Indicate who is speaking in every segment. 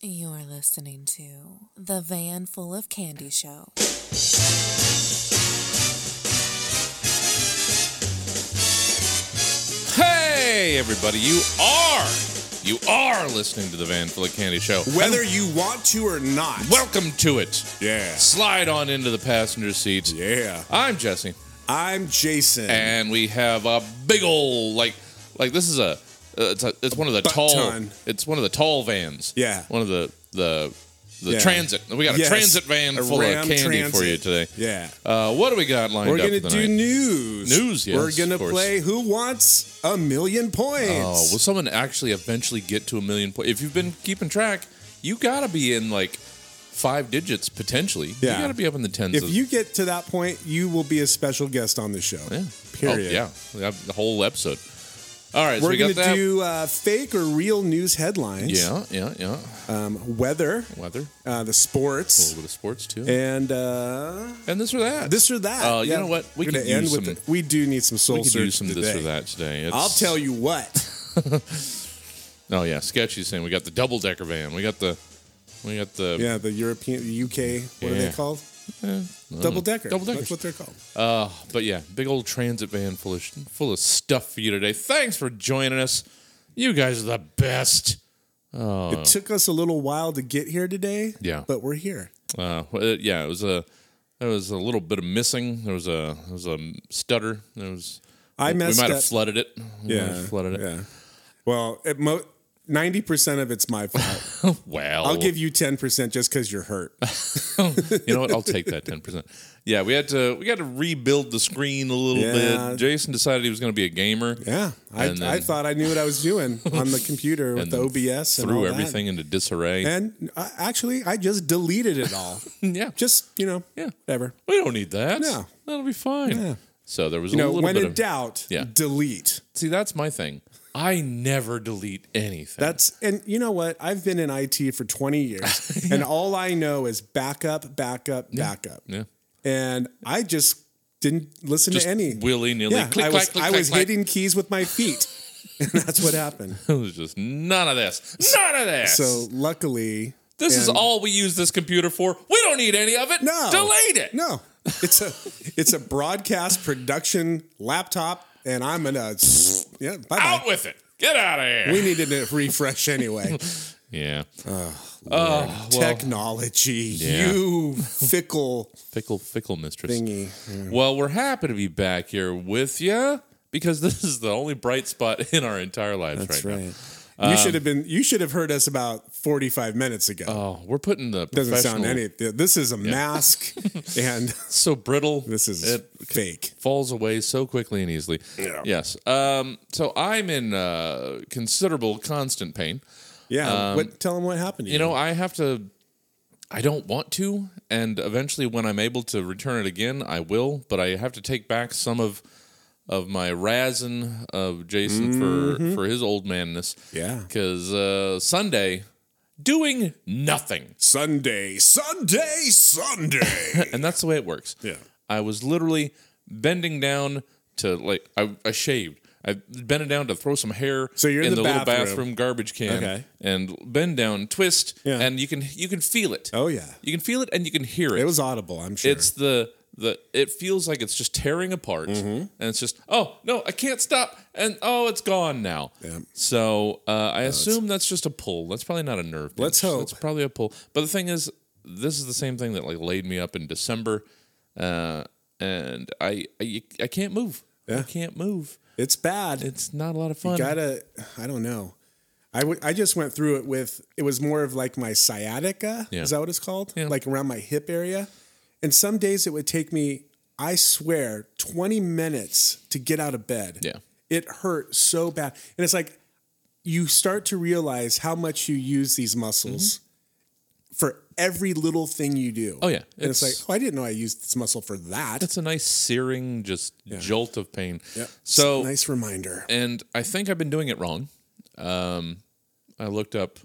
Speaker 1: You're listening to The Van Full of Candy Show.
Speaker 2: Hey, everybody, you are, you are listening to the Van Full of Candy Show.
Speaker 3: Whether you want to or not.
Speaker 2: Welcome to it.
Speaker 3: Yeah.
Speaker 2: Slide on into the passenger seat.
Speaker 3: Yeah.
Speaker 2: I'm Jesse,
Speaker 3: I'm Jason.
Speaker 2: and we have a big ol' like, like this is a, uh, it's, a, it's one of the
Speaker 3: Butt
Speaker 2: tall,
Speaker 3: ton.
Speaker 2: it's one of the tall vans.
Speaker 3: Yeah.
Speaker 2: One of the the the
Speaker 3: Yeah.
Speaker 2: transit. We got a
Speaker 3: Yes.
Speaker 2: transit van
Speaker 3: A
Speaker 2: full of
Speaker 3: Ram
Speaker 2: candy for
Speaker 3: Transit.
Speaker 2: you today.
Speaker 3: Yeah.
Speaker 2: Uh, what do we got lined
Speaker 3: We're
Speaker 2: up
Speaker 3: gonna
Speaker 2: for the
Speaker 3: do
Speaker 2: night?
Speaker 3: news.
Speaker 2: News, yes,
Speaker 3: We're gonna
Speaker 2: of course.
Speaker 3: play Who Wants a Million Points.
Speaker 2: Oh, will someone actually eventually get to a million points? If you've been keeping track, you got to be in like five digits potentially.
Speaker 3: Yeah.
Speaker 2: You got to be up in the tens.
Speaker 3: if
Speaker 2: of,
Speaker 3: you get to that point, you will be a special guest on the show.
Speaker 2: yeah.
Speaker 3: Period.
Speaker 2: Oh, yeah. We have the whole episode. All right, so
Speaker 3: We're
Speaker 2: we got
Speaker 3: gonna
Speaker 2: that.
Speaker 3: do uh, fake or real news headlines.
Speaker 2: yeah, yeah, yeah.
Speaker 3: Um, weather,
Speaker 2: Weather,
Speaker 3: uh, the
Speaker 2: a
Speaker 3: sports,
Speaker 2: little bit of sports too,
Speaker 3: and uh,
Speaker 2: and this or that.
Speaker 3: this or that.
Speaker 2: Oh, you
Speaker 3: Yeah,
Speaker 2: know what? We
Speaker 3: we're gonna
Speaker 2: could
Speaker 3: end
Speaker 2: use
Speaker 3: with
Speaker 2: some-
Speaker 3: the- we do need some soul
Speaker 2: we could
Speaker 3: search
Speaker 2: do some
Speaker 3: today.
Speaker 2: this or that today. It's,
Speaker 3: I'll tell you what.
Speaker 2: Oh yeah, sketchy saying we got the double decker van. We got the. We got the
Speaker 3: Yeah, the European, the UK. What are
Speaker 2: Yeah.
Speaker 3: they called? Double decker.
Speaker 2: Double deckers.
Speaker 3: That's what they're called.
Speaker 2: Uh, but yeah, big old transit van full of full of stuff for you today. Thanks for joining us. You guys are the best. Oh.
Speaker 3: It took us a little while to get here today.
Speaker 2: Yeah.
Speaker 3: but we're here.
Speaker 2: Uh, well, it- yeah, it was a there was a little bit of missing. There was a there was a stutter. There was
Speaker 3: I
Speaker 2: we
Speaker 3: messed
Speaker 2: might
Speaker 3: up.
Speaker 2: have flooded it. We might have flooded it.
Speaker 3: Yeah. Well, it mo- 90% of it's my fault.
Speaker 2: Well,
Speaker 3: I'll give you 10% just because you're hurt.
Speaker 2: you know what? I'll take that ten percent. Yeah, we had to we had to rebuild the screen a little
Speaker 3: Yeah.
Speaker 2: bit. Jason decided he was going to be a gamer.
Speaker 3: Yeah. I,
Speaker 2: And then-
Speaker 3: I thought I knew what I was doing on the computer with
Speaker 2: And
Speaker 3: the OBS and all
Speaker 2: threw
Speaker 3: that.
Speaker 2: everything into disarray.
Speaker 3: And uh, actually, I just deleted it all.
Speaker 2: yeah,
Speaker 3: just, you know,
Speaker 2: Yeah.
Speaker 3: whatever.
Speaker 2: we don't need that.
Speaker 3: No.
Speaker 2: that'll be fine.
Speaker 3: Yeah.
Speaker 2: So there was
Speaker 3: You
Speaker 2: a
Speaker 3: know,
Speaker 2: little
Speaker 3: when
Speaker 2: bit
Speaker 3: in
Speaker 2: of
Speaker 3: doubt,
Speaker 2: Yeah.
Speaker 3: delete.
Speaker 2: See, that's my thing. I never delete anything.
Speaker 3: That's and you know what? I've been in IT for 20 years and all I know is backup, backup, backup.
Speaker 2: yeah.
Speaker 3: And I just didn't listen
Speaker 2: Just
Speaker 3: to any.
Speaker 2: willy nilly.
Speaker 3: yeah,
Speaker 2: click,
Speaker 3: I was,
Speaker 2: clack, click,
Speaker 3: I
Speaker 2: clack,
Speaker 3: was
Speaker 2: clack.
Speaker 3: hitting keys with my feet. and that's what happened.
Speaker 2: It was just none of this. None of this.
Speaker 3: So luckily
Speaker 2: this is
Speaker 3: and-
Speaker 2: all we use this computer for. We don't need any of it.
Speaker 3: No.
Speaker 2: Delete it.
Speaker 3: No. It's a it's a broadcast production laptop and I'm gonna yeah, bye
Speaker 2: Out
Speaker 3: bye.
Speaker 2: with it. Get out of here.
Speaker 3: We needed a refresh anyway.
Speaker 2: yeah. Uh,
Speaker 3: Technology,
Speaker 2: Oh, Yeah.
Speaker 3: you fickle
Speaker 2: Fickle, fickle mistress.
Speaker 3: thingy.
Speaker 2: Well, we're happy to be back here with you because this is the only bright spot in our entire lives
Speaker 3: That's
Speaker 2: right,
Speaker 3: right.
Speaker 2: now. Um,
Speaker 3: you should have been. You should have heard us about forty-five minutes ago.
Speaker 2: Oh, we're putting the
Speaker 3: Doesn't
Speaker 2: professional
Speaker 3: sound any. This is a mask, and
Speaker 2: so brittle.
Speaker 3: this is
Speaker 2: It
Speaker 3: fake.
Speaker 2: falls away so quickly and easily.
Speaker 3: Yeah.
Speaker 2: Yes. Um, so I'm in uh, considerable constant pain. Um,
Speaker 3: Yeah. what, tell them what happened. To
Speaker 2: You
Speaker 3: you,
Speaker 2: know, I have to. I don't want to, and eventually, when I'm able to return it again, I will. But I have to take back some of of my razzing of Jason for for his old manness.
Speaker 3: Mm-hmm. Yeah.
Speaker 2: Because uh, Sunday, doing nothing,
Speaker 3: Sunday, Sunday, Sunday.
Speaker 2: and that's the way it works.
Speaker 3: yeah.
Speaker 2: I was literally bending down to like I, I shaved. I bent it down to throw some hair
Speaker 3: So you're in
Speaker 2: in
Speaker 3: the
Speaker 2: little
Speaker 3: bathroom.
Speaker 2: bathroom garbage can
Speaker 3: Okay.
Speaker 2: and bend down, twist,
Speaker 3: Yeah.
Speaker 2: and you can you can feel it.
Speaker 3: Oh yeah.
Speaker 2: You can feel it and you can hear it.
Speaker 3: It was audible. I'm sure.
Speaker 2: it's the the it feels like it's just tearing apart
Speaker 3: Mm-hmm.
Speaker 2: and it's just oh no I can't stop and oh it's gone now.
Speaker 3: Yeah.
Speaker 2: So uh, I assume that's just a pull. That's probably not a nerve. pinch.
Speaker 3: Let's hope.
Speaker 2: That's probably a pull. But the thing is, this is the same thing that like laid me up in December, uh, and I, I I can't move. I can't move.
Speaker 3: it's bad.
Speaker 2: It's not a lot of fun.
Speaker 3: gotta i don't know I would- I just went through it with it was more of like my sciatica
Speaker 2: Yeah.
Speaker 3: is that what it's called
Speaker 2: Yeah.
Speaker 3: like around my hip area and some days it would take me i swear 20 minutes to get out of bed
Speaker 2: Yeah.
Speaker 3: it hurt so bad and it's like you start to realize how much you use these muscles for every little thing you do
Speaker 2: Oh, yeah.
Speaker 3: and it's,
Speaker 2: It's-
Speaker 3: like oh i didn't know i used this muscle for that
Speaker 2: That's a nice searing, just jolt of pain.
Speaker 3: Yeah.
Speaker 2: So
Speaker 3: nice reminder
Speaker 2: and I think I've been doing it wrong. Um, I looked up.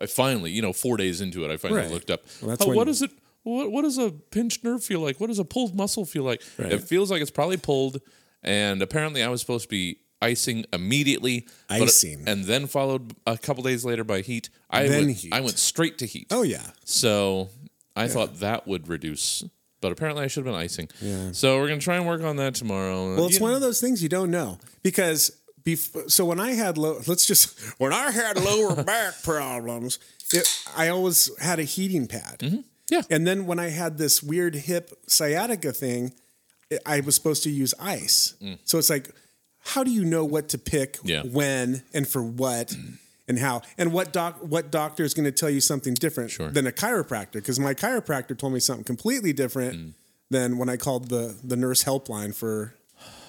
Speaker 2: I finally, you know, four days into it, I finally
Speaker 3: Right.
Speaker 2: looked up.
Speaker 3: Well, that's
Speaker 2: "Oh,
Speaker 3: when-
Speaker 2: what is it? What what does a pinched nerve feel like? What does a pulled muscle feel like?
Speaker 3: Right.
Speaker 2: It feels like it's probably pulled. And apparently, I was supposed to be icing immediately.
Speaker 3: Icing.
Speaker 2: and then followed a couple days later by heat. I
Speaker 3: Then
Speaker 2: went,
Speaker 3: heat.
Speaker 2: I went straight to heat.
Speaker 3: Oh yeah.
Speaker 2: So I thought that would reduce, but apparently I should have been icing. Yeah. So we're gonna try and work on that tomorrow.
Speaker 3: Well, it's one of those things you don't know because bef- so when I had low, let's just when I had lower back problems, it, I always had a heating pad.
Speaker 2: Yeah.
Speaker 3: and then when I had this weird hip sciatica thing, i I was supposed to use ice. So it's like, how do you know what to pick,
Speaker 2: Yeah.
Speaker 3: when, and for what? And how and what doc what doctor is going to tell you something different than a chiropractor? Because my chiropractor told me something completely different
Speaker 2: Mm.
Speaker 3: than when I called the the nurse helpline for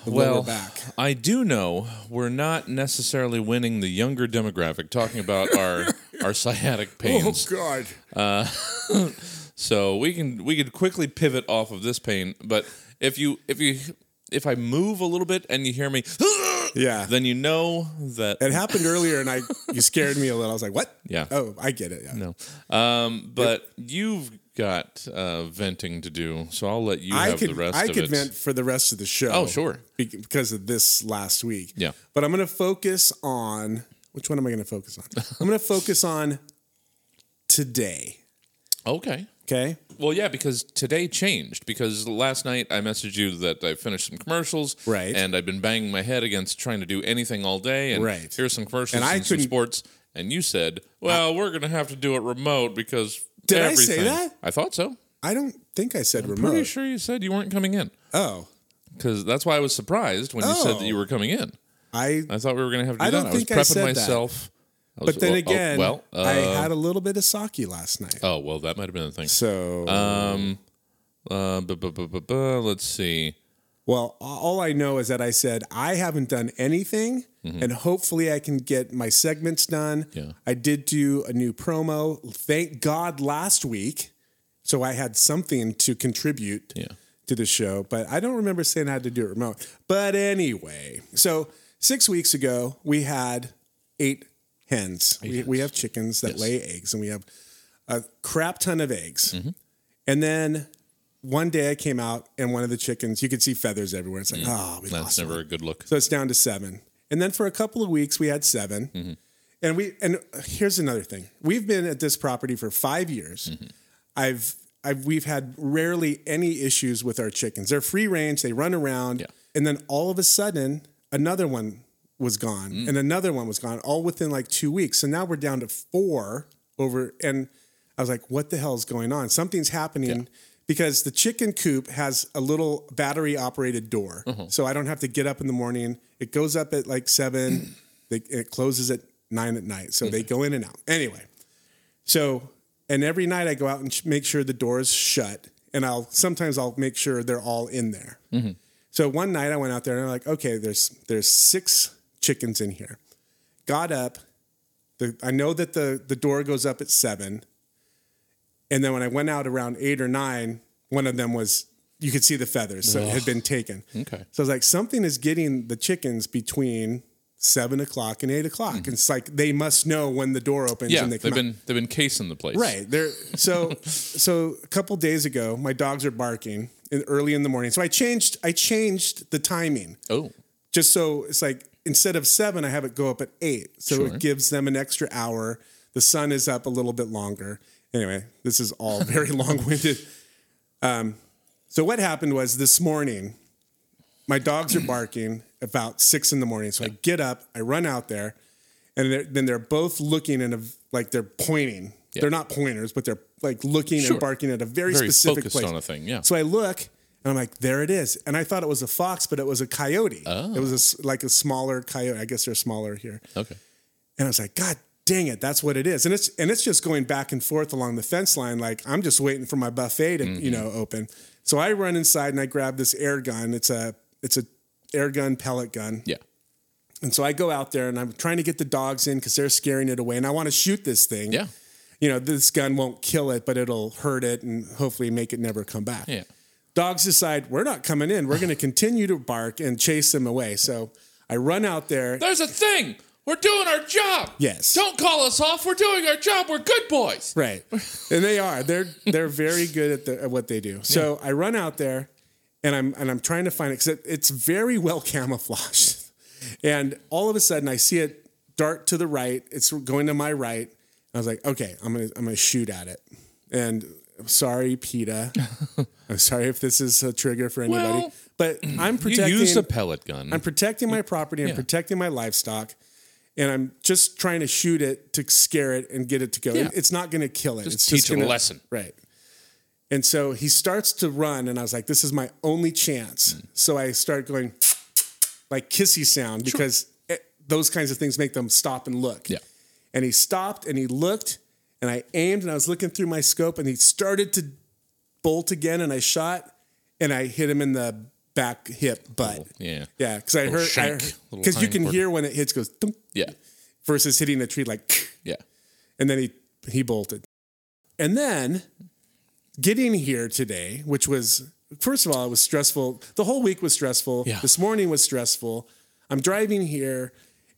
Speaker 3: the
Speaker 2: well,
Speaker 3: lower back.
Speaker 2: I do know we're not necessarily winning the younger demographic talking about our our sciatic pains.
Speaker 3: Oh,
Speaker 2: Uh,
Speaker 3: God!
Speaker 2: So we can we could quickly pivot off of this pain, but if you if you if I move a little bit and you hear me,
Speaker 3: Yeah.
Speaker 2: then you know that
Speaker 3: It happened earlier, and I you scared me a little. I was like, "What?
Speaker 2: Yeah.
Speaker 3: Oh, I get it. Yeah.
Speaker 2: no. Um, but you've got uh, venting to do, so I'll let you
Speaker 3: I
Speaker 2: have
Speaker 3: could
Speaker 2: the rest
Speaker 3: I
Speaker 2: of
Speaker 3: could
Speaker 2: it.
Speaker 3: vent for the rest of the show.
Speaker 2: Oh, sure.
Speaker 3: be- because of this last week.
Speaker 2: Yeah.
Speaker 3: But I'm going to focus on which one am I going to focus on? I'm going to focus on today.
Speaker 2: Okay.
Speaker 3: Okay.
Speaker 2: Well, yeah, because today changed. Because last night I messaged you that I finished some commercials,
Speaker 3: Right.
Speaker 2: And I've been banging my head against trying to do anything all day, and
Speaker 3: Right.
Speaker 2: here's some commercials
Speaker 3: And
Speaker 2: and,
Speaker 3: I
Speaker 2: some
Speaker 3: couldn't-
Speaker 2: sports. And you said, "Well, we're going to have to do it remote because."
Speaker 3: Did I say
Speaker 2: everything.
Speaker 3: that?
Speaker 2: I thought so.
Speaker 3: I don't think I said remote.
Speaker 2: Pretty sure you said you weren't coming in
Speaker 3: Oh,
Speaker 2: because that's why I was surprised when you said that
Speaker 3: Oh.
Speaker 2: you were coming in.
Speaker 3: I.
Speaker 2: I thought we were going to have to do
Speaker 3: I
Speaker 2: that.
Speaker 3: don't think I
Speaker 2: I was prepping
Speaker 3: said that.
Speaker 2: myself. I was-
Speaker 3: But then
Speaker 2: oh, oh,
Speaker 3: again,
Speaker 2: well, uh,
Speaker 3: I had a little bit of sake last night.
Speaker 2: oh well, that might have been the thing. Um,
Speaker 3: So,
Speaker 2: Uh, bu- bu- bu- bu- bu- let's see.
Speaker 3: well, a- all I know is that I said I haven't done anything, and hopefully I can get my segments done.
Speaker 2: Mm-hmm. Yeah.
Speaker 3: I did do a new promo. Thank God last week, so I had something to contribute.
Speaker 2: Yeah.
Speaker 3: to the show, but I don't remember saying I had to do it remote. But anyway, so six weeks ago, we had eight hens. we, we have chickens that lay eggs, and we have a crap ton of eggs.
Speaker 2: Mm-hmm.
Speaker 3: And then one day I came out, and one of the chickens, you could see feathers everywhere. It's like, oh, we
Speaker 2: Mm. That's
Speaker 3: lost
Speaker 2: never a good look.
Speaker 3: so it's down to seven. And then for a couple of weeks, we had 7
Speaker 2: Mm-hmm.
Speaker 3: And we and here's another thing: we've been at this property for five years.
Speaker 2: Mm-hmm.
Speaker 3: I've I've we've had rarely any issues with our chickens. They're free range. They run around.
Speaker 2: Yeah.
Speaker 3: And then all of a sudden, another one was gone, and another one was gone, all within like two weeks. So now we're down to four over. And I was like, "What the hell is going on? Something's happening." Because the chicken coop has a little battery operated door. So I don't have to get up in the morning. It goes up at like seven, they, it closes at nine at night. So they go in and out. Anyway, so, and every night I go out and sh- make sure the door is shut, and I'll sometimes I'll make sure they're all in there. So one night I went out there and I'm like, okay, there's there's six chickens in here. Got up. The, I know that the the door goes up at seven, and then when I went out around eight or nine, one of them was you could see the feathers so it had been taken.
Speaker 2: Okay.
Speaker 3: So I was like, something is getting the chickens between seven o'clock and eight o'clock. And it's like they must know when the door opens
Speaker 2: Mm-hmm. Yeah,
Speaker 3: and they
Speaker 2: they've
Speaker 3: come out.
Speaker 2: been they've been casing the place.
Speaker 3: Right. There. So, so a couple days ago, my dogs are barking in, early in the morning. So I changed. I changed the timing
Speaker 2: Oh,
Speaker 3: just so it's like instead of seven, I have it go up at eight. So it gives them an extra hour. The sun is up a little bit longer. Anyway, this is all very long winded. Um, so what happened was this morning, my dogs are barking about six in the morning. So I get up, I run out there, and they're, then they're both looking in a like they're pointing. They're not pointers, but they're like looking
Speaker 2: Sure.
Speaker 3: and barking at a very,
Speaker 2: very
Speaker 3: specific
Speaker 2: focused
Speaker 3: place.
Speaker 2: on a thing. Yeah.
Speaker 3: So I look and I'm like, there it is. And I thought it was a fox, but it was a coyote.
Speaker 2: Oh.
Speaker 3: It was a s like a smaller coyote. I guess they're smaller here.
Speaker 2: Okay.
Speaker 3: And I was like, God dang it, that's what it is. And it's and it's just going back and forth along the fence line. Like I'm just waiting for my buffet to
Speaker 2: Mm-hmm.
Speaker 3: you know open. So I run inside and I grab this air gun. It's a it's a air gun pellet gun.
Speaker 2: Yeah.
Speaker 3: And so I go out there and I'm trying to get the dogs in because they're scaring it away. And I want to shoot this thing.
Speaker 2: Yeah.
Speaker 3: You know, this gun won't kill it, but it'll hurt it and hopefully make it never come back
Speaker 2: Yeah.
Speaker 3: dogs decide we're not coming in. We're going to continue to bark and chase them away. So I run out there.
Speaker 2: There's a thing. We're doing our job.
Speaker 3: Yes.
Speaker 2: Don't call us off. We're doing our job. We're good boys.
Speaker 3: Right. And they are. They're they're very good at, the, at what they do. So I run out there and I'm and I'm trying to find it cuz it, it's very well camouflaged. And all of a sudden, I see it dart to the right. It's going to my right. I was like, okay, I'm gonna I'm gonna shoot at it. And I'm sorry, PETA. I'm sorry if this is a trigger for anybody.
Speaker 2: Well,
Speaker 3: but I'm
Speaker 2: You
Speaker 3: protecting.
Speaker 2: used a pellet gun.
Speaker 3: I'm protecting my property. I'm
Speaker 2: Yeah.
Speaker 3: protecting my livestock. And I'm just trying to shoot it to scare it and get it to go.
Speaker 2: Yeah.
Speaker 3: It's not going to kill it.
Speaker 2: Just
Speaker 3: it's
Speaker 2: teach it a
Speaker 3: gonna,
Speaker 2: lesson.
Speaker 3: Right. And so he starts to run, and I was like, this is my only
Speaker 2: Mm.
Speaker 3: chance. So I start going like kissy sound because it, those kinds of things make them stop and look.
Speaker 2: Yeah.
Speaker 3: And he stopped and he looked, and I aimed, and I was looking through my scope, and he started to bolt again, and I shot, and I hit him in the back hip butt.
Speaker 2: yeah.
Speaker 3: Yeah, because I
Speaker 2: Little
Speaker 3: heard
Speaker 2: shank, little
Speaker 3: because you can
Speaker 2: hindquarter.
Speaker 3: hear when it hits goes thump,
Speaker 2: Yeah.
Speaker 3: versus hitting the tree like
Speaker 2: Yeah.
Speaker 3: and then he he bolted. And then getting here today, which was first of all, it was stressful. The whole week was stressful.
Speaker 2: Yeah.
Speaker 3: This morning was stressful. I'm driving here,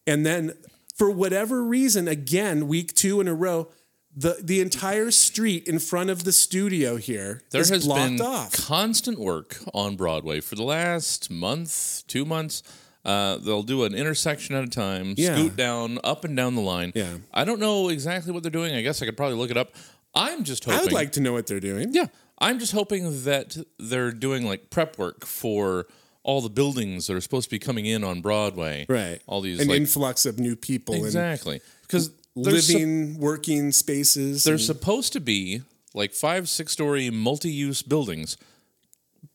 Speaker 3: and then for whatever reason, again, week two in a row, the the entire street in front of the studio here is
Speaker 2: There has
Speaker 3: blocked
Speaker 2: been
Speaker 3: off.
Speaker 2: constant work on Broadway for the last month, two months. Uh, they'll do an intersection at a time,
Speaker 3: Yeah.
Speaker 2: scoot down, up and down the line.
Speaker 3: Yeah.
Speaker 2: I don't know exactly what they're doing. I guess I could probably look it up. I'm just hoping.
Speaker 3: I would like to know what they're doing.
Speaker 2: Yeah, I'm just hoping that they're doing like prep work for all the buildings that are supposed to be coming in on Broadway.
Speaker 3: Right.
Speaker 2: All these
Speaker 3: an
Speaker 2: like
Speaker 3: influx of new people and
Speaker 2: exactly because they're, sup-
Speaker 3: living, working spaces.
Speaker 2: they're supposed to be like five, six story multi use buildings,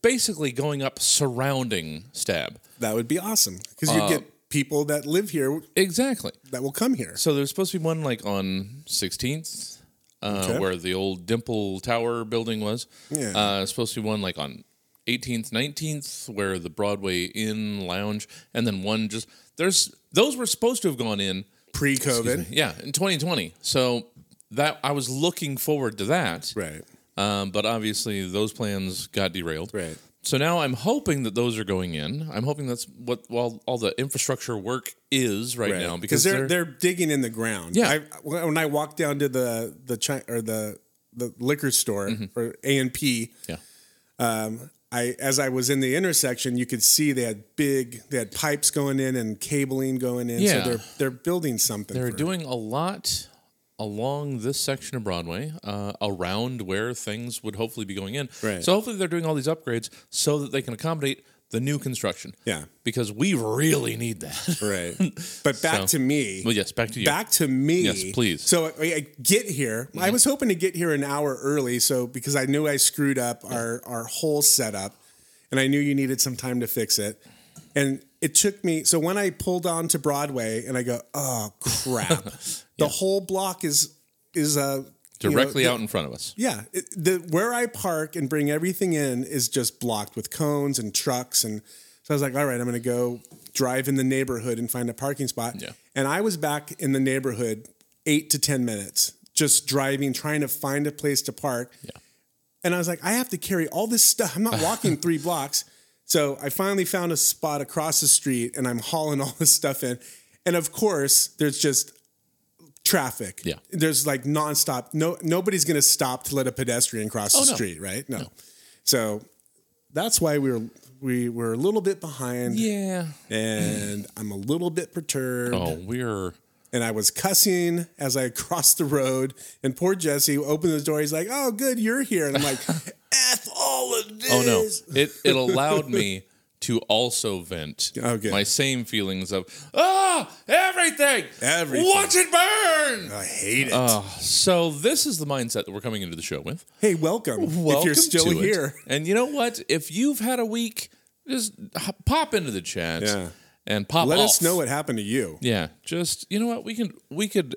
Speaker 2: basically going up surrounding Stab. Uh,
Speaker 3: that would be awesome because you get people that live here
Speaker 2: Exactly.
Speaker 3: that will come here.
Speaker 2: So there's supposed to be one like on 16th, uh,
Speaker 3: Okay.
Speaker 2: where the old Dimple Tower building was.
Speaker 3: Yeah.
Speaker 2: Uh, supposed to be one like on 18th, 19th, where the Broadway Inn Lounge, and then one just there's those were supposed to have gone in.
Speaker 3: Pre-COVID,
Speaker 2: Yeah, in 2020. So that I was looking forward to that.
Speaker 3: right?
Speaker 2: Um, but obviously, those plans got derailed.
Speaker 3: Right.
Speaker 2: So now I'm hoping that those are going in. I'm hoping that's what well, all the infrastructure work is right, now
Speaker 3: because they're, they're digging in the ground.
Speaker 2: Yeah.
Speaker 3: I, when when I walked down to the the chi- or the the liquor store for A and P,
Speaker 2: Mm-hmm.
Speaker 3: um,
Speaker 2: Yeah.
Speaker 3: I as I was in the intersection, you could see they had big they had pipes going in and cabling going in.
Speaker 2: Yeah.
Speaker 3: So they're they're building something.
Speaker 2: They're
Speaker 3: for-
Speaker 2: doing a lot along this section of Broadway, uh, around where things would hopefully be going in.
Speaker 3: Right.
Speaker 2: So hopefully they're doing all these upgrades so that they can accommodate the new construction.
Speaker 3: Yeah.
Speaker 2: Because we really need that.
Speaker 3: right. But back
Speaker 2: So-
Speaker 3: to me.
Speaker 2: well, yes. Back to you.
Speaker 3: back to me.
Speaker 2: Yes, please. Mm-hmm.
Speaker 3: So I, I get here. I was hoping to get here an hour early, so because I knew I screwed up our our whole setup, and I knew you needed some time to fix it. And it took me. So when I pulled on to Broadway, and I go, oh crap, the whole block is is uh, you know,
Speaker 2: Directly
Speaker 3: the-
Speaker 2: out in front of us.
Speaker 3: yeah, it, the where I park and bring everything in is just blocked with cones and trucks, and so I was like, all right, I'm going to go drive in the neighborhood and find a parking spot.
Speaker 2: Yeah.
Speaker 3: And I was back in the neighborhood eight to ten minutes, just driving, trying to find a place to park. Yeah. And I was like, I have to carry all this stuff. I'm not walking three blocks. So I finally found a spot across the street, and I'm hauling all this stuff in. And of course, there's just traffic.
Speaker 2: Yeah.
Speaker 3: There's like nonstop. No, nobody's going to stop to let a pedestrian cross the
Speaker 2: Oh, no.
Speaker 3: street, right? No. So that's why we were we were a little bit behind,
Speaker 2: Yeah.
Speaker 3: and I'm a little bit perturbed.
Speaker 2: Oh, we're.
Speaker 3: And I was cussing as I crossed the road. And poor Jesse opened the door. He's like, "Oh, good, you're here." And I'm like, "F all of this."
Speaker 2: Oh no! It it allowed me to also vent
Speaker 3: Oh, good.
Speaker 2: my same feelings of ah everything,
Speaker 3: Everything.
Speaker 2: watch it burn.
Speaker 3: I hate it.
Speaker 2: uh, So this is the mindset that we're coming into the show with.
Speaker 3: hey, welcome.
Speaker 2: Welcome
Speaker 3: if you're still
Speaker 2: to it.
Speaker 3: here,
Speaker 2: and you know what? If you've had a week, just h- pop into the chat
Speaker 3: Yeah.
Speaker 2: and pop.
Speaker 3: let us
Speaker 2: off.
Speaker 3: know what happened to you.
Speaker 2: Yeah, just you know what we can we could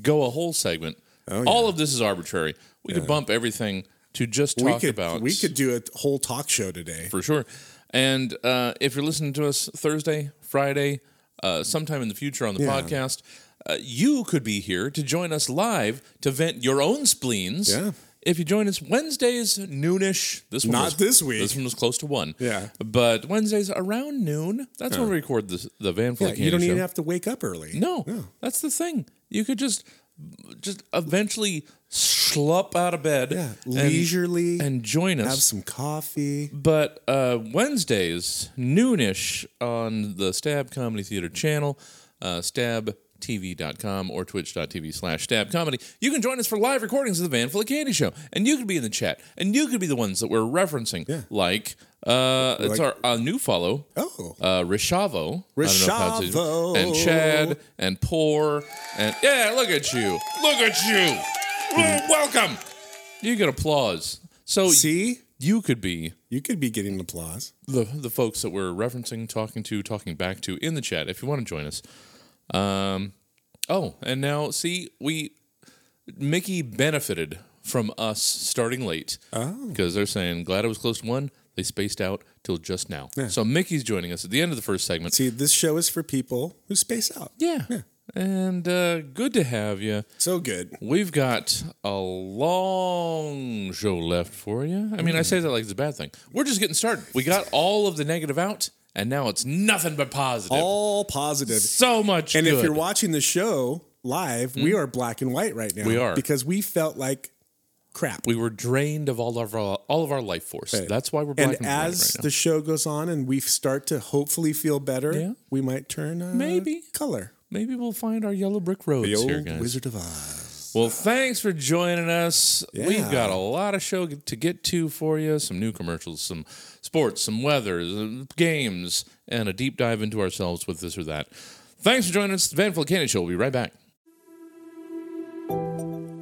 Speaker 2: go a whole segment.
Speaker 3: Oh,
Speaker 2: All of this is arbitrary. We could bump everything to just talk
Speaker 3: we could
Speaker 2: about.
Speaker 3: we could do a whole talk show today.
Speaker 2: for sure. And uh, if you're listening to us Thursday, Friday, uh, sometime in the future on the podcast, uh, you could be here to join us live to vent your own spleens.
Speaker 3: Yeah.
Speaker 2: If you join us Wednesdays noonish, this one
Speaker 3: Not
Speaker 2: was-
Speaker 3: this week.
Speaker 2: This one was close to one.
Speaker 3: Yeah.
Speaker 2: but Wednesdays around noon. That's when we record the the Van Fleet.
Speaker 3: you don't
Speaker 2: Candy
Speaker 3: even
Speaker 2: Show.
Speaker 3: have to wake up early.
Speaker 2: No, that's the thing. You could just just eventually schlup out of bed,
Speaker 3: Yeah,
Speaker 2: and-
Speaker 3: leisurely,
Speaker 2: and join us.
Speaker 3: have some coffee.
Speaker 2: But uh, Wednesdays, noonish on the Stab Comedy Theater channel, uh, stabtv.com or twitch.tv slash stab comedy. You can join us for live recordings of the Van Full of Candy show. And you could be in the chat. And you could be the ones that we're referencing.
Speaker 3: Yeah.
Speaker 2: Like, uh, it's our
Speaker 3: Like-
Speaker 2: uh, new follow.
Speaker 3: Oh.
Speaker 2: Uh, Rishavo. I don't know if that's his-
Speaker 3: Rishavo.
Speaker 2: And Chad. And Poor. And yeah, look at you. Look at you. Welcome. You get applause. So
Speaker 3: See,
Speaker 2: you could be
Speaker 3: you could be getting applause.
Speaker 2: the the folks that we're referencing, talking to, talking back to in the chat if you want to join us. Um, oh, and now see we Mickey benefited from us starting late
Speaker 3: Oh.
Speaker 2: because they're saying glad it was close to one. They spaced out till just now, so Mickey's joining us at the end of the first segment.
Speaker 3: See, this show is for people who space out.
Speaker 2: yeah. and uh, good to have you.
Speaker 3: So good.
Speaker 2: We've got a long show left for you. I
Speaker 3: Mm.
Speaker 2: mean, I say that like it's a bad thing. We're just getting started. We got all of the negative out, and now it's nothing but positive.
Speaker 3: All positive.
Speaker 2: so much
Speaker 3: And
Speaker 2: good. Hmm?
Speaker 3: if you're watching the show live, we are black and white right now.
Speaker 2: We are.
Speaker 3: because we felt like crap.
Speaker 2: we were drained of all of our all of our life force. That's why we're black
Speaker 3: and
Speaker 2: and, white
Speaker 3: as
Speaker 2: right now.
Speaker 3: the show goes on and we start to hopefully feel better,
Speaker 2: Yeah.
Speaker 3: we might turn uh,
Speaker 2: Maybe.
Speaker 3: color.
Speaker 2: Maybe we'll find our yellow brick roads
Speaker 3: The
Speaker 2: here,
Speaker 3: old
Speaker 2: guys.
Speaker 3: Wizard of Oz.
Speaker 2: Well, thanks for joining us. We've
Speaker 3: Yeah.
Speaker 2: got a lot of show to get to for you. Some new commercials, some sports, some weather, uh, games, and a deep dive into ourselves with this or that. Thanks for joining us. The Van Candy Show. We'll be right back.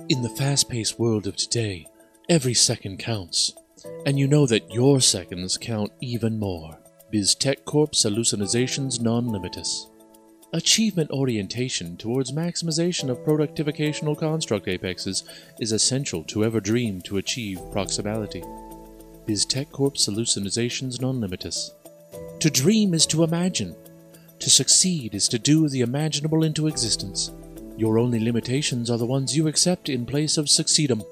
Speaker 4: In the fast paced world of today, every second counts. And you know that your seconds count even more. BizTech Corp's hallucinations non limitus. Achievement orientation towards maximization of productificational construct apexes is essential to ever dream to achieve proximality. BizTech Corp's hallucinations non limitus. To dream is to imagine. To succeed is to do the imaginable into existence. Your only limitations are the ones you accept in place of succeedum.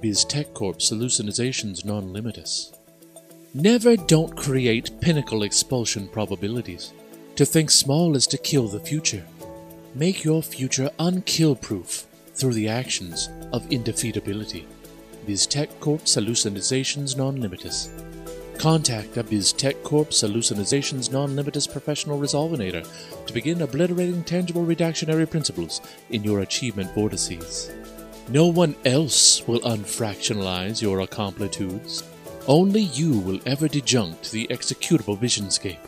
Speaker 4: Biz Tech Corp's hallucinations non limitus. Never don't create pinnacle expulsion probabilities. To think small is to kill the future. Make your future unkill proof through the actions of indefeatability. Biz Tech Corp's hallucinations non limitus. Contact a BizTech Corp's Hallucinations Non Limitus Professional Resolvinator to begin obliterating tangible reductionary principles in your achievement vortices. No one else will unfractionalize your accomplitudes. Only you will ever dejunct the executable visionscape,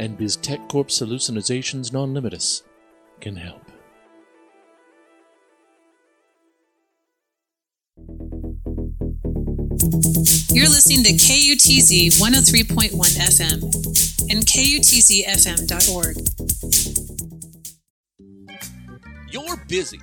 Speaker 4: and BizTech Corp's Hallucinations Non Limitus can help.
Speaker 5: You're listening to KUTZ 103.1 FM and KUTZFM.org.
Speaker 4: You're busy,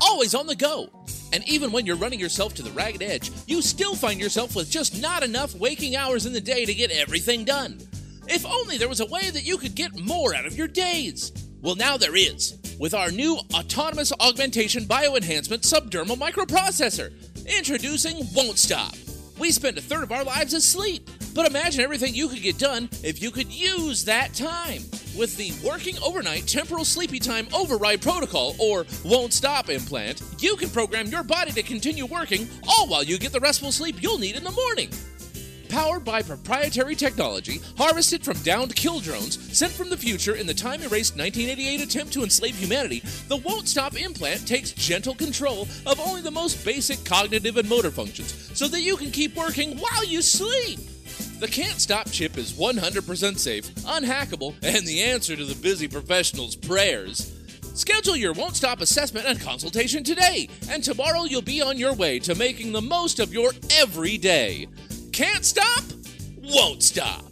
Speaker 4: always on the go. And even when you're running yourself to the ragged edge, you still find yourself with just not enough waking hours in the day to get everything done. If only there was a way that you could get more out of your days. Well, now there is, with our new Autonomous Augmentation Bioenhancement Subdermal Microprocessor. Introducing Won't Stop. We spend a third of our lives asleep, but imagine everything you could get done if you could use that time with the Working Overnight Temporal Sleepy Time Override Protocol, or Won't Stop implant, you can program your body to continue working, all while you get the restful sleep you'll need in the morning. Powered by proprietary technology, harvested from downed kill drones, sent from the future in the time erased 1988 attempt to enslave humanity, the Won't Stop implant takes gentle control of only the most basic cognitive and motor functions so that you can keep working while you sleep. The Can't Stop chip is 100% safe, unhackable, and the answer to the busy professional's prayers. Schedule your Won't Stop assessment and consultation today, and tomorrow you'll be on your way to making the most of your every day. Can't stop? Won't stop.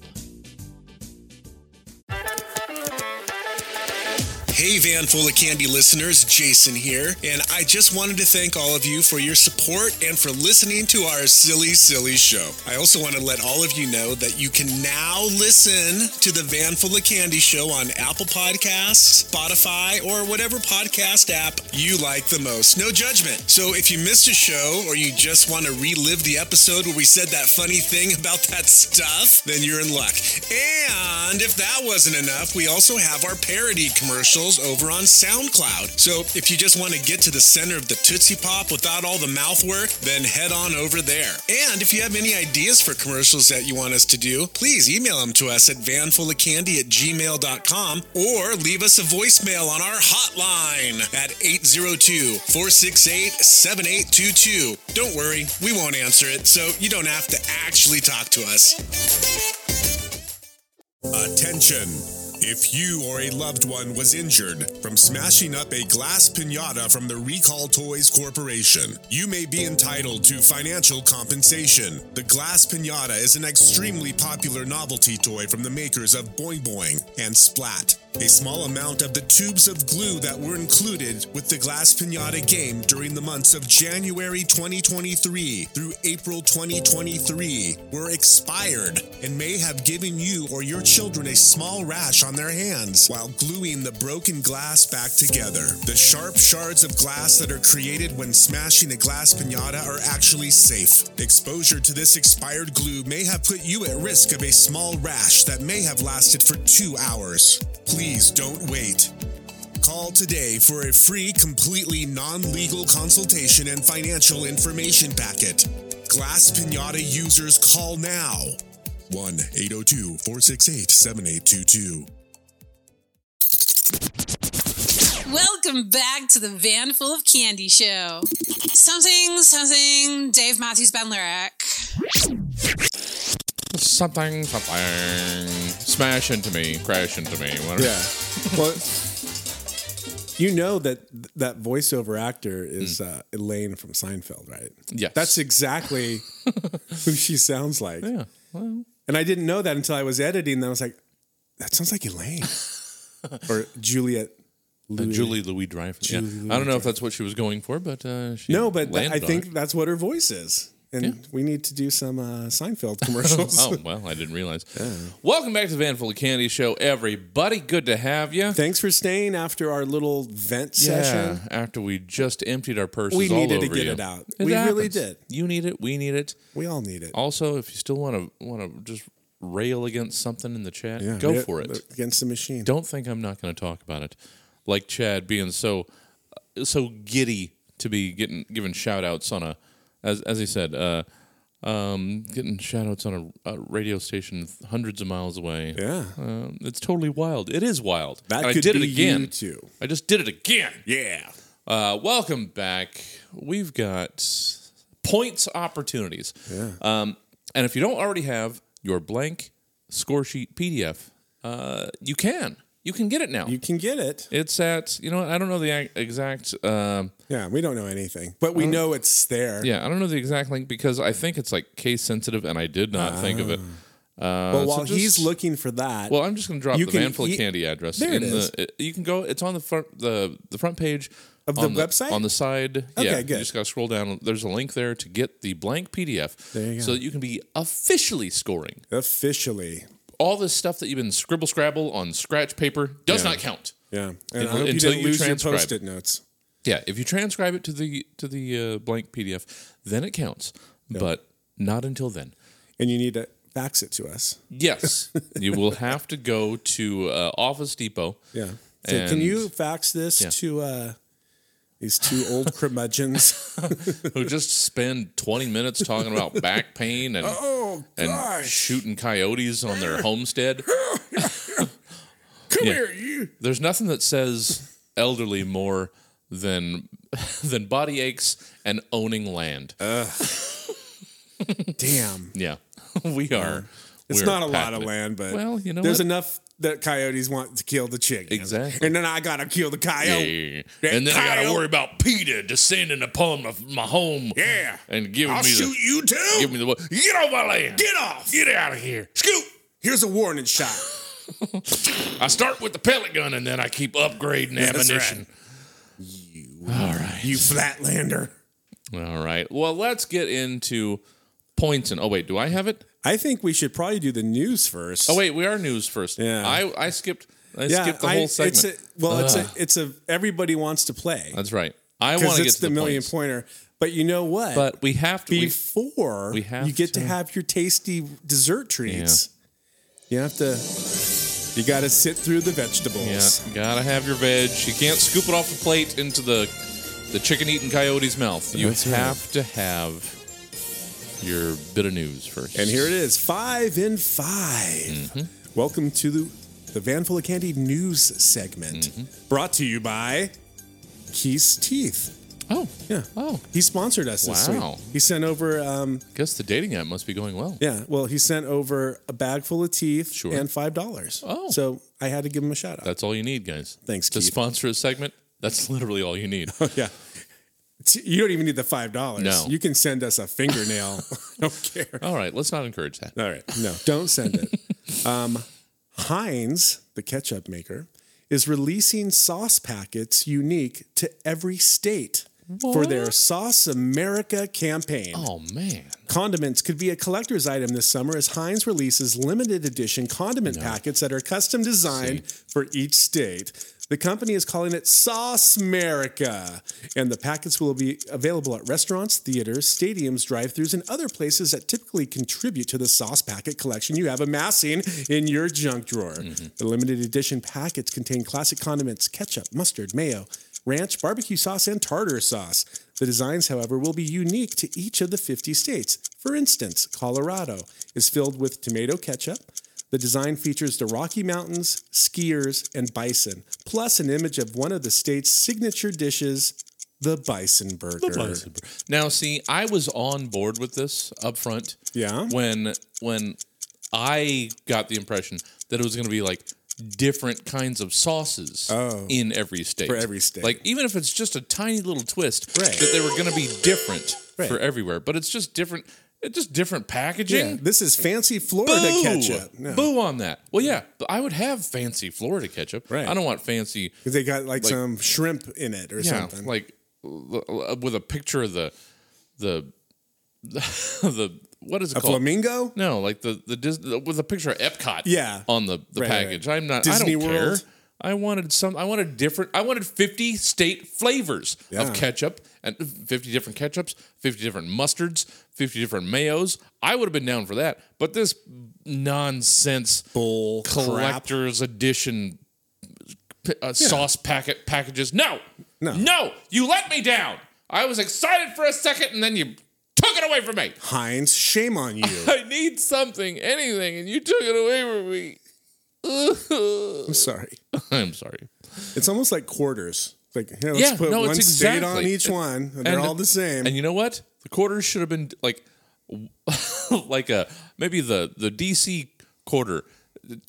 Speaker 6: Hey, Van Full of Candy listeners, Jason here, and I just wanted to thank all of you for your support and for listening to our silly, silly show. I also want to let all of you know that you can now listen to the Van Full of Candy show on Apple Podcasts, Spotify, or whatever podcast app you like the most. No judgment. So if you missed a show or you just want to relive the episode where we said that funny thing about that stuff, then you're in luck. And if that wasn't enough, we also have our parody commercials specials over on SoundCloud. So if you just want to get to the center of the Tootsie Pop without all the mouth work, then head on over there. And if you have any ideas for commercials that you want us to do, please email them to us at vanfulofcandy at gmail.com or leave us a voicemail on our hotline at 802 468 7822. Don't worry, we won't answer it, so you don't have to actually talk to us. Attention! If you or a loved one was injured from smashing up a glass pinata from the Recall Toys Corporation, you may be entitled to financial compensation. The glass pinata is an extremely popular novelty toy from the makers of Boing Boing and Splat. A small amount of the tubes of glue that were included with the Glass Pinata game during the months of January 2023 through April 2023 were expired and may have given you or your children a small rash on their hands while gluing the broken glass back together. The sharp shards of glass that are created when smashing a glass pinata are actually safe. Exposure to this expired glue may have put you at risk of a small rash that may have lasted for two hours. Please don't wait. Call today for a free, completely non legal consultation and financial information packet. Glass Pinata users call now 1 802 468 7822.
Speaker 5: Welcome back to the Van Full of Candy Show. Something, something, Dave Matthews Band lyric.
Speaker 2: Something, something. Smash into me, crash into me, whatever.
Speaker 3: Yeah. well, you know that that voiceover actor is uh, Elaine from Seinfeld, right?
Speaker 2: Hmm. Yes.
Speaker 3: That's exactly who she sounds like. Yeah. and I didn't know that until I was editing. And I was like, that sounds like Elaine or Juliet.
Speaker 2: Uh, Julie Louis Dreyfus. Yeah. I don't know if that's what she was going for, but uh, she
Speaker 3: No, but th-
Speaker 2: landed on
Speaker 3: I think
Speaker 2: it.
Speaker 3: that's what her voice is. And we need to do some uh, Seinfeld commercials.
Speaker 2: Oh well, I didn't realize. Welcome back to the Van Full of Candy Show, everybody. Good to have you.
Speaker 3: Thanks for staying after our little vent session.
Speaker 2: After we just emptied our purses,
Speaker 3: We
Speaker 2: all
Speaker 3: needed to
Speaker 2: over
Speaker 3: get
Speaker 2: you.
Speaker 3: it out. We really
Speaker 2: happens.
Speaker 3: did.
Speaker 2: You need it. We need it.
Speaker 3: We all need it.
Speaker 2: Also, if you still want to want to just rail against something in the chat,
Speaker 3: Yeah,
Speaker 2: go
Speaker 3: we-
Speaker 2: for it.
Speaker 3: Against the machine.
Speaker 2: Don't think I'm not going to talk about it. Like Chad being so so giddy to be getting given shout outs on a as as he said, uh, um, getting shout outs on a, a radio station hundreds of miles away.
Speaker 3: Yeah.
Speaker 2: Um, it's totally wild. It is wild.
Speaker 3: That
Speaker 2: And I
Speaker 3: could
Speaker 2: did
Speaker 3: be
Speaker 2: it again.
Speaker 3: you too.
Speaker 2: I just did it again.
Speaker 3: Yeah.
Speaker 2: Uh, welcome back. We've got points opportunities. Yeah. Um, and if you don't already have your blank score sheet PDF, uh, you can. You can get it now.
Speaker 3: You can get it.
Speaker 2: it's at, you know, what, I don't know the ac- exact, um
Speaker 3: Yeah, we don't know anything, but we know it's there.
Speaker 2: yeah, I don't know the exact link because I think it's like case sensitive and I did not think of it.
Speaker 3: but while
Speaker 2: uh, so just-
Speaker 3: he's looking for that,
Speaker 2: Well, I'm just going to drop
Speaker 3: You
Speaker 2: the
Speaker 3: can
Speaker 2: Vanful of
Speaker 3: e-
Speaker 2: Candy address.
Speaker 3: There it
Speaker 2: in the-
Speaker 3: is.
Speaker 2: it- you can go. It's on the front the the front page
Speaker 3: Of the
Speaker 2: on
Speaker 3: website?
Speaker 2: on the side. yeah,
Speaker 3: good.
Speaker 2: you just got to scroll down. There's a link there to get the blank PDF,
Speaker 3: There you
Speaker 2: so that you can be officially scoring
Speaker 3: officially.
Speaker 2: all this stuff that you've been scribble scrabble on scratch paper does not count.
Speaker 3: Yeah. And
Speaker 2: Un-
Speaker 3: I hope you
Speaker 2: until
Speaker 3: didn't
Speaker 2: you
Speaker 3: lose
Speaker 2: transcribe.
Speaker 3: your post-it notes.
Speaker 2: Yeah, if you transcribe it to the to the uh, blank PDF, then it counts, but not until then.
Speaker 3: And you need to fax it to us.
Speaker 2: Yes, you will have to go to uh, Office Depot.
Speaker 3: Yeah. Say, can
Speaker 2: And-
Speaker 3: you fax this to uh, these two old curmudgeons?
Speaker 2: who just spend 20 minutes talking about back pain and
Speaker 3: Oh,
Speaker 2: and shooting coyotes on their homestead.
Speaker 3: Come
Speaker 2: Yeah.
Speaker 3: here, you.
Speaker 2: There's nothing that says elderly more than than body aches and owning land.
Speaker 3: Damn.
Speaker 2: yeah, we are.
Speaker 3: It's
Speaker 2: we're
Speaker 3: not a lot
Speaker 2: packing
Speaker 3: of
Speaker 2: it.
Speaker 3: land, but
Speaker 2: Well, you know
Speaker 3: there's
Speaker 2: what?
Speaker 3: enough that coyotes want to kill the chicken.
Speaker 2: Exactly.
Speaker 3: And then I got to kill the
Speaker 2: Yeah,
Speaker 3: coyote.
Speaker 2: yeah, yeah.
Speaker 3: That
Speaker 2: And then I got to
Speaker 3: coyote.
Speaker 2: worry about Peter descending upon my, my home.
Speaker 3: Yeah.
Speaker 2: and giving
Speaker 3: I'll
Speaker 2: me
Speaker 3: shoot
Speaker 2: the
Speaker 3: you too.
Speaker 2: give me the get off my land.
Speaker 3: Get off.
Speaker 2: Get out of here.
Speaker 3: Scoot. Here's a warning shot.
Speaker 2: I start with the pellet gun and then I keep upgrading
Speaker 3: That's
Speaker 2: ammunition. All right.
Speaker 3: You flatlander.
Speaker 2: All right. Well, let's get into points and oh wait, do I have it?
Speaker 3: I think we should probably do the news first.
Speaker 2: Oh wait, we are news first.
Speaker 3: Yeah.
Speaker 2: I I skipped I skipped the whole segment. Ah,
Speaker 3: It's a, well, it's a, it's a everybody wants to play
Speaker 2: That's right. I want
Speaker 3: because
Speaker 2: to get
Speaker 3: it's
Speaker 2: to
Speaker 3: the, million
Speaker 2: points,
Speaker 3: pointer. But you know what?
Speaker 2: but we have to. we-
Speaker 3: before
Speaker 2: we have
Speaker 3: you get to,
Speaker 2: to-
Speaker 3: have your tasty dessert treats, you have to You got to sit through the vegetables.
Speaker 2: Yeah, gotta have your veg. You can't scoop it off the plate into the the chicken eating coyote's mouth. You
Speaker 3: That's right.
Speaker 2: have to have your bit of news first. Mm-hmm.
Speaker 3: And here it is, five in 5 Welcome to the, the Van Full of Candy news segment,
Speaker 2: Mm-hmm.
Speaker 3: brought to you by Keith's Teeth.
Speaker 2: Oh,
Speaker 3: Yeah.
Speaker 2: Oh,
Speaker 3: He sponsored us this
Speaker 2: Wow.
Speaker 3: week. He sent over, um,
Speaker 2: guess the dating app must be going well.
Speaker 3: yeah, well, he sent over a bag full of teeth
Speaker 2: Sure.
Speaker 3: and five dollars.
Speaker 2: Oh.
Speaker 3: so I had to give him a shout out.
Speaker 2: That's all you need, guys.
Speaker 3: Thanks,
Speaker 2: To
Speaker 3: Keith. Oh,
Speaker 2: sponsor a segment, that's literally all you need.
Speaker 3: yeah. T- You don't even need the five dollars.
Speaker 2: No.
Speaker 3: You can send us a fingernail. I don't care.
Speaker 2: all right, let's not encourage that.
Speaker 3: Oh. All right. No, don't send it. um, Heinz, the ketchup maker, is releasing sauce packets unique to every state for their Sauce America campaign.
Speaker 2: Oh man,
Speaker 3: Condiments could be a collector's item this summer as Heinz releases limited edition condiment packets that are custom designed for each state. The company is calling it Sauce America, and the packets will be available at restaurants, theaters, stadiums, drive-throughs, and other places that typically contribute to the sauce packet collection you have amassing in your junk drawer.
Speaker 2: Mm-hmm.
Speaker 3: The limited edition packets contain classic condiments: ketchup, mustard, mayo, ranch, barbecue sauce, and tartar sauce. The designs, however, will be unique to each of the 50 states. For instance, Colorado is filled with tomato ketchup. The design features the Rocky Mountains, skiers, and bison, plus an image of one of the state's signature dishes, the bison burger.
Speaker 2: Now, see, I was on board with this up front.
Speaker 3: Yeah.
Speaker 2: When when I got the impression that it was going to be like different kinds of sauces in every state.
Speaker 3: Oh. For every state.
Speaker 2: Like even if it's just a tiny little twist
Speaker 3: Right.
Speaker 2: that they were going to be different
Speaker 3: Right.
Speaker 2: for everywhere, but it's just different it's just different
Speaker 3: Yeah,
Speaker 2: packaging.
Speaker 3: this is fancy Florida
Speaker 2: Boo!
Speaker 3: ketchup. No.
Speaker 2: Boo on that. Well, yeah, but I would have fancy Florida ketchup.
Speaker 3: Right.
Speaker 2: I don't want fancy
Speaker 3: 'Cause They got like, some shrimp in it or
Speaker 2: yeah,
Speaker 3: something.
Speaker 2: like l- l- uh, with a picture of the the the what is it
Speaker 3: a
Speaker 2: called?
Speaker 3: flamingo?
Speaker 2: No, like the the Dis- with a picture of Epcot.
Speaker 3: Yeah.
Speaker 2: on the the
Speaker 3: Right, right,
Speaker 2: package. I'm not.
Speaker 3: Disney
Speaker 2: I don't
Speaker 3: World.
Speaker 2: care. I wanted some. I wanted different. I wanted 50 state flavors
Speaker 3: Yeah.
Speaker 2: of ketchup and 50 different ketchups, 50 different mustards, 50 different mayos. I would have been down for that. But this nonsense
Speaker 3: Bull crap.
Speaker 2: collector's edition p- uh, sauce packet packages. No,
Speaker 3: No.
Speaker 2: no. You let me down. I was excited for a second, and then you took it away from me.
Speaker 3: Heinz, shame on you.
Speaker 2: I need something, anything, and you took it away from me.
Speaker 3: I'm sorry.
Speaker 2: I'm sorry.
Speaker 3: It's almost like quarters. Like, here, let's
Speaker 2: Yeah,
Speaker 3: put
Speaker 2: no,
Speaker 3: one
Speaker 2: it's
Speaker 3: state on
Speaker 2: exactly-
Speaker 3: each one, and they're all the same.
Speaker 2: And you know what? The quarters should have been like, like a maybe the the DC quarter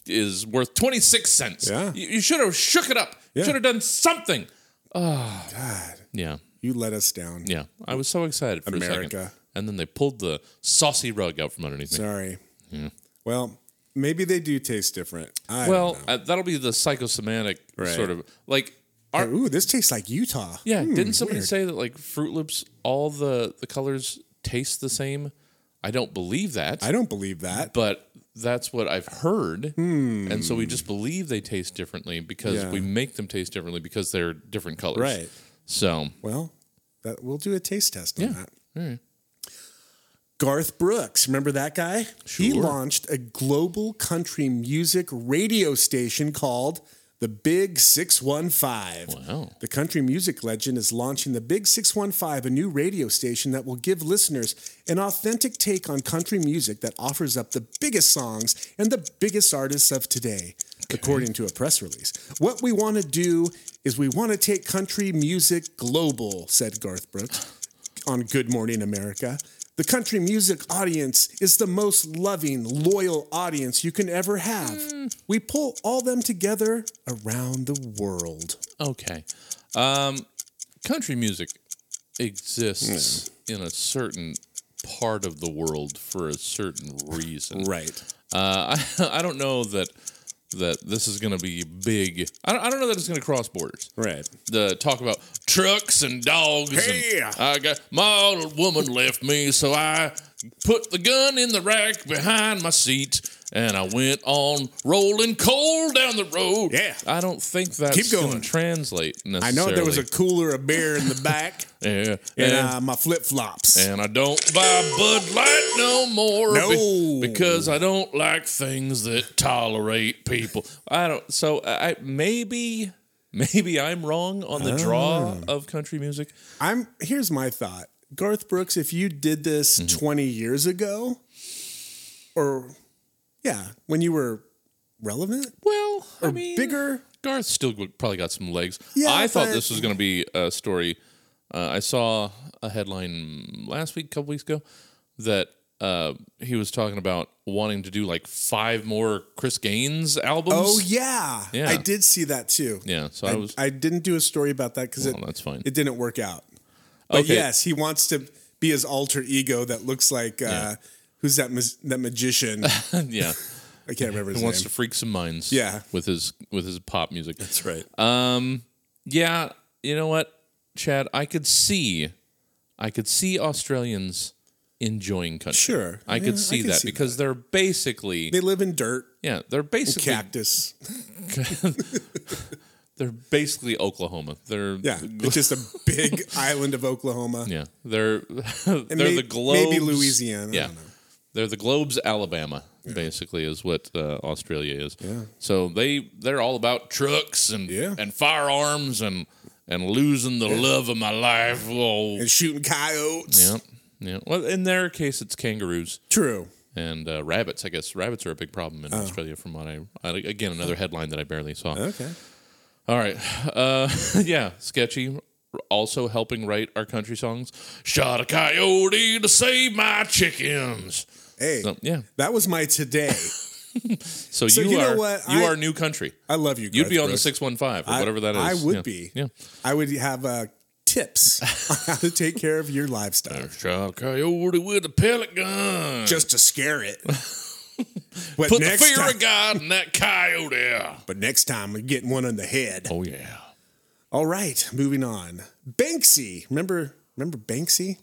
Speaker 2: is worth twenty six cents.
Speaker 3: Yeah.
Speaker 2: you, you should have shook it up. You
Speaker 3: Yeah.
Speaker 2: Should have done something. ah.
Speaker 3: God,
Speaker 2: Yeah,
Speaker 3: you let us down.
Speaker 2: yeah. I was so excited for a second,
Speaker 3: America.
Speaker 2: and then they pulled the saucy rug out from underneath me.
Speaker 3: Sorry. Well, maybe they do taste different. I
Speaker 2: Well,
Speaker 3: well,
Speaker 2: uh, that'll be the psychosemantic
Speaker 3: Right.
Speaker 2: sort of like. Our,
Speaker 3: ooh, this tastes like Utah.
Speaker 2: Yeah,
Speaker 3: Hmm,
Speaker 2: didn't somebody
Speaker 3: weird.
Speaker 2: say that like Fruit Loops, all the the colors taste the same? I don't believe that,
Speaker 3: I don't believe that. Hmm.
Speaker 2: but that's what I've heard, and so we just believe they taste differently because
Speaker 3: Yeah.
Speaker 2: we make them taste differently because they're different colors,
Speaker 3: Right.
Speaker 2: So
Speaker 3: Well, that, we'll do a taste test on
Speaker 2: Yeah.
Speaker 3: that. Garth Brooks, remember that guy? He
Speaker 2: Sure.
Speaker 3: launched a global country music radio station called The Big 615.
Speaker 2: Wow.
Speaker 3: The country music legend is launching The Big 615, a new radio station that will give listeners an authentic take on country music that offers up the biggest songs and the biggest artists of today, according to a press release. What we want to do is we want to take country music global, said Garth Brooks on Good Morning America. The country music audience is the most loving, loyal audience you can ever have.
Speaker 2: Mm.
Speaker 3: We pull all them together around the world.
Speaker 2: okay, um, country music exists in a certain part of the world for a certain reason,
Speaker 3: Right.
Speaker 2: Uh, I, I don't know that that this is going to be big. I don't, I don't know that it's going to cross borders.
Speaker 3: Right.
Speaker 2: The talk about trucks and dogs.
Speaker 3: Hey!
Speaker 2: And I got my old woman left me, so I Put the gun in the rack behind my seat, and I went on rolling coal down the road.
Speaker 6: Yeah.
Speaker 2: I don't think that's
Speaker 6: Keep going.
Speaker 2: gonna translate
Speaker 3: I
Speaker 2: necessarily.
Speaker 3: know there was a cooler of beer in the back
Speaker 2: yeah,
Speaker 3: and
Speaker 2: and-
Speaker 3: uh, my flip flops.
Speaker 2: and I don't buy Bud Light no more
Speaker 6: No.
Speaker 2: because I don't like things that tolerate people. I don't. So I maybe maybe I'm wrong on the draw
Speaker 3: Ah.
Speaker 2: of country music.
Speaker 3: I'm here's my thought. Garth Brooks, if you did this 20 years ago, or yeah, when you were relevant
Speaker 2: Well,
Speaker 3: or
Speaker 2: I mean,
Speaker 3: bigger,
Speaker 2: Garth still w- probably got some legs.
Speaker 3: Yeah,
Speaker 2: I thought
Speaker 3: but-
Speaker 2: this was going to be a story. Uh, I saw a headline last week, a couple weeks ago, that uh, he was talking about wanting to do like five more Chris Gaines albums.
Speaker 3: oh yeah.
Speaker 2: Yeah.
Speaker 3: I did see that too.
Speaker 2: yeah. So I,
Speaker 3: I,
Speaker 2: was.
Speaker 3: I didn't do a story about that because
Speaker 2: well,
Speaker 3: it,
Speaker 2: that's fine.
Speaker 3: it didn't work out. But
Speaker 2: Okay.
Speaker 3: yes, he wants to be his alter ego that looks like uh, who's that mas- that magician? I
Speaker 2: yeah.
Speaker 3: can't remember his
Speaker 2: He
Speaker 3: name.
Speaker 2: wants to freak some minds.
Speaker 3: Yeah.
Speaker 2: With his with his pop music. Um,
Speaker 6: That's right.
Speaker 2: Yeah. You know what, Chad? I could see, I could see Australians enjoying country.
Speaker 3: Sure.
Speaker 2: I
Speaker 3: Yeah, I
Speaker 2: could see
Speaker 3: could
Speaker 2: that
Speaker 3: see
Speaker 2: because they're basically
Speaker 3: they live in dirt,
Speaker 2: Yeah, they're basically
Speaker 3: cactus.
Speaker 2: they're basically Oklahoma. They're
Speaker 3: Yeah, it's just a big island of Oklahoma.
Speaker 2: yeah, they're they're
Speaker 3: may-
Speaker 2: the globes
Speaker 3: maybe Louisiana. I
Speaker 2: Yeah,
Speaker 3: don't know.
Speaker 2: they're the globes Alabama basically is what uh, Australia is. Yeah, so they they're all about trucks and
Speaker 3: Yeah.
Speaker 2: and firearms and and losing the love of my life. Oh,
Speaker 3: and shooting coyotes.
Speaker 2: yeah, yeah. Well, in their case, it's kangaroos.
Speaker 3: True. Oh.
Speaker 2: and uh, rabbits. I guess rabbits are a big problem in Australia, from what I, I again another headline that I barely saw.
Speaker 3: Okay.
Speaker 2: All right, uh, yeah, sketchy. Also helping write our country songs. Shot a coyote to save my chickens.
Speaker 3: Hey,
Speaker 2: So, yeah,
Speaker 3: that was my today.
Speaker 2: so,
Speaker 3: So
Speaker 2: you,
Speaker 3: you know
Speaker 2: are
Speaker 3: what?
Speaker 2: you
Speaker 3: I-
Speaker 2: are new country.
Speaker 3: I love you.
Speaker 2: You'd be
Speaker 3: Garth
Speaker 2: on the
Speaker 3: Brooks.
Speaker 2: six one five or
Speaker 3: I-
Speaker 2: whatever that is.
Speaker 3: I would
Speaker 2: Yeah.
Speaker 3: be.
Speaker 2: Yeah.
Speaker 3: I would have uh, tips on how to take care of your livestock
Speaker 2: Shot a coyote with a pellet gun.
Speaker 3: just to scare it. but
Speaker 2: put the
Speaker 3: next
Speaker 2: fear
Speaker 3: time,
Speaker 2: of God in that coyote.
Speaker 3: but next time I'm getting one on the head.
Speaker 2: Oh yeah.
Speaker 3: All right, moving on. Banksy, remember remember Banksy?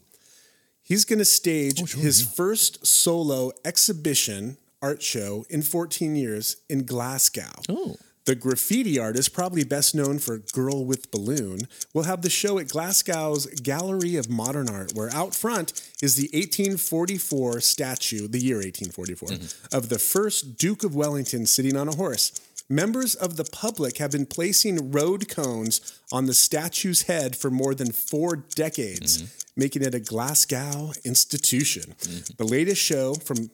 Speaker 3: He's going to
Speaker 2: Oh,
Speaker 3: stage his first solo exhibition art show in 14 years in Glasgow.
Speaker 2: Oh.
Speaker 3: The graffiti artist, probably best known for Girl with Balloon, will have the show at Glasgow's Gallery of Modern Art, where out front is the 1844 statue, the year 1844,
Speaker 2: Mm-hmm.
Speaker 3: of the first Duke of Wellington sitting on a horse. Members of the public have been placing road cones on the statue's head for more than four decades, making it a Glasgow institution. The latest show from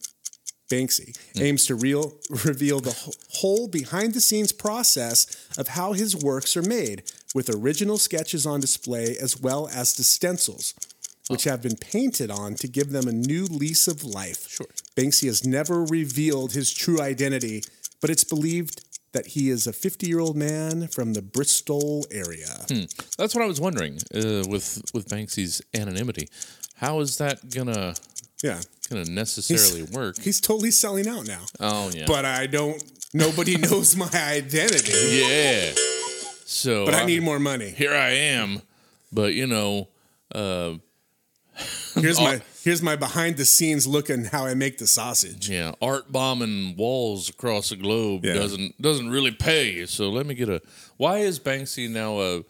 Speaker 3: Banksy aims to real, reveal the wh- whole behind the scenes process of how his works are made, with original sketches on display as well as the stencils, which have been painted on to give them a new lease of life. Sure. Banksy has never revealed his true identity, but it's believed that he is a 50 year old man from the Bristol area.
Speaker 2: Hmm. That's what I was wondering uh, with with Banksy's anonymity. How is that gonna
Speaker 3: Yeah.
Speaker 2: gonna necessarily work?
Speaker 3: He's totally selling out now.
Speaker 2: Oh yeah,
Speaker 3: But I don't, nobody knows my identity,
Speaker 2: yeah. So,
Speaker 3: but I
Speaker 2: I'm-
Speaker 3: need more money.
Speaker 2: Here I am, but you know, uh,
Speaker 3: Here's
Speaker 2: Oh.
Speaker 3: my here's my behind the scenes look and how I make the sausage.
Speaker 2: yeah, art bombing walls across the globe
Speaker 3: Yeah.
Speaker 2: doesn't doesn't really pay. So let me get a. Why is Banksy now a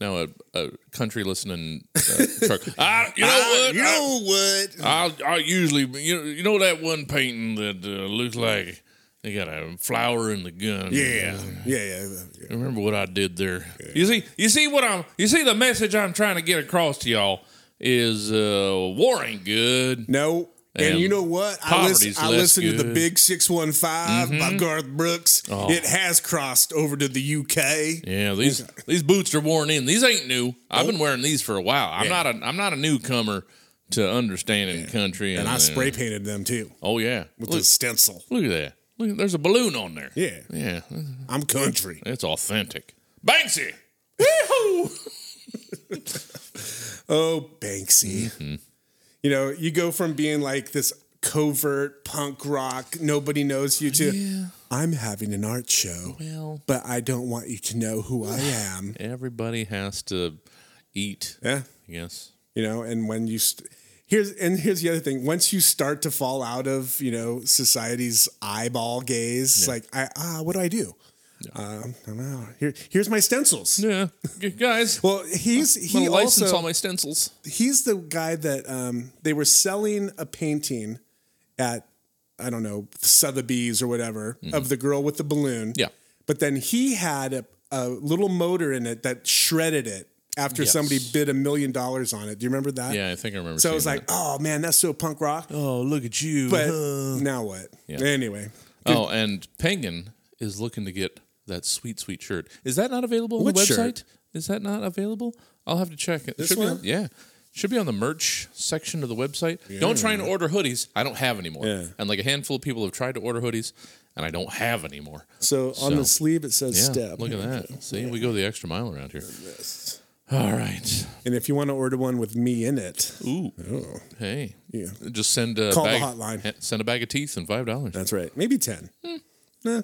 Speaker 2: now a, a country listening uh, truck? I, you know what?
Speaker 3: Ah, You
Speaker 2: I-
Speaker 3: know what?
Speaker 2: I'll, I'll usually, you know, you know that one painting that uh, looks like they got a flower in the gun.
Speaker 3: Yeah, yeah, yeah. yeah.
Speaker 2: Remember what I did there. You see, you see what I'm, you see the message I'm trying to get across to y'all is uh, war ain't good.
Speaker 3: No, and,
Speaker 2: And
Speaker 3: you know what? I
Speaker 2: poverty's
Speaker 3: listen. I
Speaker 2: less
Speaker 3: listened to the
Speaker 2: good. Mm-hmm. Oh.
Speaker 3: Big Six One Five by Garth Brooks. It has crossed over to the UK.
Speaker 2: Yeah, these these boots are worn in. These ain't new. I've been wearing these for a while. I'm
Speaker 3: Yeah.
Speaker 2: not a I'm not a newcomer to understanding country. uh,
Speaker 3: And I spray painted them too
Speaker 2: Oh yeah,
Speaker 3: with
Speaker 2: look,
Speaker 3: the stencil.
Speaker 2: look at that. Look, there's a balloon on there.
Speaker 3: Yeah,
Speaker 2: yeah,
Speaker 3: I'm country.
Speaker 2: it's authentic. Banksy.
Speaker 3: Oh, Banksy.
Speaker 2: Mm-hmm.
Speaker 3: You know, you go from being like this covert punk rock, nobody knows you to I'm having an art show.
Speaker 2: Well,
Speaker 3: but I don't want you to know who I am.
Speaker 2: everybody has to eat.
Speaker 3: Yeah.
Speaker 2: Yes.
Speaker 3: You know, and when you, st- here's and here's the other thing. Once you start to fall out of you know society's eyeball gaze, like I ah, what do I do? Um, I don't know. Here, here's my stencils.
Speaker 2: Yeah, G- guys.
Speaker 3: Well, he's
Speaker 2: I'm
Speaker 3: he
Speaker 2: gonna license
Speaker 3: also
Speaker 2: all my stencils.
Speaker 3: he's the guy that um, they were selling a painting at I don't know Sotheby's or whatever of the girl with the balloon.
Speaker 2: Mm-hmm. Yeah.
Speaker 3: but then he had a, a little motor in it that shredded it after
Speaker 2: Yes.
Speaker 3: somebody bid a million dollars on it. Do you remember that?
Speaker 2: Yeah, I think I remember.
Speaker 3: Uh, So I was
Speaker 2: seeing
Speaker 3: like,
Speaker 2: that.
Speaker 3: oh man, that's so punk rock.
Speaker 2: oh, look at you.
Speaker 3: But now what? Anyway,
Speaker 2: oh, and Penguin is looking to get that sweet, sweet shirt. Is that not available on
Speaker 3: What
Speaker 2: the website?
Speaker 3: shirt?
Speaker 2: Is that not available? I'll have to check it.
Speaker 3: This
Speaker 2: Should be
Speaker 3: one?
Speaker 2: on- yeah. Should be on the merch section of the website. Don't try and order hoodies. I don't have anymore.
Speaker 3: Yeah.
Speaker 2: And like a handful of people have tried to order hoodies, and I don't have anymore.
Speaker 3: so on
Speaker 2: So-
Speaker 3: the sleeve it says
Speaker 2: Yeah,
Speaker 3: step.
Speaker 2: look at that. See, we go the extra mile around here. All right.
Speaker 3: And if you want to order one with me in it, Oh.
Speaker 2: Ooh. Hey.
Speaker 3: Yeah.
Speaker 2: Just send a
Speaker 3: Call the
Speaker 2: bag,
Speaker 3: hotline.
Speaker 2: he- Send a bag of teeth and five dollars.
Speaker 3: That's right. Maybe 10.
Speaker 2: Hmm.
Speaker 3: Nah.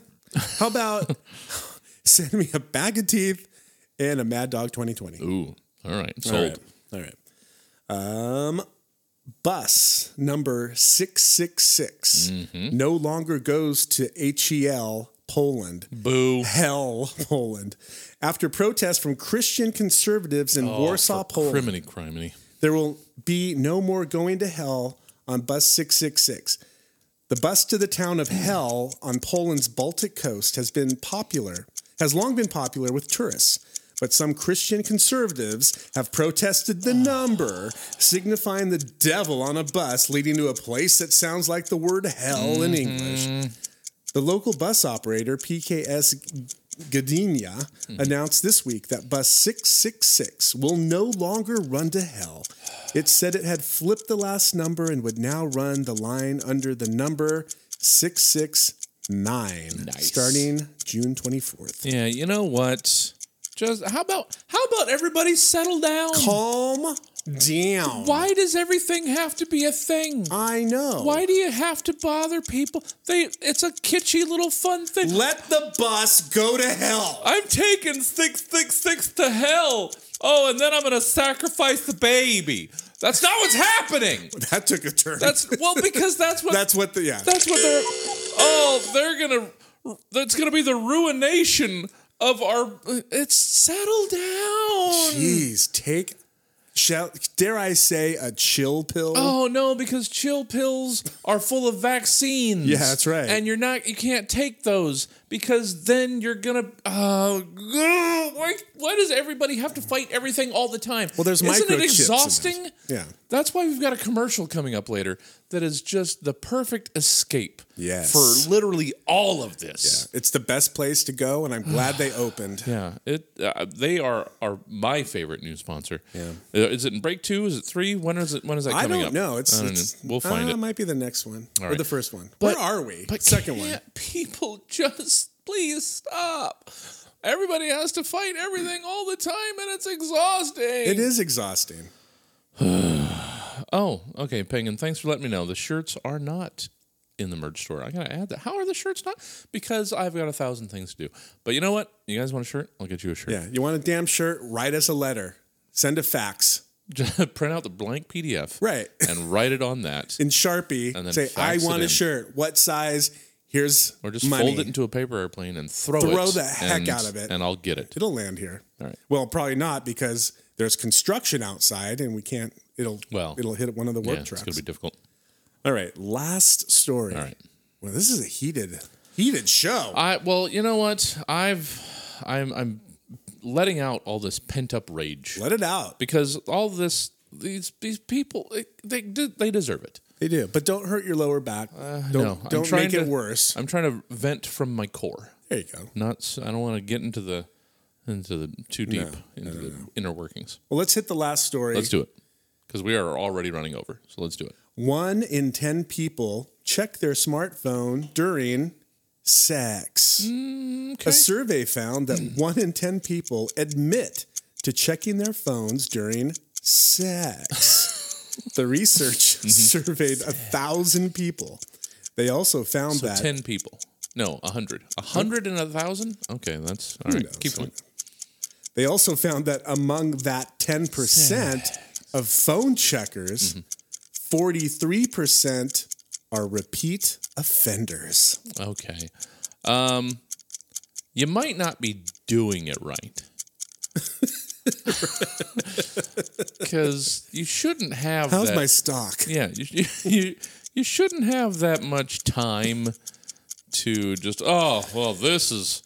Speaker 3: How about send me a bag of teeth and a Mad Dog 2020?
Speaker 2: Ooh. All right. Sold.
Speaker 3: All right. All right. Um, bus number 666
Speaker 2: Mm-hmm.
Speaker 3: no longer goes to HEL Poland.
Speaker 2: Boo.
Speaker 3: Hell Poland. After protests from Christian conservatives
Speaker 2: Oh,
Speaker 3: in Warsaw, Poland.
Speaker 2: Criminy criminy.
Speaker 3: There will be no more going to hell on bus 666. The bus to the town of Hell on Poland's Baltic coast has been popular, has long been popular with tourists. But some Christian conservatives have protested the number, signifying the devil on a bus leading to a place that sounds like the word hell in English. The local bus operator, PKS Gdynia,
Speaker 2: Hmm.
Speaker 3: announced this week that bus 666 will no longer run to hell. It said it had flipped the last number and would now run the line under the number 669 starting June 24th.
Speaker 2: Yeah. You know what? Just how about how about everybody settle down?
Speaker 3: Calm down.
Speaker 2: Why does everything have to be a thing?
Speaker 3: I know.
Speaker 2: Why do you have to bother people? They it's a kitschy little fun thing.
Speaker 3: Let the bus go to hell.
Speaker 2: I'm taking six six six to hell. Oh, and then I'm gonna sacrifice the baby. That's not what's happening.
Speaker 3: That took a turn.
Speaker 2: That's well because that's what
Speaker 3: that's what the yeah.
Speaker 2: That's what they're. Oh, they're gonna. That's gonna be the ruination of our. It's settle down.
Speaker 3: Jeez, take shall dare I say a chill pill?
Speaker 2: Oh no, because chill pills are full of vaccines.
Speaker 3: Yeah, that's right.
Speaker 2: And you're not. You can't take those because then you're gonna. Uh, ugh, why, why does everybody have to fight everything all the time?
Speaker 3: Well, there's
Speaker 2: isn't
Speaker 3: microchips
Speaker 2: it
Speaker 3: in it.
Speaker 2: exhausting?
Speaker 3: Yeah.
Speaker 2: That's why we've got a commercial coming up later that is just the perfect escape.
Speaker 3: Yes.
Speaker 2: For literally all of this.
Speaker 3: Yeah, it's the best place to go, and I'm glad they opened.
Speaker 2: Yeah, it. Uh, they are are my favorite new sponsor. Yeah, is it in break two? Is it three? When is it? When is that
Speaker 3: I
Speaker 2: coming
Speaker 3: don't
Speaker 2: up?
Speaker 3: know. It's,
Speaker 2: I don't
Speaker 3: it's
Speaker 2: know. We'll find
Speaker 3: uh,
Speaker 2: it.
Speaker 3: might be the next one or
Speaker 2: right.
Speaker 3: the first one.
Speaker 2: But-
Speaker 3: Where are we?
Speaker 2: But
Speaker 3: Second one.
Speaker 2: can't People just please stop. Everybody has to fight everything all the time, and it's exhausting.
Speaker 3: It is exhausting.
Speaker 2: Oh, okay, Penguin. Thanks for letting me know. The shirts are not in the merch store. I gotta add that. How are the shirts not? Because I've got a thousand things to do. But you know what? You guys want a shirt? I'll get you a shirt.
Speaker 3: Yeah, you want a damn shirt? Write us a letter. Send a fax.
Speaker 2: Just print out the blank PDF.
Speaker 3: Right.
Speaker 2: And write it on that.
Speaker 3: In Sharpie,
Speaker 2: And then
Speaker 3: say, I
Speaker 2: fax it
Speaker 3: want a
Speaker 2: in.
Speaker 3: shirt. What size? Here's
Speaker 2: Or just
Speaker 3: money.
Speaker 2: fold it into a paper airplane and throw, it.
Speaker 3: Throw the heck
Speaker 2: and-
Speaker 3: out of it.
Speaker 2: And I'll get it.
Speaker 3: It'll land here.
Speaker 2: All right.
Speaker 3: Well, probably not because there's construction outside and we can't, it'll,
Speaker 2: Well,
Speaker 3: it'll hit one of the
Speaker 2: Yeah,
Speaker 3: work
Speaker 2: it's
Speaker 3: trucks.
Speaker 2: going to be difficult.
Speaker 3: All right, last story.
Speaker 2: All right.
Speaker 3: Well, this is a heated, heated show.
Speaker 2: I well, you know what? I've I'm I'm letting out all this pent up rage
Speaker 3: Let it out.
Speaker 2: because all this these these people they they, de- they deserve it.
Speaker 3: They do, but don't hurt your lower back. don't
Speaker 2: Uh, no, I'm
Speaker 3: don't
Speaker 2: trying
Speaker 3: make
Speaker 2: to-
Speaker 3: it worse.
Speaker 2: I'm trying to vent from my core.
Speaker 3: there you go.
Speaker 2: Not s- I don't want to get into the into the too deep into the inner workings.
Speaker 3: Well, let's hit the last story.
Speaker 2: Let's do it because we are already running over. So let's do it.
Speaker 3: One in ten people check their smartphone during sex. A survey found that one in ten people admit to checking their phones during sex. the research
Speaker 2: Mm-hmm.
Speaker 3: surveyed a thousand people. They also found
Speaker 2: So
Speaker 3: that
Speaker 2: ten people. No, a hundred. A hundred and a thousand? Okay, that's all right.
Speaker 3: knows?
Speaker 2: Keep going.
Speaker 3: They
Speaker 2: Mm-hmm.
Speaker 3: also found that among that 10% of phone checkers, 43% are repeat offenders.
Speaker 2: Okay. Um, you might not be doing it right. Because you shouldn't have
Speaker 3: How's
Speaker 2: that.
Speaker 3: my stock?
Speaker 2: yeah, you, you, you shouldn't have that much time to just, oh, well, this is,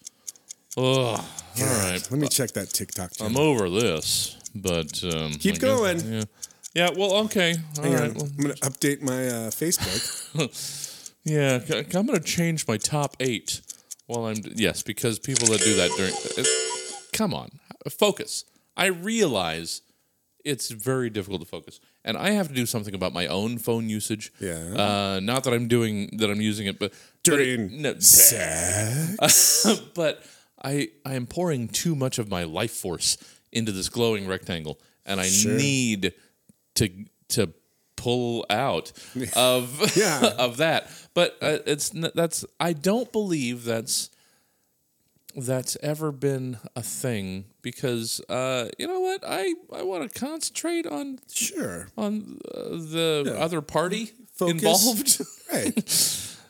Speaker 2: oh, all right,
Speaker 3: Let me check that TikTok. channel.
Speaker 2: I'm over this. But um, I guess-
Speaker 3: going.
Speaker 2: yeah. yeah, well, okay. all right.
Speaker 3: Hang on.
Speaker 2: well,
Speaker 3: I'm going to update my uh, Facebook.
Speaker 2: Yeah, c- I'm going to change my top eight while I'm. Yes, because people that do that during. it- come on, uh, focus. I realize it's very difficult to focus, and I have to do something about my own phone usage.
Speaker 3: Yeah.
Speaker 2: Uh, not that I'm doing that I'm using it, but
Speaker 3: During
Speaker 2: but it- no, but I I am pouring too much of my life force into this glowing rectangle, and I need to to pull out of
Speaker 3: Yeah.
Speaker 2: of that. But uh, it's n- that's I don't believe that's that's ever been a thing because uh, you know what I I want to concentrate on
Speaker 3: Sure.
Speaker 2: on uh, the other party
Speaker 3: Focus.
Speaker 2: involved.
Speaker 3: Right.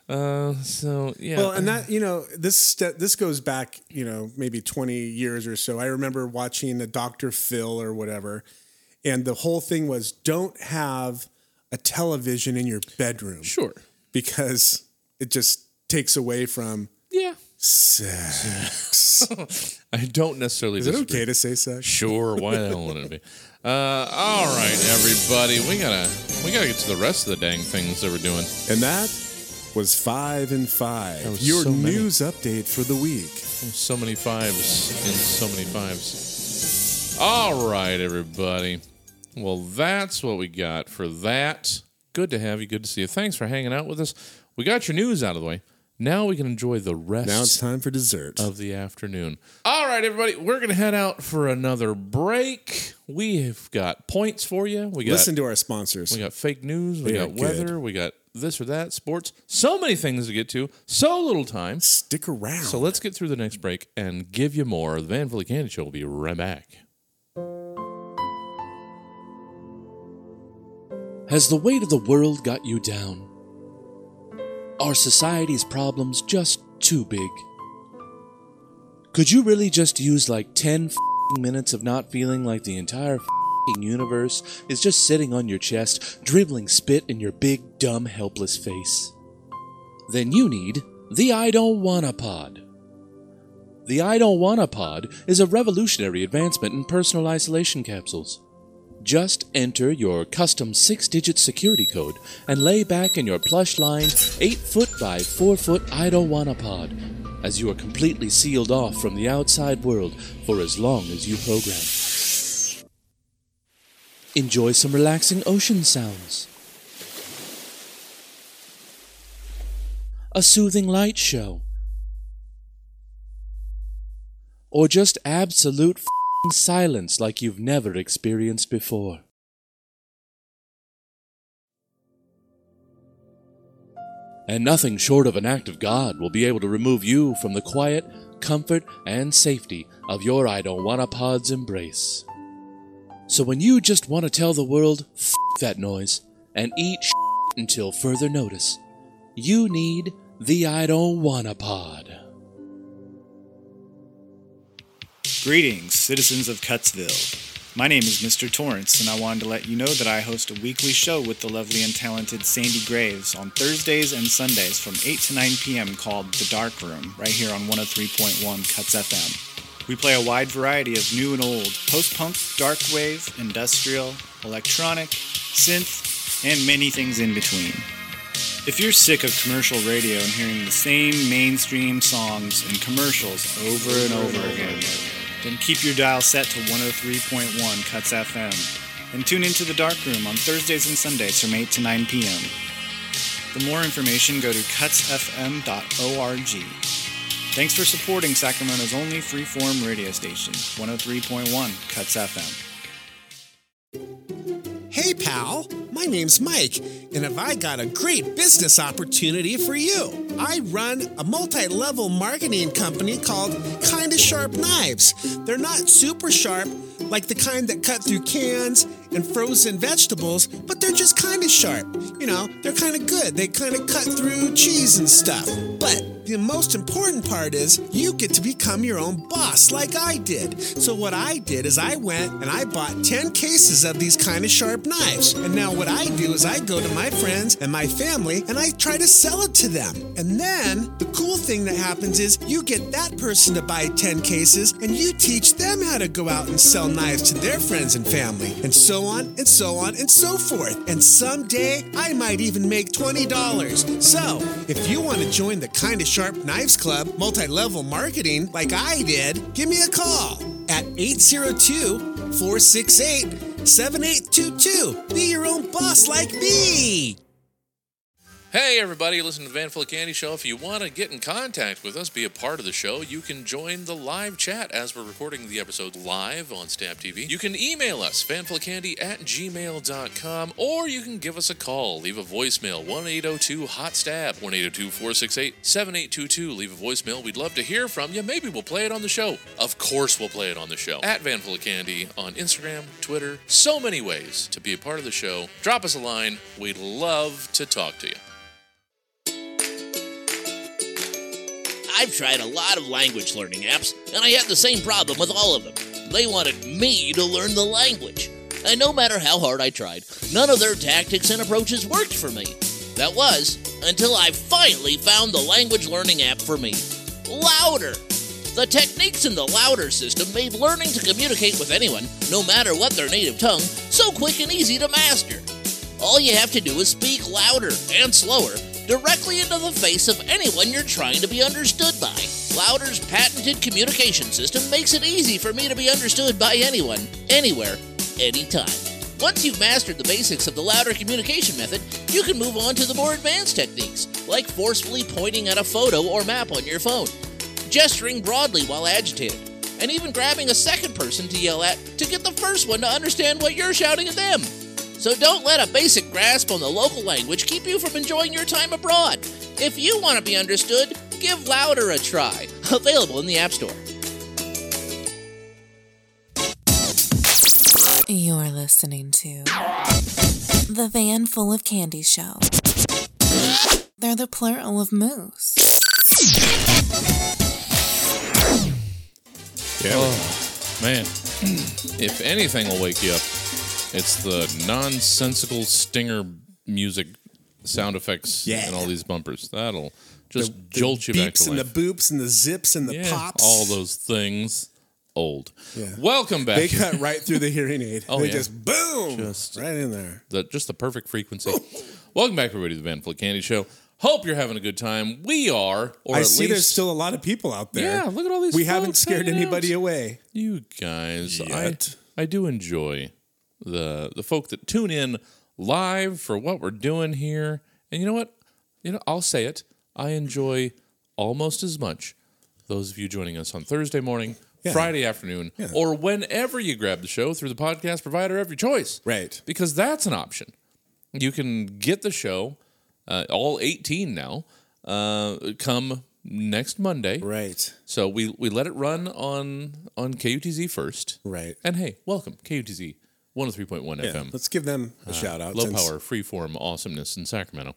Speaker 2: Uh, so yeah,
Speaker 3: Well, and that you know this step this goes back you know maybe twenty years or so. I remember watching a Dr. Phil or whatever, and the whole thing was don't have a television in your bedroom
Speaker 2: sure,
Speaker 3: because it just takes away from
Speaker 2: yeah.
Speaker 3: sex.
Speaker 2: I don't necessarily.
Speaker 3: Is it
Speaker 2: disagree.
Speaker 3: okay to say sex?
Speaker 2: Sure, why the hell wouldn't it be? Uh, all right, everybody, we gotta we gotta get to the rest of the dang things that we're doing.
Speaker 3: And that was five and five.
Speaker 2: was
Speaker 3: Your
Speaker 2: so many.
Speaker 3: news update for the week.
Speaker 2: So many fives and so many fives. All right, everybody. Well, that's what we got for that. Good to have you. Good to see you. Thanks for hanging out with us. We got your news out of the way. Now we can enjoy the rest.
Speaker 3: Now it's time for dessert.
Speaker 2: of the afternoon. All right, everybody, we're gonna head out for another break. We've got points for you. We got
Speaker 3: Listen to our sponsors.
Speaker 2: We got fake news. We
Speaker 3: They are
Speaker 2: got weather.
Speaker 3: good.
Speaker 2: We got this or that, sports. So many things to get to. So little time.
Speaker 3: Stick around.
Speaker 2: So let's get through the next break and give you more. The Van Vliet Candy Show will be right back.
Speaker 4: Has the weight of the world got you down? Are society's problems just too big? Could you really just use like 10 f***ing minutes of not feeling like the entire f***ing universe is just sitting on your chest, dribbling spit in your big, dumb, helpless face? Then you need the I Don't Wanna Pod. The I Don't Wanna Pod is a revolutionary advancement in personal isolation capsules. Just enter your custom six digit security code and lay back in your plush lined 8 foot by 4 foot Idowana pod as you are completely sealed off from the outside world for as long as you program. Enjoy some relaxing ocean sounds, a soothing light show, or just absolute f***ing silence like you've never experienced before. And nothing short of an act of God will be able to remove you from the quiet, comfort, and safety of your I don't wanna pod's embrace. So when you just want to tell the world, f that noise, and eat sh- until further notice, you need the I don't wanna pod.
Speaker 7: Greetings, citizens of Cuttsville. My name is Mr. Torrance, and I wanted to let you know that I host a weekly show with the lovely and talented Sandy Graves on Thursdays and Sundays from 8 to 9 p.m. called The Dark Room, right here on 103.1 Cuts FM. We play a wide variety of new and old post punk, dark wave, industrial, electronic, synth, and many things in between. If you're sick of commercial radio and hearing the same mainstream songs and commercials over and over again, then keep your dial set to 103.1 Cuts FM and tune into the Dark Room on Thursdays and Sundays from 8 to 9 p.m. For more information, go to cutsfm.org. Thanks for supporting Sacramento's only freeform radio station, 103.1 Cuts FM.
Speaker 8: Hey, pal, my name's Mike, and have I got a great business opportunity for you? I run a multi level marketing company called Kinda Sharp Knives. They're not super sharp, like the kind that cut through cans, and and frozen vegetables, but they're just kind of sharp. You know, they're kind of good. They kind of cut through cheese and stuff. But the most important part is you get to become your own boss like I did. So what I did is I went and I bought 10 cases of these kind of sharp knives. And now what I do is I go to my friends and my family and I try to sell it to them. And then the cool thing that happens is you get that person to buy 10 cases and you teach them how to go out and sell knives to their friends and family and so on and so on and so forth. And someday I might even make $20. So if you want to join the Kinda Sharp Knives Club multi level marketing like I did, give me a call at 802 468 7822. Be your own boss like me.
Speaker 2: Hey, everybody, listen to the Van Full of Candy Show. If you want to get in contact with us, be a part of the show, you can join the live chat as we're recording the episode live on Stab TV. You can email us, vanfullofcandy at gmail.com, or you can give us a call. Leave a voicemail, 1 802 Hot Stab, oh 1 468 7822. Leave a voicemail. We'd love to hear from you. Maybe we'll play it on the show. Of course, we'll play it on the show. At Van Full of Candy on Instagram, Twitter, so many ways to be a part of the show. Drop us a line. We'd love to talk to you.
Speaker 9: I've tried a lot of language learning apps, and I have the same problem with all of them. They wanted me to learn the language. And no matter how hard I tried, none of their tactics and approaches worked for me. That was until I finally found the language learning app for me Louder. The techniques in the Louder system made learning to communicate with anyone, no matter what their native tongue, so quick and easy to master. All you have to do is speak louder and slower directly into the face of anyone you're trying to be understood by. Louder's patented communication system makes it easy for me to be understood by anyone, anywhere, anytime. Once you've mastered the basics of the louder communication method, you can move on to the more advanced techniques, like forcefully pointing at a photo or map on your phone, gesturing broadly while agitated, and even grabbing a second person to yell at to get the first one to understand what you're shouting at them. So don't let a basic grasp on the local language keep you from enjoying your time abroad. If you want to be understood, give Louder a try. Available in the App Store.
Speaker 1: You're listening to The Van Full of Candy Show. They're the plural of moose.
Speaker 2: Yeah. Oh, man, if anything will wake you up, it's the nonsensical stinger music sound effects
Speaker 3: Yeah.
Speaker 2: and all these bumpers. That'll just
Speaker 3: The
Speaker 2: jolt you back
Speaker 3: beeps
Speaker 2: to
Speaker 3: and
Speaker 2: life.
Speaker 3: the boops and the zips and the
Speaker 2: Yeah,
Speaker 3: pops.
Speaker 2: All those things old.
Speaker 3: Yeah.
Speaker 2: Welcome back.
Speaker 3: They cut right through the hearing aid.
Speaker 2: Oh,
Speaker 3: they
Speaker 2: yeah.
Speaker 3: just boom,
Speaker 2: Just-
Speaker 3: right in there.
Speaker 2: the, just the perfect frequency. Welcome back, everybody, to the Van Full of Candy Show. Hope you're having a good time. We are, or
Speaker 3: I
Speaker 2: at
Speaker 3: see
Speaker 2: least
Speaker 3: there's still a lot of people out there.
Speaker 2: Yeah, look at all these
Speaker 3: We haven't
Speaker 2: folks
Speaker 3: scared
Speaker 2: hanging out.
Speaker 3: anybody away.
Speaker 2: you guys.
Speaker 3: Yet.
Speaker 2: I I do enjoy the the folk that tune in live for what we're doing here. And you know what? You know, I'll say it. I enjoy almost as much those of you joining us on Thursday morning,
Speaker 3: Yeah.
Speaker 2: Friday afternoon, or whenever you grab the show through the podcast provider of your choice.
Speaker 3: Right.
Speaker 2: Because that's an option. You can get the show, uh, all 18 now, uh, come next Monday.
Speaker 3: Right.
Speaker 2: So we we let it run on on KUTZ first.
Speaker 3: Right.
Speaker 2: And hey, welcome KUTZ 103.1
Speaker 3: Yeah.
Speaker 2: FM.
Speaker 3: Let's give them a shout out.
Speaker 2: Uh, Low
Speaker 3: since-
Speaker 2: power freeform awesomeness in Sacramento.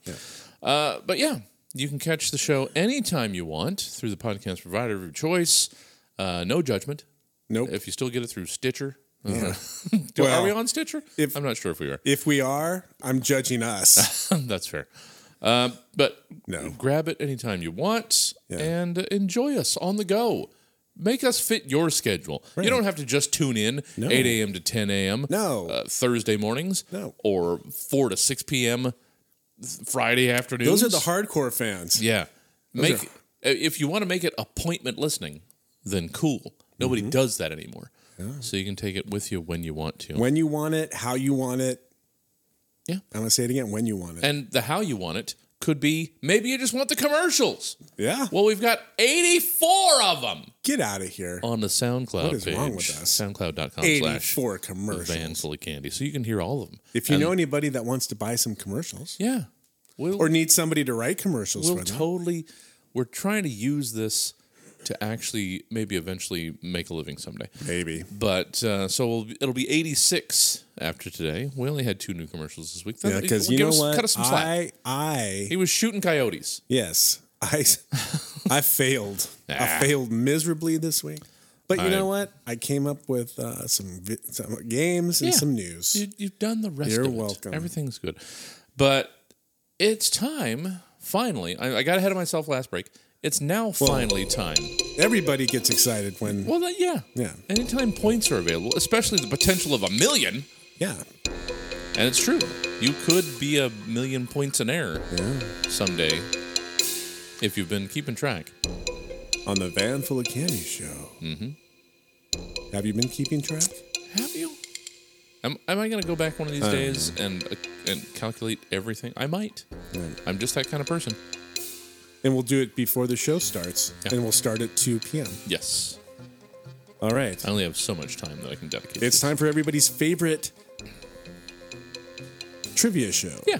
Speaker 2: Uh, but yeah, you can catch the show anytime you want through the podcast provider of your choice. Uh, no judgment.
Speaker 3: Nope.
Speaker 2: If you still get it through Stitcher. Uh, do-
Speaker 3: Well,
Speaker 2: are we on Stitcher?
Speaker 3: if-
Speaker 2: I'm not sure if we are.
Speaker 3: If we are, I'm judging us.
Speaker 2: That's fair. Uh, but
Speaker 3: No.
Speaker 2: grab it anytime you want
Speaker 3: Yeah.
Speaker 2: and enjoy us on the go. Make us fit your schedule. You don't have to just tune in 8 a.m. to 10 a.m.
Speaker 3: No.
Speaker 2: Uh, Thursday mornings.
Speaker 3: No.
Speaker 2: Or 4 to 6 p.m. th- Friday afternoons.
Speaker 3: Those are the hardcore fans.
Speaker 2: Yeah. Make uh, if you want to make it appointment listening, then cool. Nobody
Speaker 3: Mm-hmm.
Speaker 2: does that anymore. So you can take it with you when you want to.
Speaker 3: Ah. When you want it, how you want it.
Speaker 2: Yeah.
Speaker 3: I'm gonna say it again. When you want it.
Speaker 2: and the how you want it could be maybe you just want the commercials.
Speaker 3: yeah.
Speaker 2: Well, we've got 84 of them
Speaker 3: Get out of here.
Speaker 2: on the SoundCloud
Speaker 3: What is
Speaker 2: page.
Speaker 3: wrong with us?
Speaker 2: SoundCloud.com slash
Speaker 3: 84
Speaker 2: The
Speaker 3: commercials.
Speaker 2: Van Full of Candy. So you can hear all of them.
Speaker 3: If you know anybody that wants to buy some commercials
Speaker 2: Yeah. We'll,
Speaker 3: or needs somebody to write commercials
Speaker 2: we'll
Speaker 3: for them,
Speaker 2: totally, we're trying to use this to actually maybe eventually make a living someday.
Speaker 3: Maybe.
Speaker 2: But uh, so we'll, it'll be 86 after today. We only had two new commercials this week.
Speaker 3: Yeah, because you
Speaker 2: Give
Speaker 3: know
Speaker 2: us-
Speaker 3: what?
Speaker 2: Cut us some slack.
Speaker 3: I, I,
Speaker 2: he was shooting coyotes.
Speaker 3: yes, I, I failed.
Speaker 2: Ah.
Speaker 3: I failed miserably this week. But you
Speaker 2: I-
Speaker 3: know what? I came up with uh, some vi- some games and
Speaker 2: Yeah.
Speaker 3: some news.
Speaker 2: You, you've done the rest
Speaker 3: You're
Speaker 2: of it.
Speaker 3: welcome.
Speaker 2: Everything's good. But it's time, finally. I, I got ahead of myself last break. It's now finally time.
Speaker 3: Everybody gets excited when
Speaker 2: Well, that, yeah.
Speaker 3: Yeah.
Speaker 2: Anytime points are available, especially the potential of a million,
Speaker 3: yeah.
Speaker 2: and it's true, you could be a million points in air someday if you've been keeping track.
Speaker 3: on the Van Full of Candy show. Mm-hmm. Have you been keeping track?
Speaker 2: Have you? Am, am I going to go back one of these days and uh, and calculate everything? I might. I'm just that kind of person.
Speaker 3: And we'll do it before the show starts,
Speaker 2: Yeah.
Speaker 3: and we'll start at 2 p.m.
Speaker 2: Yes.
Speaker 3: All right.
Speaker 2: I only have so much time that I can dedicate.
Speaker 3: It's time for everybody's favorite trivia show.
Speaker 2: yeah.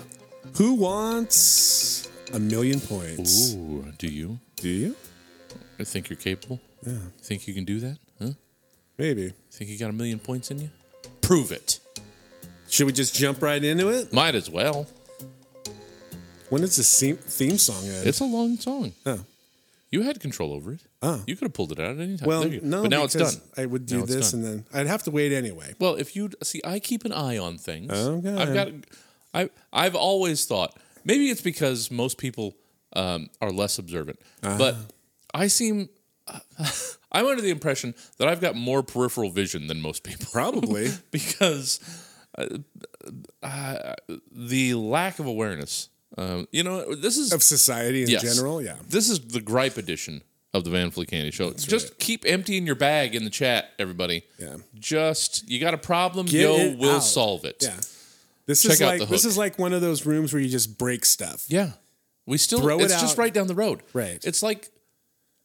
Speaker 3: Who wants a million points?
Speaker 2: Ooh, do you?
Speaker 3: Do you?
Speaker 2: I think you're capable. Yeah. Think you can do that? Huh?
Speaker 3: Maybe.
Speaker 2: Think you got a million points in you? Prove it.
Speaker 3: Should we just jump right into it?
Speaker 2: Might as well.
Speaker 3: When does the theme, theme song end?
Speaker 2: It's a long song.
Speaker 3: Oh.
Speaker 2: You had control over it.
Speaker 3: Oh.
Speaker 2: You could have pulled it out at any time.
Speaker 3: well,
Speaker 2: There you go.
Speaker 3: no,
Speaker 2: But now it's
Speaker 3: because
Speaker 2: done.
Speaker 3: I would
Speaker 2: Now
Speaker 3: do
Speaker 2: it's
Speaker 3: this,
Speaker 2: done.
Speaker 3: and then I'd have to wait anyway.
Speaker 2: Well, if you see, I keep an eye on things.
Speaker 3: Okay.
Speaker 2: I've got, I, I've always thought maybe it's because most people um, are less observant,
Speaker 3: Uh-huh.
Speaker 2: but I seem. I'm under the impression that I've got more peripheral vision than most people.
Speaker 3: Probably.
Speaker 2: because uh, uh, the lack of awareness. Um, you know, this is
Speaker 3: of society in
Speaker 2: Yes.
Speaker 3: general, yeah.
Speaker 2: This is the gripe edition of the Van Fleet Candy Show. Just keep emptying your bag in the chat, everybody.
Speaker 3: Yeah.
Speaker 2: Just you got a problem,
Speaker 3: Get
Speaker 2: yo,
Speaker 3: it
Speaker 2: we'll
Speaker 3: out.
Speaker 2: solve it.
Speaker 3: Yeah. This
Speaker 2: Check
Speaker 3: is
Speaker 2: out
Speaker 3: like
Speaker 2: the
Speaker 3: this
Speaker 2: hook.
Speaker 3: is like one of those rooms where you just break stuff.
Speaker 2: Yeah. We still
Speaker 3: Throw it
Speaker 2: it's just
Speaker 3: out.
Speaker 2: right down the road.
Speaker 3: Right.
Speaker 2: It's like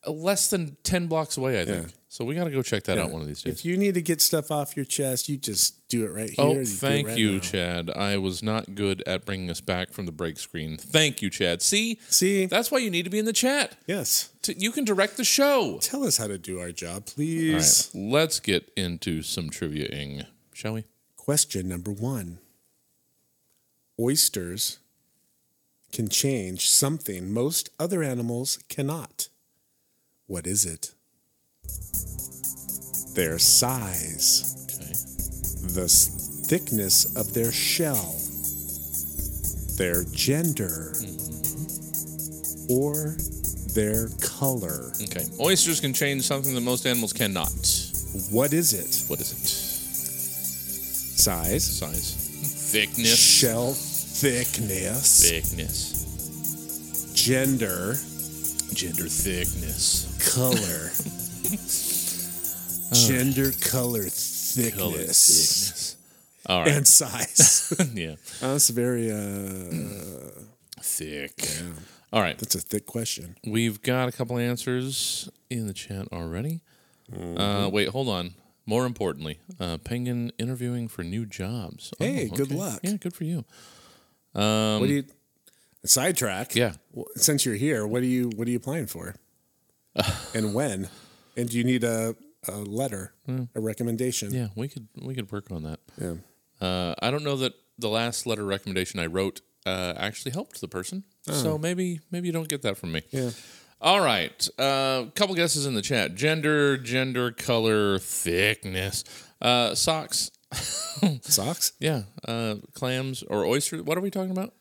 Speaker 2: uh, less than ten blocks away, I think.
Speaker 3: Yeah.
Speaker 2: So we gotta go check that out one of these days.
Speaker 3: If you need to get stuff off your chest, you just do it right here.
Speaker 2: Oh,
Speaker 3: do it
Speaker 2: thank
Speaker 3: right
Speaker 2: you,
Speaker 3: now.
Speaker 2: Chad. I was not good at bringing us back from the break screen. Thank you, Chad. See,
Speaker 3: See,
Speaker 2: that's why you need to be in the chat.
Speaker 3: yes.
Speaker 2: T- You can direct the show.
Speaker 3: Tell us how to do our job,
Speaker 2: All
Speaker 3: please.
Speaker 2: right, let's get into some trivia ing, shall we?
Speaker 3: Question number one: Oysters can change something most other animals cannot. What is it? Their size,
Speaker 2: Okay.
Speaker 3: the s- thickness of their shell, their gender, or their color.
Speaker 2: Mm-hmm. Okay. Oysters can change something that most animals cannot.
Speaker 3: What is it?
Speaker 2: What is it?
Speaker 3: Size,
Speaker 2: Size. Thickness.
Speaker 3: shell thickness,
Speaker 2: Thickness.
Speaker 3: gender,
Speaker 2: Gender thickness. Oh.
Speaker 3: color. gender, color, thickness,
Speaker 2: Color thickness. All right.
Speaker 3: and size. Oh,
Speaker 2: yeah.
Speaker 3: That's very, uh,
Speaker 2: Thick. All right.
Speaker 3: that's a thick question.
Speaker 2: We've got a couple answers in the chat already.
Speaker 3: Mm-hmm.
Speaker 2: Uh, wait, hold on. More importantly, uh, Penguin interviewing for new jobs. Oh,
Speaker 3: Hey, good luck.
Speaker 2: Yeah, good for you.
Speaker 3: what do you, sidetrack.
Speaker 2: Yeah.
Speaker 3: Well, since you're here, what are you what are you applying for, and when, and do you need a a letter, a recommendation?
Speaker 2: Hmm. Yeah, we could we could work on that.
Speaker 3: Yeah.
Speaker 2: Uh, I don't know that the last letter recommendation I wrote uh, actually helped the person. So maybe maybe you don't get that from me.
Speaker 3: Oh. Yeah.
Speaker 2: All right. uh, couple guesses in the chat. Gender, gender, color, thickness. Uh, socks.
Speaker 3: Socks,
Speaker 2: Yeah. Uh, clams or oysters. What are we talking about?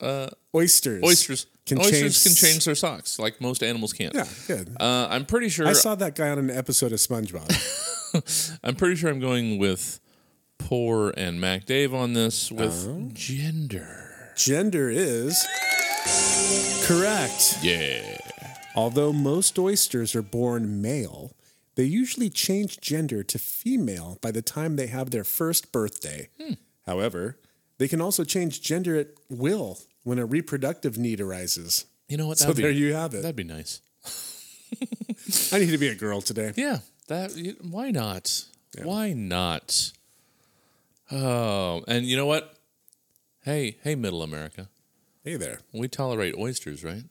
Speaker 3: oysters,
Speaker 2: Oysters.
Speaker 3: Can
Speaker 2: oysters
Speaker 3: change-
Speaker 2: can change their socks like most animals can.
Speaker 3: Yeah, good.
Speaker 2: Uh, I'm pretty sure
Speaker 3: I saw that guy on an episode of SpongeBob.
Speaker 2: I'm pretty sure I'm going with Poor and Mac Dave on this with
Speaker 3: Oh.
Speaker 2: gender.
Speaker 3: Gender is correct.
Speaker 2: Yeah.
Speaker 3: Although most oysters are born male, they usually change gender to female by the time they have their first birthday.
Speaker 2: Hmm.
Speaker 3: However, they can also change gender at will when a reproductive need arises.
Speaker 2: You know what?
Speaker 3: So
Speaker 2: That'd be-
Speaker 3: there you have it.
Speaker 2: That'd be nice.
Speaker 3: I need to be a girl today.
Speaker 2: Yeah. That. you- Why not? Why not? Oh, and you know what? Hey, hey, Middle America,
Speaker 3: Hey there.
Speaker 2: we tolerate oysters, right?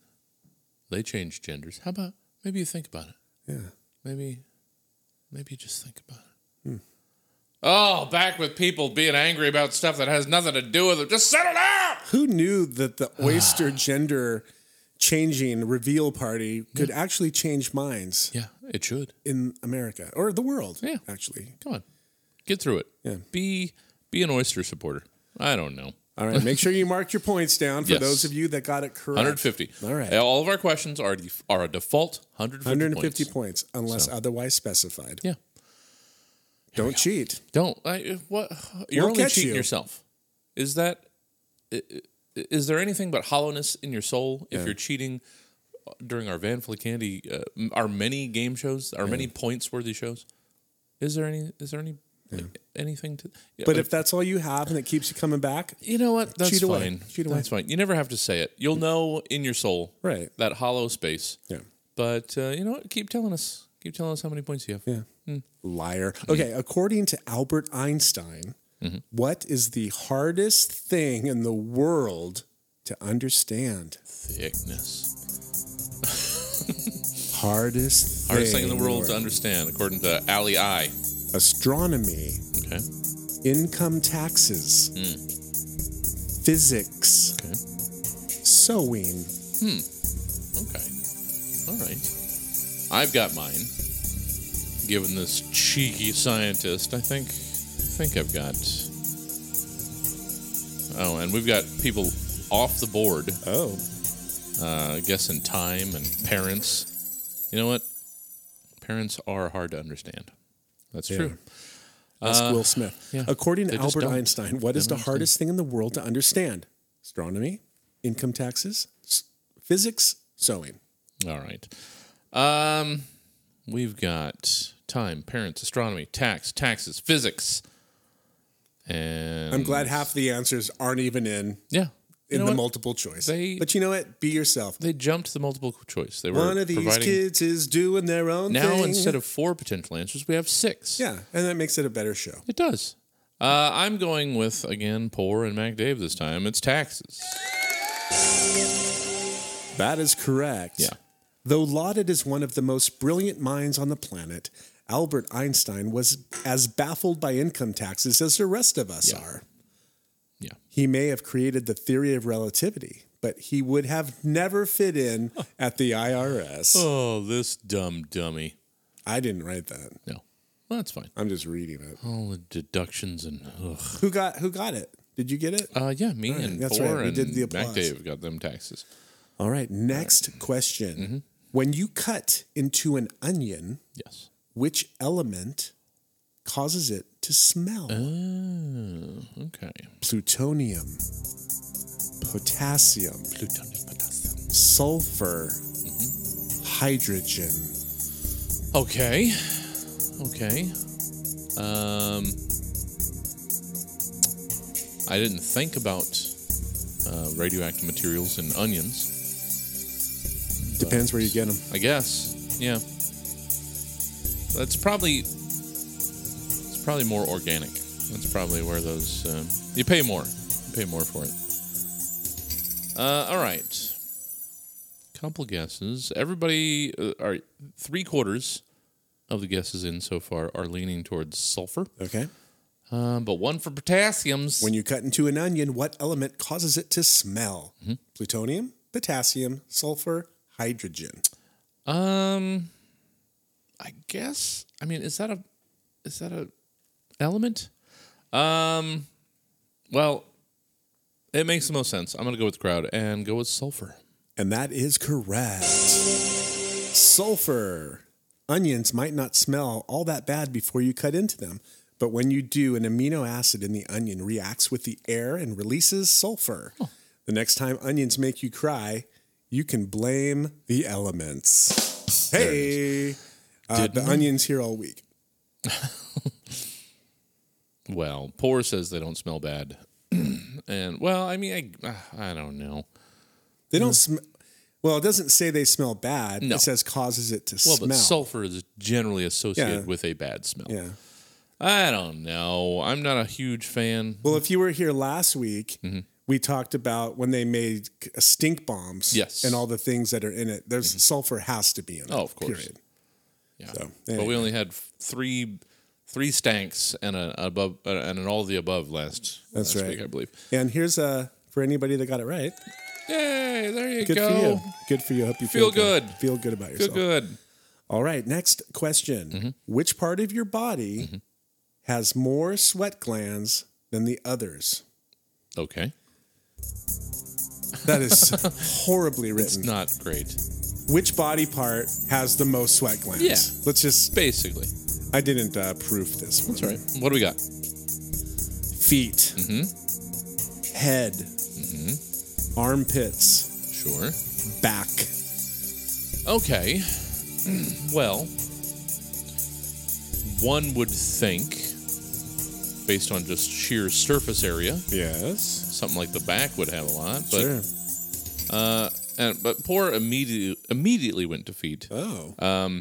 Speaker 2: They change genders. How about maybe you think about it? Maybe, maybe just think about it. Oh, back with people being angry about stuff that has nothing to do with it. Just settle down.
Speaker 3: Who knew that the
Speaker 2: Ah.
Speaker 3: oyster gender changing reveal party could actually change minds
Speaker 2: Yeah, it should.
Speaker 3: in America or the world?
Speaker 2: Yeah.
Speaker 3: actually.
Speaker 2: Come on, get through it.
Speaker 3: Yeah.
Speaker 2: Be be an oyster supporter. I don't know.
Speaker 3: All right, make sure you mark your points down for
Speaker 2: Yes.
Speaker 3: those of you that got it correct.
Speaker 2: 150.
Speaker 3: All right.
Speaker 2: All of our questions are the, are a default 150,
Speaker 3: 150
Speaker 2: points.
Speaker 3: points, unless otherwise specified.
Speaker 2: Yeah.
Speaker 3: Don't cheat.
Speaker 2: Don't I, eh, what you're
Speaker 3: We'll
Speaker 2: only
Speaker 3: catch
Speaker 2: cheating
Speaker 3: you.
Speaker 2: yourself. Is that i- i- is there anything but hollowness in your soul if you're cheating uh, during our Van Full of Candy, uh, m- our many game shows, our many points worthy shows? Is there any? Is there any? Anything to? Yeah,
Speaker 3: But if that's all you have and it keeps you coming back,
Speaker 2: You know what? That's
Speaker 3: Cheat
Speaker 2: fine.
Speaker 3: away. Cheat away.
Speaker 2: That's fine. You never have to say it. You'll know in your soul,
Speaker 3: Right.
Speaker 2: That hollow space.
Speaker 3: Yeah.
Speaker 2: But uh, you know what? Keep telling us. Keep telling us how many points you have. Hmm.
Speaker 3: Yeah. Liar. Okay, according to Albert Einstein,
Speaker 2: Mm-hmm.
Speaker 3: what is the hardest thing in the world to understand?
Speaker 2: Thickness.
Speaker 3: Hardest thing,
Speaker 2: Hardest thing in the world to understand, according to Ali I.
Speaker 3: Astronomy,
Speaker 2: Okay. Hmm.
Speaker 3: income taxes, physics,
Speaker 2: Okay. Hmm.
Speaker 3: sewing.
Speaker 2: Okay. All right. I've got mine. Given this cheeky scientist, I think I think I've got. Oh, and we've got people off the board
Speaker 3: Oh,
Speaker 2: uh, guessing time and parents. You know what? Parents are hard to understand. That's true.
Speaker 3: ask Will Smith.
Speaker 2: Uh, yeah.
Speaker 3: According to
Speaker 2: They just
Speaker 3: Albert
Speaker 2: don't.
Speaker 3: Einstein, what is the hardest thing in the world to understand? Astronomy, income taxes, s- physics, sewing.
Speaker 2: All right. Um, we've got time, parents, astronomy, tax, taxes, physics, and
Speaker 3: I'm glad half the answers aren't even in
Speaker 2: Um, Yeah, You
Speaker 3: in
Speaker 2: know
Speaker 3: the
Speaker 2: what?
Speaker 3: multiple choice.
Speaker 2: They-
Speaker 3: but you know what? Be yourself.
Speaker 2: They jumped the multiple choice. They were
Speaker 3: One of these
Speaker 2: providing,
Speaker 3: kids is doing their own
Speaker 2: Now
Speaker 3: thing.
Speaker 2: instead of four potential answers, we have six.
Speaker 3: yeah, and that makes it a better show.
Speaker 2: it does. Uh, I'm going with again poor and Mac Dave this time. It's taxes.
Speaker 3: That is correct.
Speaker 2: Yeah.
Speaker 3: Though lauded as one of the most brilliant minds on the planet, Albert Einstein was as baffled by income taxes as the rest of us are.
Speaker 2: Yeah.
Speaker 3: He may have created the theory of relativity, but he would have never fit in at the IRS.
Speaker 2: Oh, this dumb dummy.
Speaker 3: I didn't write that.
Speaker 2: No, well, that's fine.
Speaker 3: I'm just reading it.
Speaker 2: All the deductions and ugh.
Speaker 3: Who got who got it? Did you get it?
Speaker 2: Uh, yeah, me and
Speaker 3: that's
Speaker 2: Poor
Speaker 3: right. We
Speaker 2: and
Speaker 3: did the applause.
Speaker 2: Mac Dave got them taxes.
Speaker 3: All right, next question.
Speaker 2: Mm-hmm.
Speaker 3: When you cut into an onion,
Speaker 2: Yes.
Speaker 3: which element causes it to smell?
Speaker 2: Oh, okay.
Speaker 3: Plutonium, potassium,
Speaker 2: Plutonium potassium.
Speaker 3: sulfur, hydrogen.
Speaker 2: Okay. Okay. Um, I didn't think about uh, radioactive materials in onions.
Speaker 3: Depends where you get them.
Speaker 2: I guess. Yeah. That's probably. It's probably more organic. That's probably where those. Um, you pay more. You pay more for it. Uh, all right. Couple guesses. Everybody, uh, all right, three quarters of the guesses in so far are leaning towards sulfur,
Speaker 3: Okay.
Speaker 2: um, but one for potassiums.
Speaker 3: When you cut into an onion, what element causes it to smell?
Speaker 2: Mm-hmm.
Speaker 3: Plutonium, potassium, sulfur, hydrogen.
Speaker 2: um, I guess. I mean, is that a is that a element? Um, well, it makes the most sense. I'm gonna go with the crowd and go with sulfur.
Speaker 3: And that is correct. Sulfur. Onions might not smell all that bad before you cut into them, but when you do, an amino acid in the onion reacts with the air and releases sulfur. The next time onions make you cry, you can blame the elements. Hey, uh, the onions here all week.
Speaker 2: Well, poor says they don't smell bad, and well, I mean, I I don't know.
Speaker 3: They don't smell. Well, it doesn't say they smell bad.
Speaker 2: Mm. No.
Speaker 3: It says causes it to
Speaker 2: Well,
Speaker 3: smell.
Speaker 2: but sulfur is generally associated
Speaker 3: Yeah.
Speaker 2: with a bad smell.
Speaker 3: yeah.
Speaker 2: I don't know. I'm not a huge fan.
Speaker 3: Well, if you were here last week,
Speaker 2: Mm-hmm.
Speaker 3: we talked about when they made c- stink bombs
Speaker 2: Yes. Mm-hmm.
Speaker 3: and all the things that are in it. There's sulfur has to be in it.
Speaker 2: Oh, of course.
Speaker 3: Period.
Speaker 2: Yeah.
Speaker 3: So,
Speaker 2: But
Speaker 3: anyway.
Speaker 2: we only had f- three three stanks and a above uh, and an all of the above last.
Speaker 3: That's
Speaker 2: last
Speaker 3: right.
Speaker 2: week, I believe.
Speaker 3: And here's uh, for anybody that got it right.
Speaker 2: Yay! There you
Speaker 3: Good
Speaker 2: go.
Speaker 3: for you. Good for you. Hope you
Speaker 2: Feel
Speaker 3: feel,
Speaker 2: good.
Speaker 3: Feel good about
Speaker 2: Feel
Speaker 3: yourself.
Speaker 2: good. Mm-hmm.
Speaker 3: All right. Next question. Which part of your body has more sweat glands than the others?
Speaker 2: Okay.
Speaker 3: That is horribly
Speaker 2: It's
Speaker 3: written.
Speaker 2: not great.
Speaker 3: Which body part has the most sweat glands?
Speaker 2: Yeah.
Speaker 3: Let's just.
Speaker 2: Basically.
Speaker 3: I didn't uh, proof this one.
Speaker 2: That's right. What do we got? Mm-hmm.
Speaker 3: Feet. Head. Armpits.
Speaker 2: Sure.
Speaker 3: Back.
Speaker 2: Okay. Well, one would think, based on just sheer surface area,
Speaker 3: Yes.
Speaker 2: something like the back would have a lot. But uh,
Speaker 3: Sure.
Speaker 2: and, but poor immediately immediately went to feet. Um,
Speaker 3: Oh.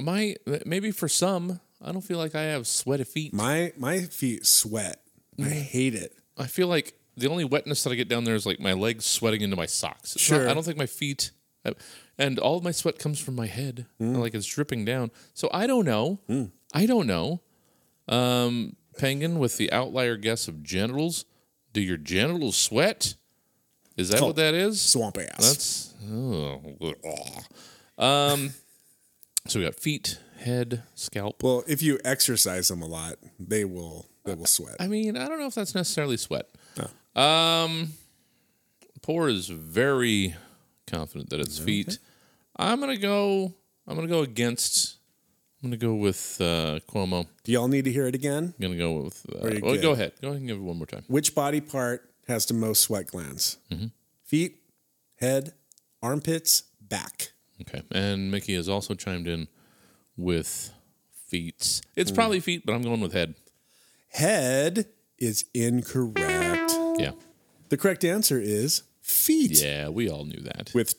Speaker 2: My maybe for some, I don't feel like I have sweaty feet. Mm.
Speaker 3: My my feet sweat. I hate it.
Speaker 2: I feel like the only wetness that I get down there is like my legs sweating into my socks. It's not-
Speaker 3: Sure.
Speaker 2: I don't think my feet, I- and all of my sweat comes from my head,
Speaker 3: Mm.
Speaker 2: like it's dripping down. So I don't know. I don't know. Um, Penguin with the outlier guess of genitals. Do your genitals sweat? Is
Speaker 3: Oh,
Speaker 2: that what that is?
Speaker 3: Swamp ass.
Speaker 2: That's oh. Um, so we got feet, head, scalp.
Speaker 3: well, if you exercise them a lot, they will they will sweat.
Speaker 2: I mean, I don't know if that's necessarily sweat. Um, Poor is very confident that it's feet. I'm gonna go. I'm gonna go against. I'm gonna go with uh, Cuomo. I'm
Speaker 3: Do y'all need to hear it again?
Speaker 2: gonna go with.
Speaker 3: Are
Speaker 2: Uh,
Speaker 3: you
Speaker 2: well,
Speaker 3: good?
Speaker 2: go ahead. Go ahead and give it one more time.
Speaker 3: Which body part has the most sweat glands?
Speaker 2: Mm-hmm.
Speaker 3: Feet, head, armpits, back.
Speaker 2: Okay. And Mickey has also chimed in with feet. It's probably feet, but I'm going with head.
Speaker 3: Head is incorrect.
Speaker 2: Yeah.
Speaker 3: The correct answer is feet.
Speaker 2: Yeah. We all knew that.
Speaker 3: With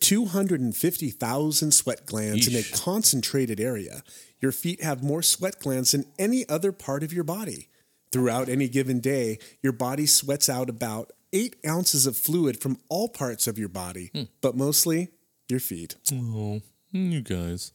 Speaker 3: 250,000 sweat glands in
Speaker 2: Yeesh.
Speaker 3: a concentrated area, your feet have more sweat glands than any other part of your body. Throughout any given day, your body sweats out about eight ounces of fluid from all parts of your body,
Speaker 2: Hmm.
Speaker 3: but mostly your feet.
Speaker 2: Oh, you guys.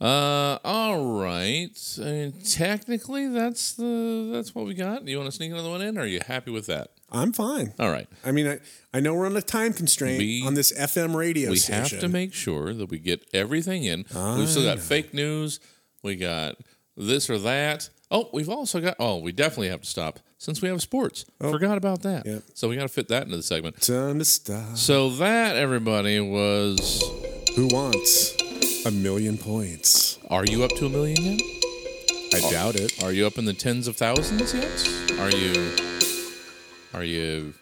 Speaker 2: Uh, all right. I mean, technically, that's the that's what we got. Do you want to sneak another one in? Or are you happy with that?
Speaker 3: I'm fine.
Speaker 2: All right.
Speaker 3: I mean, I, I know we're on a time constraint
Speaker 2: We-
Speaker 3: on this FM radio
Speaker 2: we
Speaker 3: station.
Speaker 2: have to make sure that we get everything in. we've still got fake news. We got this or that. Oh, we've also got. Oh, we definitely have to stop since we have sports.
Speaker 3: Oh.
Speaker 2: Forgot about that.
Speaker 3: Yep.
Speaker 2: So we got to fit that into the segment.
Speaker 3: Time to stop.
Speaker 2: So that everybody was.
Speaker 3: Who wants a million points?
Speaker 2: Are you up to a million yet?
Speaker 3: I doubt it.
Speaker 2: Are you up in the tens of thousands yet? Are you are you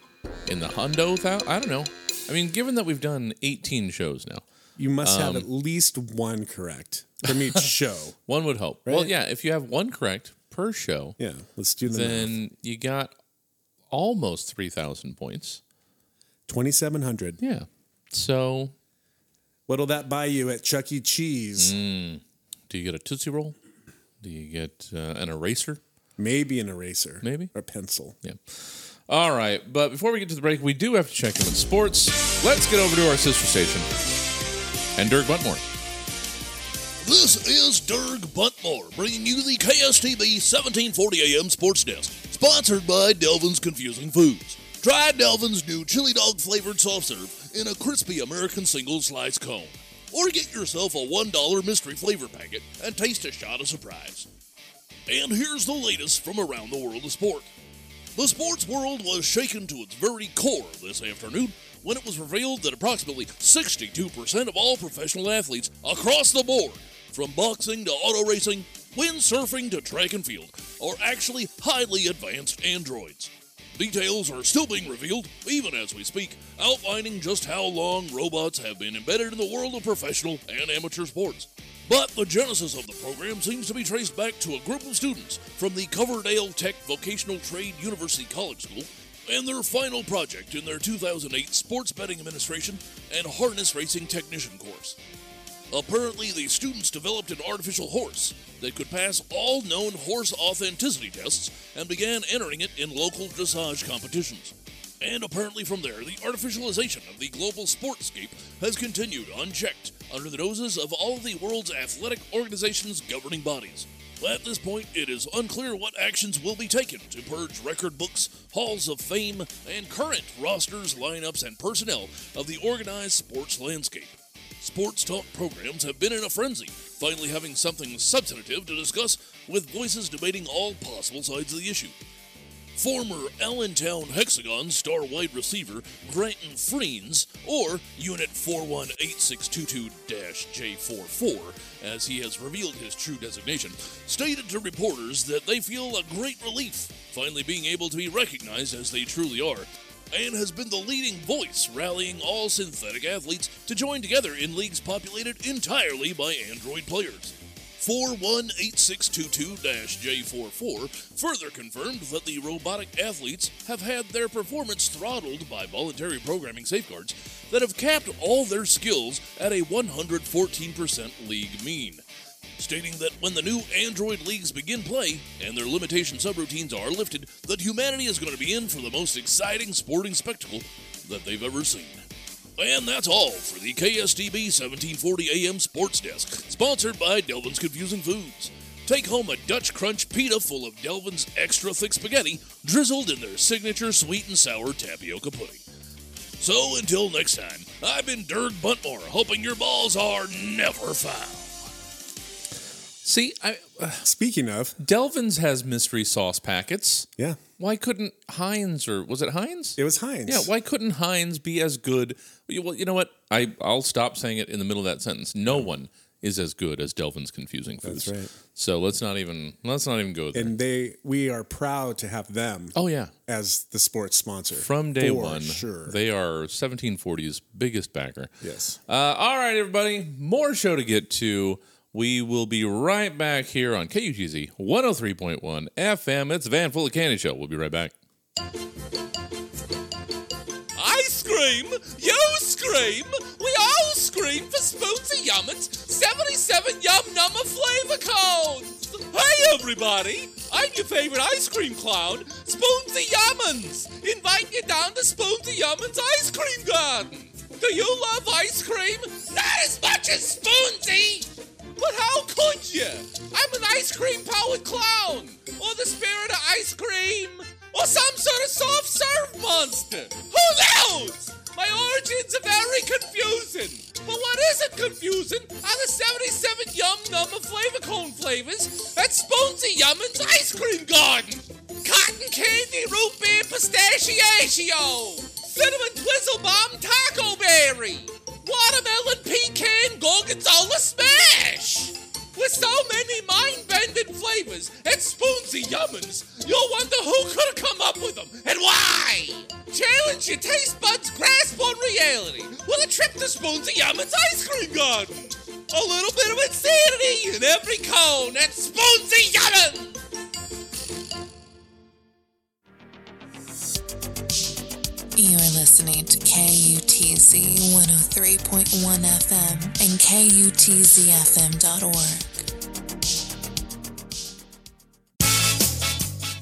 Speaker 2: in the hundo thou- I don't know. I mean, given that we've done 18 shows now, um,
Speaker 3: You must have at least one correct from each show.
Speaker 2: one would hope. Well, yeah, if you have one correct per show,
Speaker 3: Yeah, let's do the math.
Speaker 2: then you got almost 3,000 points.
Speaker 3: 2700.
Speaker 2: Yeah. So,
Speaker 3: What'll that buy you at Chuck E. Cheese?
Speaker 2: Hmm. do you get a Tootsie Roll? Do you get uh, an eraser?
Speaker 3: Maybe an eraser.
Speaker 2: Maybe.
Speaker 3: Or pencil.
Speaker 2: All right, but before we get to the break, we do have to check in with sports. Let's get over to our sister station and Dirk Buntmore.
Speaker 10: This is Dirk Buntmore bringing you the KSTB 1740 AM Sports Desk, sponsored by Delvin's Confusing Foods. Try Delvin's new chili dog flavored soft serve in a crispy American single slice cone. Or get yourself a $1 mystery flavor packet and taste a shot of surprise. And here's the latest from around the world of sport. The sports world was shaken to its very core this afternoon when it was revealed that approximately 62% of all professional athletes across the board, from boxing to auto racing, windsurfing to track and field, are actually highly advanced androids. Details are still being revealed, even as we speak, outlining just how long robots have been embedded in the world of professional and amateur sports. But the genesis of the program seems to be traced back to a group of students from the Coverdale Tech Vocational Trade University College School and their final project in their 2008 Sports Betting Administration and Harness Racing Technician course. Apparently, the students developed an artificial horse that could pass all known horse authenticity tests and began entering it in local dressage competitions. And apparently, from there, the artificialization of the global sportscape has continued unchecked under the noses of all the world's athletic organizations' governing bodies. At this point, it is unclear what actions will be taken to purge record books, halls of fame, and current rosters, lineups, and personnel of the organized sports landscape. Sports talk programs have been in a frenzy, finally having something substantive to discuss with voices debating all possible sides of the issue. Former Allentown Hexagon star wide receiver Granton Freens, or Unit 418622 J44, as he has revealed his true designation, stated to reporters that they feel a great relief finally being able to be recognized as they truly are, and has been the leading voice rallying all synthetic athletes to join together in leagues populated entirely by Android players. 418622-J44 further confirmed that the robotic athletes have had their performance throttled by voluntary programming safeguards that have capped all their skills at a 114% league mean, stating that when the new Android leagues begin play and their limitation subroutines are lifted, that humanity is going to be in for the most exciting sporting spectacle that they've ever seen. And that's all for the KSTB 1740 AM Sports Desk, sponsored by Delvin's Confusing Foods. Take home a Dutch Crunch pita full of Delvin's extra thick spaghetti, drizzled in their signature sweet and sour tapioca pudding. So until next time, I've been Dirk Buntmore, hoping your balls are never foul.
Speaker 2: See, I, uh,
Speaker 3: Speaking of,
Speaker 2: Delvin's has mystery sauce packets.
Speaker 3: yeah,
Speaker 2: Why couldn't Heinz or was it Heinz?
Speaker 3: it was Heinz.
Speaker 2: Yeah, why couldn't Heinz be as good? You- Well, you know what? I I'll stop saying it in the middle of that sentence. No one is as good as Delvin's confusing foods.
Speaker 3: That's right.
Speaker 2: So let's not even let's not even go there.
Speaker 3: And they, we are proud to have them
Speaker 2: oh yeah,
Speaker 3: as the sports sponsor
Speaker 2: from day
Speaker 3: For
Speaker 2: one,
Speaker 3: Sure.
Speaker 2: they are 1740's biggest backer.
Speaker 3: yes.
Speaker 2: Uh, all right, everybody, more show to get to. We will be right back here on KUGZ 103.1 FM. It's Van Full of Candy Show. We'll be right back.
Speaker 10: I scream, you scream, we all scream for Spoonsy Yummit's 77 Yum Number Flavor Codes! Hey everybody! I'm your favorite ice cream clown, Spoonsy Yummins! Invite you down to Spoonsy Yummin's Ice Cream Garden! Do you love ice cream? Not as much as Spoonsy! But how could you? I'm an ice cream powered clown, or the spirit of ice cream, or some sort of soft serve monster. Who knows? My origins are very confusing. But what isn't confusing are the 77 Yum Number flavor cone flavors at Spoonsy Yummin's Ice Cream Garden. Cotton candy, root beer, pistachio, cinnamon twizzle bomb, taco berry. Watermelon pecan gorgonzola smash! With so many mind-bending flavors and spoonsy yummins, you'll wonder who could have come up with them and why! Challenge your taste buds' grasp on reality with a trip to Spoonsy Yummin's Ice Cream Garden! A little bit of insanity in every cone at Spoonsy Yummin!
Speaker 1: You're listening to KUTZ 103.1 FM and KUTZFM.org.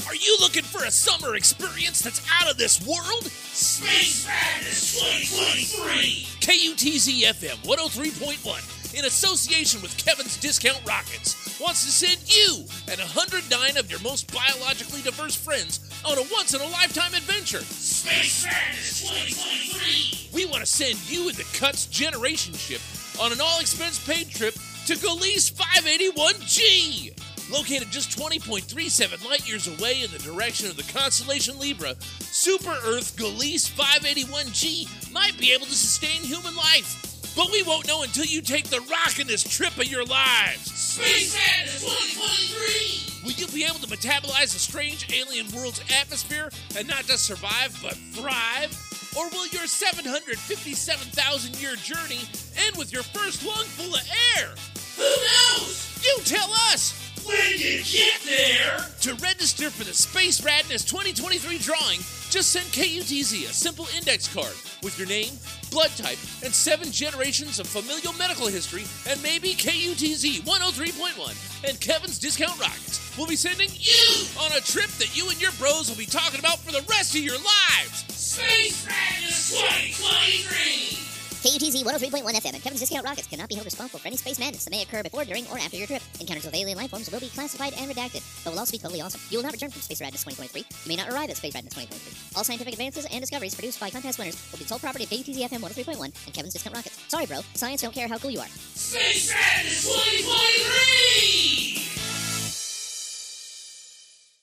Speaker 10: Are you looking for a summer experience that's out of this world? Space Madness 2023! KUTZ FM 103.1, in association with Kevin's Discount Rockets, wants to send you and 109 of your most biologically diverse friends on a once in a lifetime adventure. Space Madness 2023! We want to send you and the Cuts Generation Ship on an all expense paid trip to Galice 581G! Located just 20.37 light years away in the direction of the constellation Libra, Super Earth Galice 581G might be able to sustain human life. But we won't know until you take the rockin'est trip of your lives. Space Madness 2023! Will you be able to metabolize the strange alien world's atmosphere and not just survive, but thrive? Or will your 757,000 year journey end with your first lungful of air? Who knows? You tell us! When you get there! To register for the Space Radness 2023 drawing, just send KUTZ a simple index card with your name, blood type, and seven generations of familial medical history, and maybe KUTZ 103.1 and Kevin's Discount Rockets. We'll be sending you on a trip that you and your bros will be talking about for the rest of your lives. Space Madness 2023.
Speaker 11: Hey KUTZ 103.1 FM and Kevin's Discount Rockets cannot be held responsible for any space madness that may occur before, during, or after your trip. Encounters with alien life forms will be classified and redacted, but will also be totally awesome. You will not return from Space Radness 2023. You may not arrive at Space Radness 2023. All scientific advances and discoveries produced by contest winners will be the sole property of KUTZ FM 103.1 and Kevin's Discount Rockets. Sorry, bro. Science don't care how cool you are.
Speaker 12: Space Madness 2023!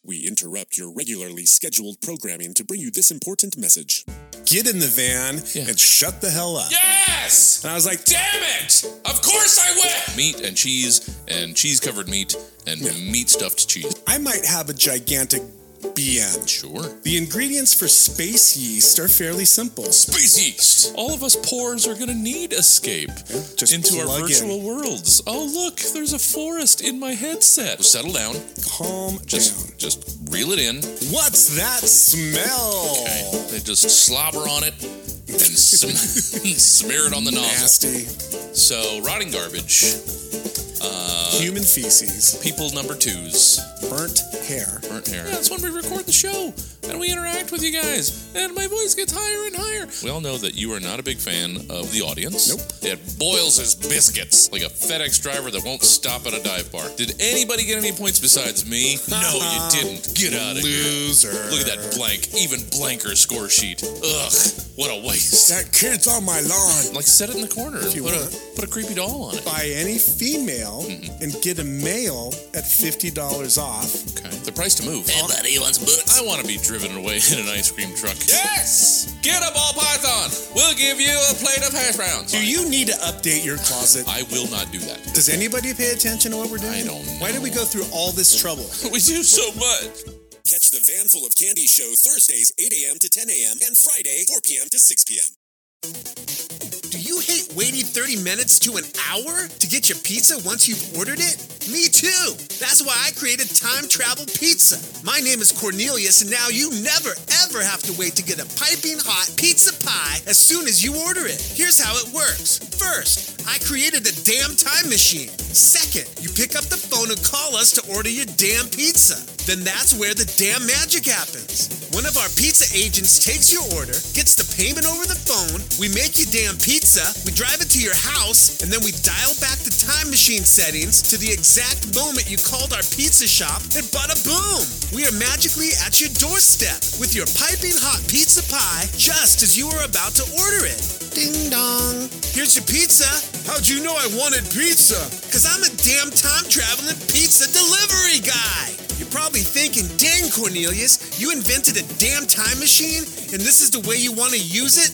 Speaker 6: We interrupt your regularly scheduled programming to bring you this important message.
Speaker 8: Get in the van and shut the hell up.
Speaker 12: Yes!
Speaker 8: And I was like,
Speaker 12: Damn it! Of course I will!
Speaker 2: Meat and cheese and cheese covered meat and meat stuffed cheese.
Speaker 8: I might have a gigantic BM.
Speaker 2: Sure.
Speaker 8: The ingredients for space yeast are fairly simple.
Speaker 2: Space yeast. All of us pores are going to need escape
Speaker 8: Just
Speaker 2: into our
Speaker 8: plug in.
Speaker 2: virtual worlds. Oh, look, there's a forest in my headset. Settle down.
Speaker 8: Calm
Speaker 2: Just
Speaker 8: down.
Speaker 2: just reel it in.
Speaker 8: What's that smell?
Speaker 2: Okay. They just slobber on it and sm- smear it on the nozzle.
Speaker 8: Nasty.
Speaker 2: So, rotting garbage, Uh,
Speaker 8: Human feces.
Speaker 2: people number twos,
Speaker 8: Burnt hair.
Speaker 2: burnt hair. That's when we record the show and we interact with you guys, and my voice gets higher and higher. We all know that you are not a big fan of the audience.
Speaker 8: Nope.
Speaker 2: It boils his biscuits like a FedEx driver that won't stop at a dive bar. Did anybody get any points besides me? No, you didn't. Get out of here.
Speaker 8: Loser.
Speaker 2: Look at that blank, even blanker score sheet. Ugh, what a waste.
Speaker 8: That kid's on my lawn.
Speaker 2: Like set it in the corner. and
Speaker 8: you
Speaker 2: Put a,
Speaker 8: want.
Speaker 2: put a creepy doll on it.
Speaker 8: Buy any female and get a male at $50 off.
Speaker 2: Okay. The price to move.
Speaker 10: Hey, buddy, you want some boots?
Speaker 2: I want to be driven away in an ice cream truck. Yes! Get a ball python. We'll give you a plate of hash browns.
Speaker 8: Do you need to update your closet?
Speaker 2: I will not do that.
Speaker 8: Does anybody pay attention to what we're doing?
Speaker 2: I don't
Speaker 8: Why did we go through all this trouble?
Speaker 2: We do so much.
Speaker 6: Catch the Van Full of Candy show Thursdays 8 a.m. to 10 a.m. and Friday 4 p.m. to 6 p.m.
Speaker 8: Do you hate waiting 30 minutes to an hour to get your pizza once you've ordered it? Me too! That's why I created Time Travel Pizza. My name is Cornelius, and now you never ever have to wait to get a piping hot pizza pie as soon as you order it. Here's how it works First, I created a damn time machine. Second, you pick up the phone and call us to order your damn pizza. Then that's where the damn magic happens. One of our pizza agents takes your order, gets the payment over the phone, we make your damn pizza, we drive it to your house, and then we dial back the time machine settings to the exact moment you called our pizza shop, and bada boom! We are magically at your doorstep with your piping hot pizza pie just as you are about to order it. Ding dong! Here's your pizza. How'd you know I wanted pizza? Cause I'm a damn time traveling pizza delivery guy. You're probably thinking, dang, Cornelius, you invented a damn time machine and this is the way you want to use it?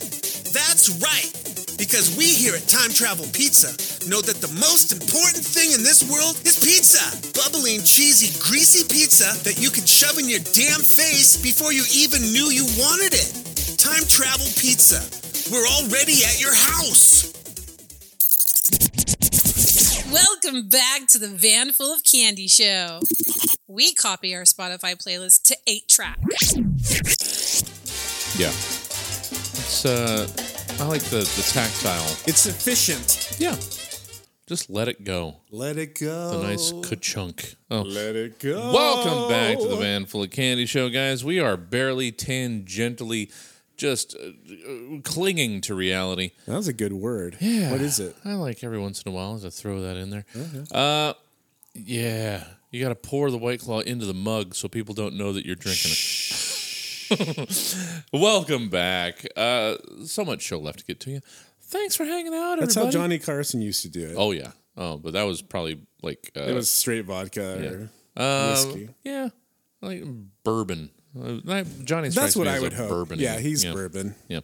Speaker 8: That's right. Because we here at Time Travel Pizza know that the most important thing in this world is pizza. Bubbling, cheesy, greasy pizza that you can shove in your damn face before you even knew you wanted it. Time Travel Pizza. We're already at your house.
Speaker 5: Welcome back to the Van Full of Candy Show. We copy our Spotify playlist to eight track.
Speaker 2: Yeah. It's uh I like the, the tactile.
Speaker 3: It's efficient.
Speaker 2: Yeah. Just let it go.
Speaker 3: Let it go.
Speaker 2: A nice ka-chunk. Oh.
Speaker 3: Let it go.
Speaker 2: Welcome back to the Van Full of Candy Show, guys. We are barely tangentially just uh, uh, clinging to reality.
Speaker 3: That was a good word.
Speaker 2: Yeah.
Speaker 3: What is it?
Speaker 2: I like every once in a while to throw that in there. Uh, yeah. You got to pour the White Claw into the mug so people don't know that you're drinking it. Welcome back. Uh, so much show left to get to you. Thanks for hanging out,
Speaker 3: That's how
Speaker 2: everybody.
Speaker 3: Johnny Carson used to do it.
Speaker 2: Oh, yeah. Oh, but that was probably like. Uh,
Speaker 3: It was straight vodka or whiskey.
Speaker 2: Yeah. Like bourbon. Uh, that- Johnny
Speaker 3: That's
Speaker 2: strikes
Speaker 3: what
Speaker 2: me
Speaker 3: I
Speaker 2: as a
Speaker 3: would hope.
Speaker 2: Bourbon.
Speaker 3: yeah, he's
Speaker 2: yeah.
Speaker 3: bourbon.
Speaker 2: Yeah.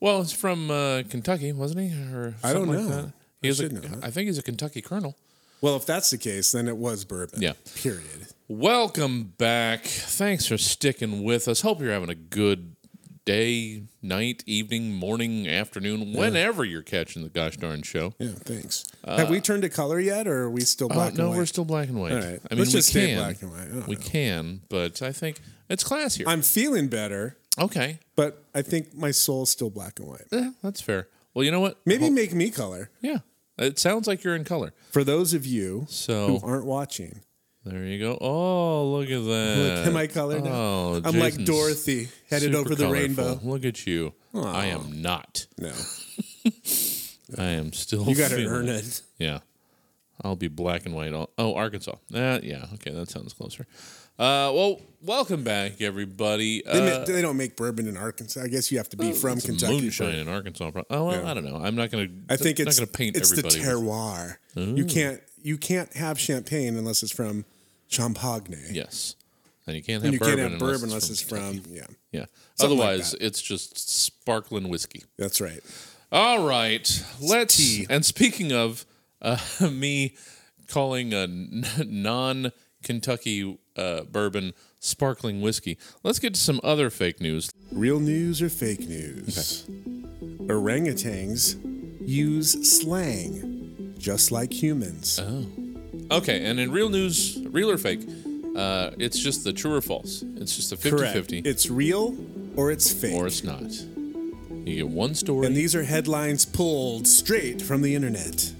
Speaker 2: Well, he's from uh, Kentucky, wasn't he? Or
Speaker 3: I don't
Speaker 2: something like
Speaker 3: know.
Speaker 2: that.
Speaker 3: I
Speaker 2: He was a,
Speaker 3: should know.
Speaker 2: I think he's a Kentucky colonel.
Speaker 3: Well, if that's the case, then it was bourbon.
Speaker 2: Yeah.
Speaker 3: Period.
Speaker 2: Welcome back. Thanks for sticking with us. Hope you're having a good day, night, evening, morning, afternoon, whenever you're catching the gosh darn show.
Speaker 3: Yeah, thanks. Have we turned to color yet, or are we still
Speaker 2: Uh,
Speaker 3: black and
Speaker 2: no,
Speaker 3: white?
Speaker 2: we're still black and white.
Speaker 3: All right.
Speaker 2: I mean,
Speaker 3: Let's
Speaker 2: we
Speaker 3: just
Speaker 2: can.
Speaker 3: stay black and white. I don't
Speaker 2: We
Speaker 3: know.
Speaker 2: can, but I think it's class here.
Speaker 3: I'm feeling better,
Speaker 2: okay,
Speaker 3: but I think my soul's still black and white.
Speaker 2: Eh, that's fair. Well, you know what?
Speaker 3: Maybe make me color.
Speaker 2: Yeah. It sounds like you're in color.
Speaker 3: For those of you
Speaker 2: So
Speaker 3: who aren't watching,
Speaker 2: there you go. Oh, look at that.
Speaker 3: look, am I colored now?
Speaker 2: oh,
Speaker 3: I'm like
Speaker 2: Jason's
Speaker 3: Dorothy headed
Speaker 2: Super
Speaker 3: over the
Speaker 2: colorful.
Speaker 3: rainbow.
Speaker 2: Look at you. I am not.
Speaker 3: No.
Speaker 2: I am still.
Speaker 3: You gotta
Speaker 2: feeling
Speaker 3: earn it.
Speaker 2: Yeah, I'll be black and white. All- oh, Arkansas. Uh, yeah, okay, that sounds closer. Uh, well, welcome back, everybody.
Speaker 3: They,
Speaker 2: Uh,
Speaker 3: ma- they don't make bourbon in Arkansas. I guess you have to be from
Speaker 2: some
Speaker 3: Kentucky.
Speaker 2: moonshine
Speaker 3: for-
Speaker 2: in Arkansas. pro- Oh well,
Speaker 3: Yeah.
Speaker 2: I don't know. I'm not gonna.
Speaker 3: I think
Speaker 2: not
Speaker 3: it's
Speaker 2: gonna paint
Speaker 3: it's the
Speaker 2: everybody. with- Oh.
Speaker 3: terroir. You can't you can't have champagne unless it's from Champagne.
Speaker 2: yes, and you can't have
Speaker 3: And you
Speaker 2: bourbon
Speaker 3: can't have
Speaker 2: unless
Speaker 3: bourbon unless it's
Speaker 2: Kentucky.
Speaker 3: from, yeah.
Speaker 2: Yeah.
Speaker 3: Something like
Speaker 2: Otherwise,
Speaker 3: that.
Speaker 2: it's just sparkling whiskey.
Speaker 3: That's right.
Speaker 2: All right. Let's.
Speaker 3: tea.
Speaker 2: And speaking of uh, me calling a non Kentucky uh, bourbon sparkling whiskey, let's get to some other fake news.
Speaker 3: Real news or fake news? Orangutans use slang just like humans.
Speaker 2: Oh. Okay. And in real news, real or fake, uh, it's just the true or false. It's just a 50 50.
Speaker 3: It's real or it's fake.
Speaker 2: Or it's not. You get one story.
Speaker 3: and these are headlines pulled straight from the internet.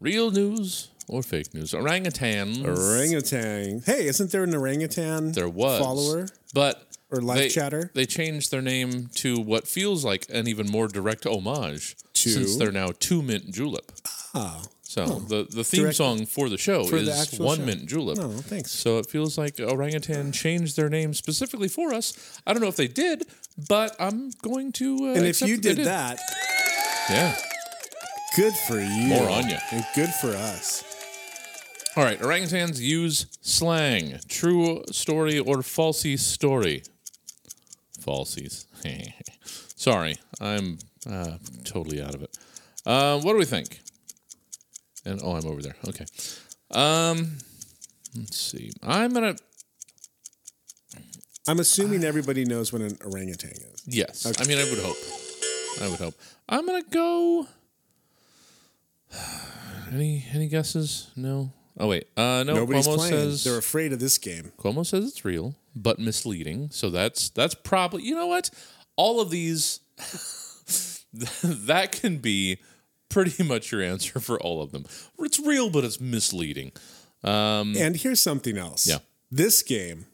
Speaker 2: real news or fake news? Orangutans.
Speaker 3: Orangutan. Hey, isn't there an orangutan
Speaker 2: There was
Speaker 3: follower?
Speaker 2: but
Speaker 3: Or live
Speaker 2: they-
Speaker 3: chatter?
Speaker 2: They changed their name to what feels like an even more direct homage
Speaker 3: To?
Speaker 2: since they're now two mint julep.
Speaker 3: Oh.
Speaker 2: So the the theme
Speaker 3: Direct-
Speaker 2: song for the show
Speaker 3: for the
Speaker 2: is
Speaker 3: actual
Speaker 2: one
Speaker 3: show.
Speaker 2: mint julep.
Speaker 3: Oh, thanks.
Speaker 2: So it feels like orangutan changed their name specifically for us. I don't know if they did, but I'm going to. Uh,
Speaker 3: And if
Speaker 2: accept
Speaker 3: you
Speaker 2: they
Speaker 3: did that,
Speaker 2: yeah.
Speaker 3: good for you.
Speaker 2: More on ya.
Speaker 3: And good for us.
Speaker 2: All right, orangutans use slang. True story or falsy story? Falsies. Sorry, I'm uh, totally out of it. Uh, what do we think? And oh, I'm over there. Okay. Um, let's see. I'm gonna
Speaker 3: I'm assuming everybody knows what an orangutan is.
Speaker 2: yes. I mean, I would hope. I would hope. I'm gonna go. Any any guesses? No. Oh wait. Uh, no.
Speaker 3: Nobody's
Speaker 2: Cuomo
Speaker 3: playing.
Speaker 2: says
Speaker 3: They're afraid of this game.
Speaker 2: Cuomo says it's real, but misleading. So that's that's probably you know what? All of these that can be pretty much your answer for all of them. It's real, but it's misleading. Um,
Speaker 3: And here's something else.
Speaker 2: Yeah.
Speaker 3: This game,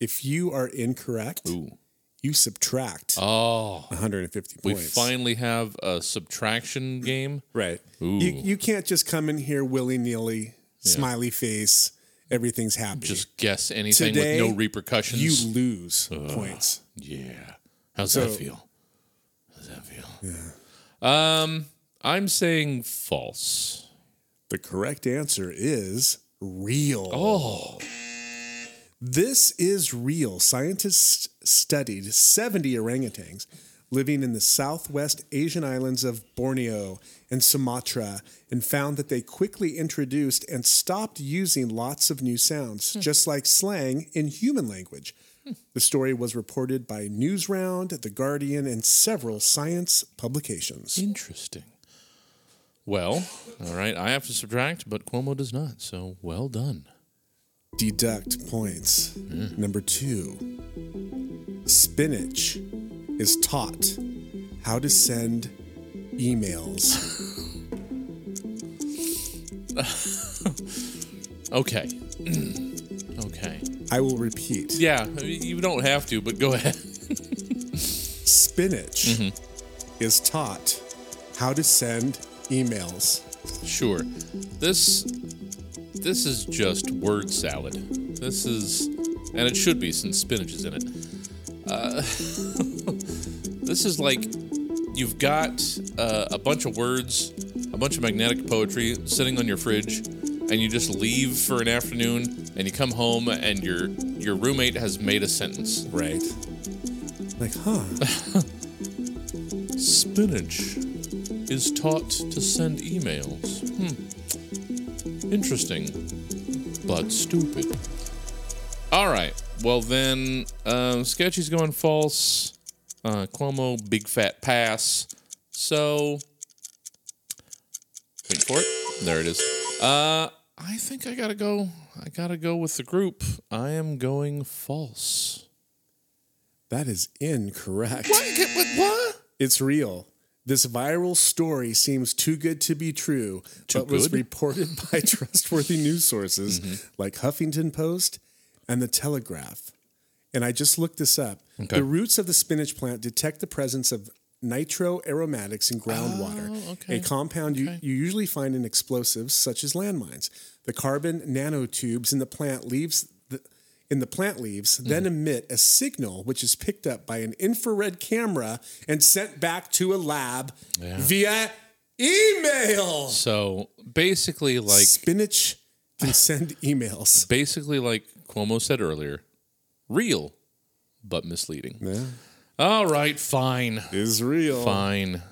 Speaker 3: if you are incorrect,
Speaker 2: Ooh.
Speaker 3: you subtract
Speaker 2: Oh.
Speaker 3: 150
Speaker 2: We
Speaker 3: points.
Speaker 2: finally have a subtraction game.
Speaker 3: right.
Speaker 2: Ooh.
Speaker 3: You, you can't just come in here willy nilly, smiley face, everything's happy.
Speaker 2: Just guess anything
Speaker 3: Today,
Speaker 2: with no repercussions.
Speaker 3: you lose points.
Speaker 2: yeah. How's
Speaker 3: So-
Speaker 2: that feel? How's that feel? Yeah. Um, I'm saying false.
Speaker 3: The correct answer is real. Oh. This is real. Scientists studied 70 orangutans living in the southwest Asian islands of Borneo and Sumatra and found that they quickly introduced and stopped using lots of new sounds, just like slang in human language. The story was reported by Newsround, The Guardian, and several science publications.
Speaker 2: Interesting. Well, all right. I have to subtract, but Cuomo does not. So well done.
Speaker 3: deduct points. Number two, spinach is taught how to send emails.
Speaker 2: Okay. okay.
Speaker 3: I will repeat
Speaker 2: Yeah, I mean, you don't have to, but go ahead.
Speaker 3: spinach is taught how to send emails.
Speaker 2: Sure. This this is just word salad. This is and it should be since spinach is in it. Uh, this is like you've got uh, a bunch of words, a bunch of magnetic poetry sitting on your fridge and you just leave for an afternoon and you come home and your your roommate has made a sentence.
Speaker 3: Right. Like, huh?
Speaker 2: Spinach is taught to send emails. Hmm. Interesting, but stupid. All right. Well, then, um, Sketchy's going false. Uh, Cuomo, big fat pass. So, wait for it. There it is. Uh, I think I gotta go. I gotta go with the group. I am going false.
Speaker 3: that is incorrect.
Speaker 2: What? What?
Speaker 3: It's real. This viral story seems too good to be true,
Speaker 2: Too
Speaker 3: but
Speaker 2: good?
Speaker 3: was
Speaker 2: Mm-hmm.
Speaker 3: reported by trustworthy news sources like Huffington Post and The Telegraph. And I just looked this up.
Speaker 2: Okay.
Speaker 3: The roots of the spinach plant detect the presence of nitro aromatics in groundwater,
Speaker 2: Oh, okay.
Speaker 3: a compound
Speaker 2: Okay.
Speaker 3: you, you usually find in explosives such as landmines. The carbon nanotubes in the plant leaves the, in the plant leaves
Speaker 2: Mm.
Speaker 3: then emit a signal which is picked up by an infrared camera and sent back to a lab via email.
Speaker 2: So basically, like
Speaker 3: Spinach can send emails.
Speaker 2: basically like Cuomo said earlier, real but misleading.
Speaker 3: Yeah.
Speaker 2: All right, fine,
Speaker 3: Is real.
Speaker 2: fine.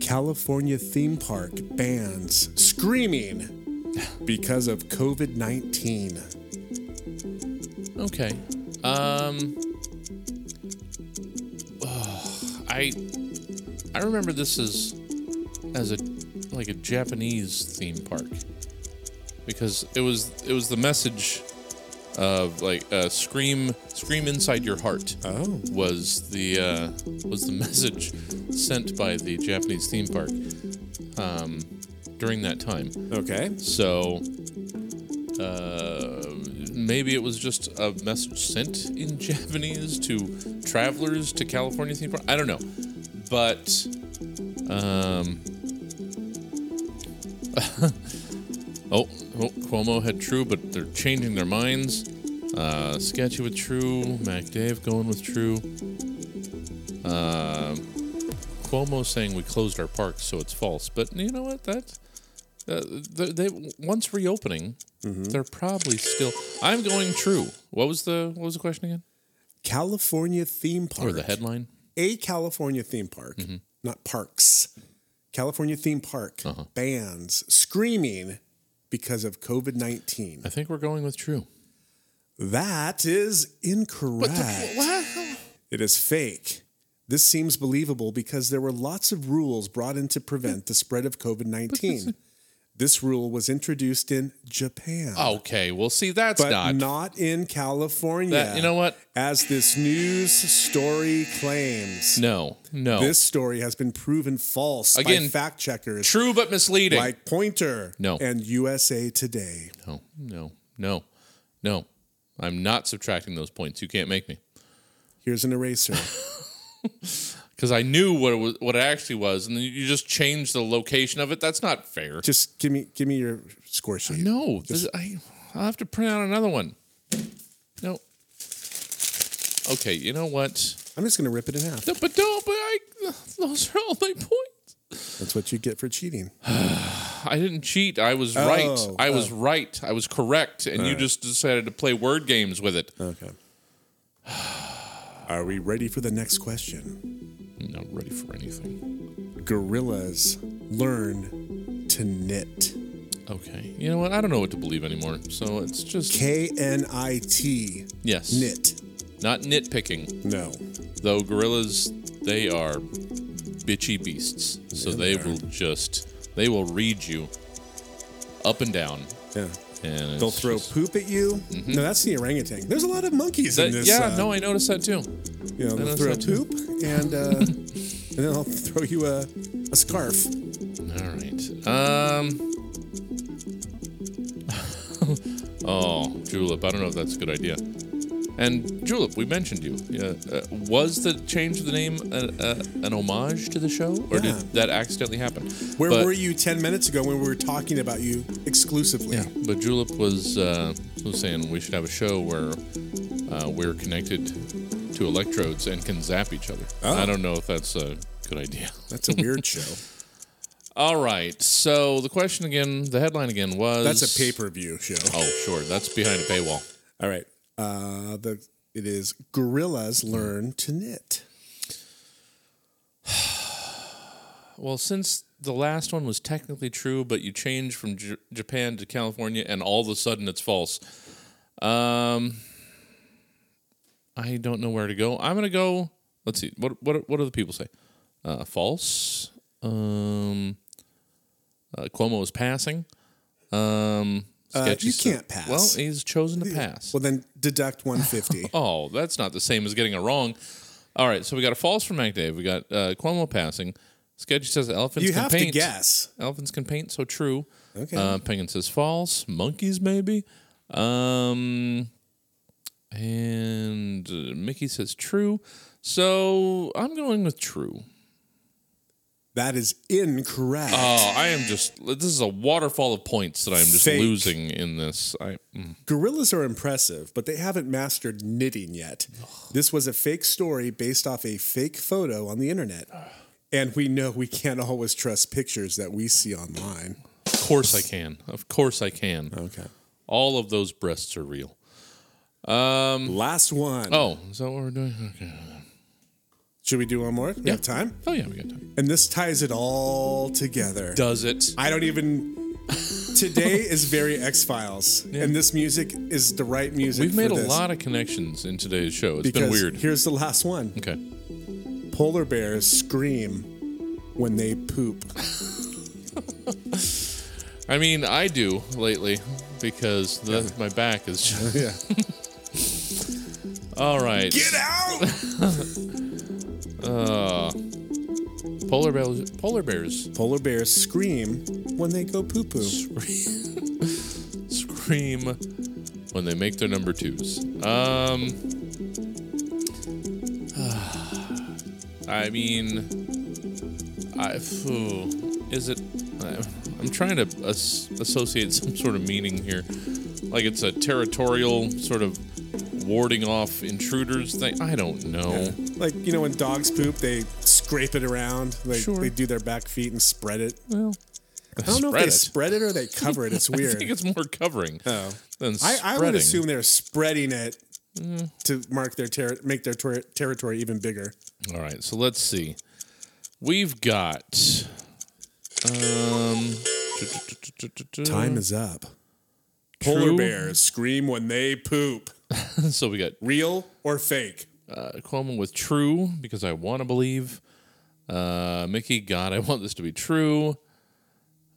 Speaker 3: California theme park bans screaming because of COVID 19.
Speaker 2: Okay. Um. oh, I I remember this as as a like a Japanese theme park because it was it was the message of like uh, scream scream inside your heart
Speaker 3: Oh.
Speaker 2: was the uh, was the message sent by the Japanese theme park um, during that time.
Speaker 3: Okay.
Speaker 2: So uh, maybe it was just a message sent in Japanese to travelers to California theme park. I don't know, but um, oh, oh, Cuomo had True, but they're changing their minds. Uh, Sketchy with True, Mac Dave going with True. Um Cuomo saying we closed our parks, so it's false. But you know what? That's uh, they, they once reopening, they're probably still. I'm going true. What was the what was the question again?
Speaker 3: California theme park.
Speaker 2: Or Oh, the headline? Mm-hmm.
Speaker 3: A California theme park, not parks. California theme park
Speaker 2: Uh-huh.
Speaker 3: bans screaming because of COVID 19.
Speaker 2: I think we're going with true.
Speaker 3: That is incorrect. It is fake. This seems believable because there were lots of rules brought in to prevent the spread of COVID 19. This rule was introduced in Japan,
Speaker 2: Okay, well, see, that's
Speaker 3: but
Speaker 2: not.
Speaker 3: not, in California.
Speaker 2: That- you know what?
Speaker 3: As this news story claims,
Speaker 2: no, no.
Speaker 3: this story has been proven false by
Speaker 2: Again,
Speaker 3: fact checkers
Speaker 2: true but misleading.
Speaker 3: like Pointer
Speaker 2: No.
Speaker 3: and USA Today.
Speaker 2: no, no, no, no. I'm not subtracting those points. You can't make me
Speaker 3: Here's an eraser.
Speaker 2: because I knew what it was, what it actually was, and then you just changed the location of it. That's not fair.
Speaker 3: Just give me give me your score sheet.
Speaker 2: No, this, I, I'll have to print out another one. No. Okay, you know what?
Speaker 3: I'm just gonna rip it in half.
Speaker 2: No, but don't. But I. Those are all my points.
Speaker 3: That's what you get for cheating.
Speaker 2: I didn't cheat. I was
Speaker 3: Oh,
Speaker 2: right. I was
Speaker 3: oh.
Speaker 2: right. I was correct, and you just decided to play word games with it.
Speaker 3: Okay. Are we ready for the next question?
Speaker 2: I'm not ready for anything.
Speaker 3: Gorillas learn to knit.
Speaker 2: Okay. You know what? I don't know what to believe anymore. So it's just
Speaker 3: K N I T.
Speaker 2: yes,
Speaker 3: Knit.
Speaker 2: not nitpicking.
Speaker 3: No.
Speaker 2: Though gorillas, they are bitchy beasts. So they will just they will read you up and down,
Speaker 3: Yeah.
Speaker 2: and
Speaker 3: They'll
Speaker 2: it's
Speaker 3: throw
Speaker 2: just-
Speaker 3: poop at you.
Speaker 2: Mm-hmm.
Speaker 3: No, that's the orangutan. There's a lot of monkeys
Speaker 2: That-
Speaker 3: in this.
Speaker 2: yeah,
Speaker 3: uh,
Speaker 2: no, I noticed that too.
Speaker 3: You know, they'll
Speaker 2: that's
Speaker 3: throw
Speaker 2: not too-
Speaker 3: poop and uh, and then I'll throw you a, a scarf.
Speaker 2: All right. Um. oh, Julep. I don't know if that's a good idea. And Julep, we mentioned you. Yeah. Uh, was the change of the name a, a, an homage to the show, or
Speaker 3: Yeah.
Speaker 2: did that accidentally happen?
Speaker 3: Where
Speaker 2: but,
Speaker 3: were you ten minutes ago when we were talking about you exclusively?
Speaker 2: Yeah. But Julep was uh, was saying we should have a show where uh, we're connected to electrodes and can zap each other.
Speaker 3: Oh.
Speaker 2: I don't know if that's a good idea.
Speaker 3: That's a weird show.
Speaker 2: All right. So the question again, the headline again was
Speaker 3: That's a pay per view show.
Speaker 2: Oh, sure. That's behind a paywall.
Speaker 3: All right. Uh, the it is gorillas learn to knit.
Speaker 2: Well, since the last one was technically true, but you changed from J- Japan to California, and all of a sudden it's false. Um, I don't know where to go. I'm gonna go. Let's see. What what what do the people say? Uh, false. Um, uh, Cuomo is passing. Um,
Speaker 3: Uh,
Speaker 2: sketchy
Speaker 3: you
Speaker 2: stuff.
Speaker 3: can't pass.
Speaker 2: Well, he's chosen to pass.
Speaker 3: Well, then deduct one fifty.
Speaker 2: Oh, that's not the same as getting it wrong. All right, so we got a false from MacDave. We got uh, Cuomo passing. Sketchy says elephants
Speaker 3: you
Speaker 2: can
Speaker 3: have
Speaker 2: paint.
Speaker 3: to guess.
Speaker 2: Elephants can paint, so true.
Speaker 3: Okay.
Speaker 2: Uh, Penguin says false. Monkeys, maybe. Um, and uh, Mickey says true. So I'm going with true.
Speaker 3: That is incorrect.
Speaker 2: Oh, I am just. This is a waterfall of points that I'm just
Speaker 3: Fake.
Speaker 2: losing in this. I mm.
Speaker 3: Gorillas are impressive, but they haven't mastered knitting yet. This was a fake story based off a fake photo on the internet. And we know we can't always trust pictures that we see online.
Speaker 2: Of course I can. Of course I can. Okay. All of those breasts are real. Um.
Speaker 3: Last one.
Speaker 2: Oh, is that what we're doing? Okay.
Speaker 3: Should we do one more? We have time?
Speaker 2: Oh yeah, we got time.
Speaker 3: And this ties it all together.
Speaker 2: Does it?
Speaker 3: I don't even. Today is very X Files, and this music is the right music.
Speaker 2: We've made
Speaker 3: for
Speaker 2: a
Speaker 3: this
Speaker 2: lot of connections in today's show. It's
Speaker 3: because
Speaker 2: been weird.
Speaker 3: Here's the last one.
Speaker 2: Okay.
Speaker 3: Polar bears scream when they poop.
Speaker 2: I mean, I do lately because the, my back is just.
Speaker 3: yeah.
Speaker 2: All right.
Speaker 6: Get out!
Speaker 2: Uh, polar bears. Polar bears
Speaker 3: Polar bears scream when they go poo poo.
Speaker 2: scream when they make their number twos. Um. I mean, I. phew, is it? I- I'm trying to as- associate some sort of meaning here, like it's a territorial sort of warding off intruders thing. I don't know.
Speaker 3: Like, you know, when dogs poop, they scrape it around. They,
Speaker 2: Sure.
Speaker 3: they do their back feet and spread it.
Speaker 2: Well,
Speaker 3: I don't know if
Speaker 2: Spread
Speaker 3: they
Speaker 2: it.
Speaker 3: spread it or they cover it. It's weird.
Speaker 2: I think it's more covering
Speaker 3: Oh.
Speaker 2: than
Speaker 3: I,
Speaker 2: spreading. Mm.
Speaker 3: I would assume they're spreading it to mark their ter- make their ter- territory even bigger.
Speaker 2: All right, so let's see. We've got. Um,
Speaker 3: Time is
Speaker 2: Mm.
Speaker 3: up.
Speaker 2: True.
Speaker 3: Polar bears scream when they poop.
Speaker 2: so we got
Speaker 3: Real or fake?
Speaker 2: uh, Cuomo with true because I want to believe. Uh, Mickey, God, I want this to be true.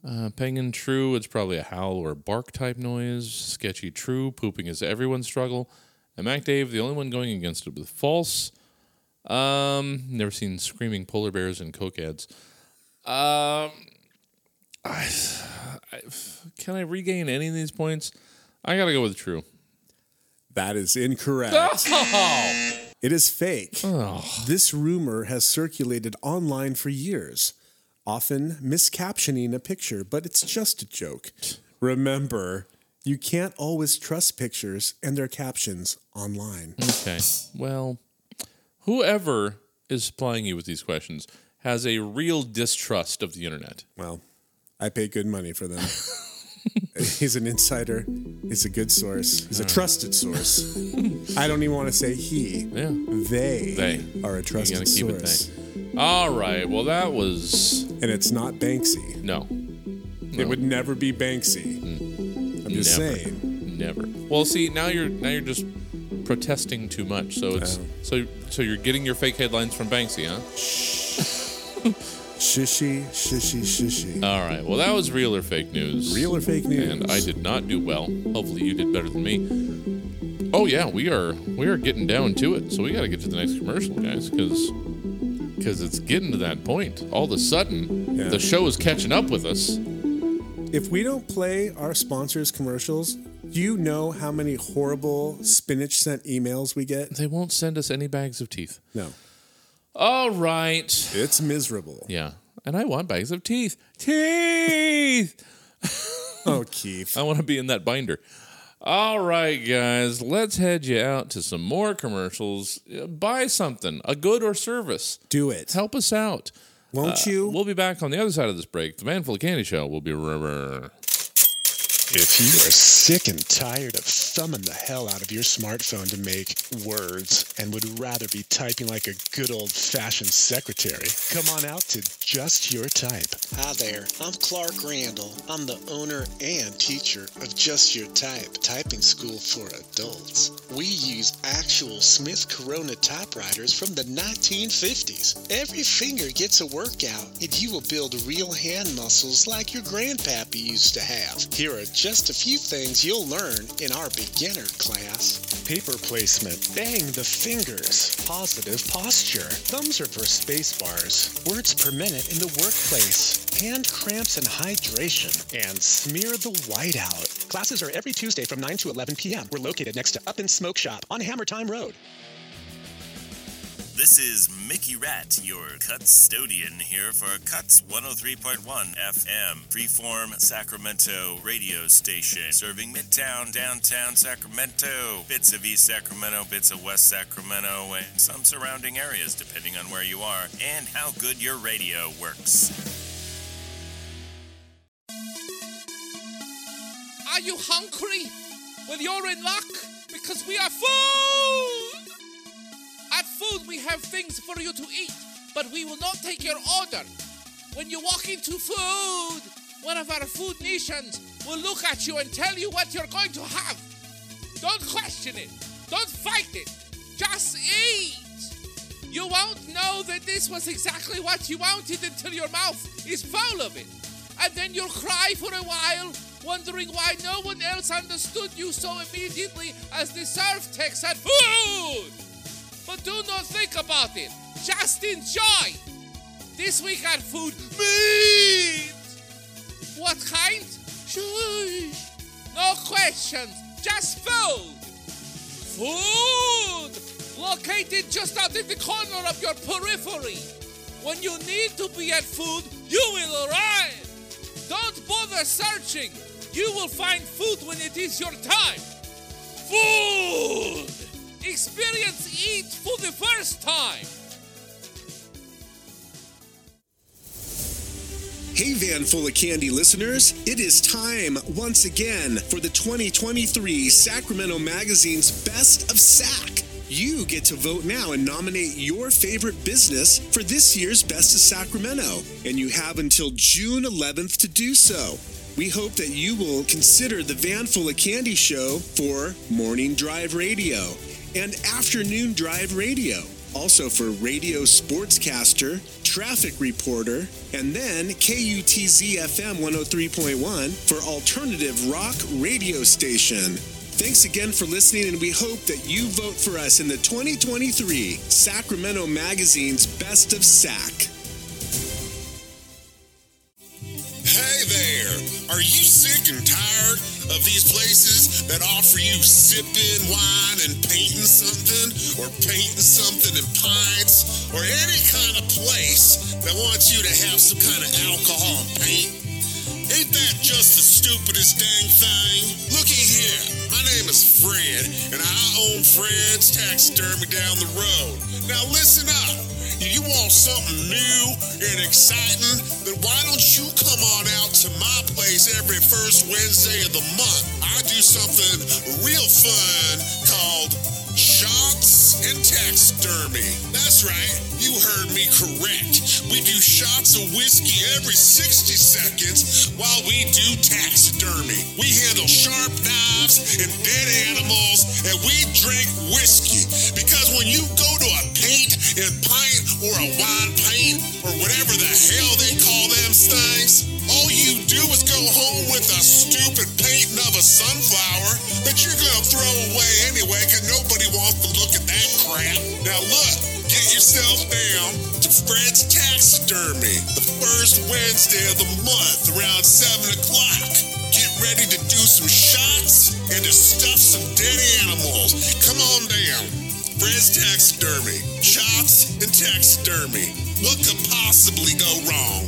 Speaker 2: Uh, penguin true, it's probably a howl or bark type noise. Sketchy true, pooping is everyone's struggle. And Mac Dave, the only one going against it with false. Um, never seen screaming polar bears in Coke ads. Um, I, I, can I regain any of these points? I gotta go with true. Ah!
Speaker 3: That is incorrect.
Speaker 2: Oh.
Speaker 3: It is fake. This rumor has circulated online for years, often miscaptioning a picture, but it's just a joke. Remember, you can't always trust pictures and their captions online.
Speaker 2: Okay. Mm, Well, whoever is supplying you with these questions has a real distrust of the internet.
Speaker 3: Well, I pay good money for them. He's an insider. He's a good source.
Speaker 2: Uh.
Speaker 3: He's a trusted source. I don't even want to say he.
Speaker 2: Yeah.
Speaker 3: They,
Speaker 2: They.
Speaker 3: are a
Speaker 2: You
Speaker 3: trusted
Speaker 2: gotta keep
Speaker 3: source.
Speaker 2: it that. All right. Well, that was
Speaker 3: And it's not Banksy.
Speaker 2: no, Mm.
Speaker 3: It would never be Banksy. I'm just
Speaker 2: Never.
Speaker 3: saying.
Speaker 2: never. Well, see, now you're now you're just protesting too much. So it's
Speaker 3: Oh.
Speaker 2: so so you're getting your fake headlines from Banksy, huh?
Speaker 3: Shishy, shishy, shishy.
Speaker 2: All right. Well, that was real or fake news.
Speaker 3: Real or fake news?
Speaker 2: and I did not do well. Hopefully, you did better than me. Oh yeah, we are we are getting down to it. So we got to get to the next commercial, guys, because because it's getting to that point. All of a sudden,
Speaker 3: Yeah.
Speaker 2: the show is catching up with us.
Speaker 3: If we don't play our sponsors' commercials, do you know how many horrible spinach sent emails we get?
Speaker 2: They won't send us any bags of teeth.
Speaker 3: No.
Speaker 2: All right.
Speaker 3: It's miserable.
Speaker 2: Yeah, and I want bags of teeth. Teeth.
Speaker 3: Oh, Keith.
Speaker 2: I want to be in that binder. All right, guys, let's head you out to some more commercials. Uh, Buy something, a good or service.
Speaker 3: Do it.
Speaker 2: Help us out. Uh,
Speaker 3: Won't you?
Speaker 2: We'll be back on the other side of this break. The Manful of Candy Show will be. rubber.
Speaker 13: If you are sick and tired of thumbing the hell out of your smartphone to make words and would rather be typing like a good old fashioned secretary, come on out to Just Your Type.
Speaker 8: Hi there, I'm Clark Randall. I'm the owner and teacher of Just Your Type Typing School for Adults. We use actual Smith Corona typewriters from the 1950s. Every finger gets a workout, and you will build real hand muscles like your grandpappy used to have. Here are just a few things you'll learn in our beginner class.
Speaker 13: Paper placement, bang the fingers, positive posture, thumbs are for space bars, words per minute in the workplace, hand cramps and hydration, and smear the whiteout. Classes are every Tuesday from 9 to 11 p.m. We're located next to Up and Smoke Shop on Hammer Time Road.
Speaker 14: This is Mickey Rat, your custodian here for Cuts 103.1 FM, freeform Sacramento radio station, serving Midtown, downtown Sacramento, bits of East Sacramento, bits of West Sacramento, and some surrounding areas, depending on where you are and how good your radio works.
Speaker 15: Are you hungry? Well, you're in luck because we are food. At food, we have things for you to eat, but we will not take your order. When you walk into food, one of our food nations will look at you and tell you what you're going to have. Don't question it. Don't fight it. Just eat. You won't know that this was exactly what you wanted until your mouth is full of it. And then you'll cry for a while, wondering why no one else understood you so immediately as the surf techs had food. But do not think about it. Just enjoy. This week at food, meat. What kind? Shush. No questions. Just food. Food. Located just out in the corner of your periphery. When you need to be at food, you will arrive. Don't bother searching. You will find food when it is your time. Food! Experience eat for the first time.
Speaker 6: Hey, Van Full of Candy listeners, it is time once again for the 2023 Sacramento Magazine's Best of Sac. You get to vote now and nominate your favorite business for this year's Best of Sacramento, and you have until June 11th to do so. We hope that you will consider the Van Full of Candy show for morning drive radio and afternoon drive radio. Also for radio sportscaster, traffic reporter, and then KUTZ FM 103.1 for alternative rock radio station. Thanks again for listening, and we hope that you vote for us in the 2023 Sacramento Magazine's Best of Sac.
Speaker 16: Hey there! Are you sick and tired of these places that offer you sipping wine and painting something, or painting something in pints, or any kind of place that wants you to have some kind of alcohol and paint? Ain't that just the stupidest dang thing? Looky here, my name is Fred, and I own Fred's Taxidermy down the road. Now listen up. If you want something new and exciting, then why don't you come on out to my place every first Wednesday of the month? I do something real fun called Shots and Taxidermy. That's right, you heard me correct. We do shots of whiskey every 60 seconds while we do taxidermy. We handle sharp knives and dead animals, and we drink whiskey. Because when you go to a paint and pint or a wine paint or whatever the hell they call them things. All you do is go home with a stupid painting of a sunflower that you're gonna throw away anyway, cause nobody wants to look at that crap. Now look, get yourself down to Fred's Taxidermy the first Wednesday of the month around 7 o'clock. Get ready to do some shots and to stuff some dead animals. Come on down. Fred's Taxidermy. Shots and taxidermy. What could possibly go wrong?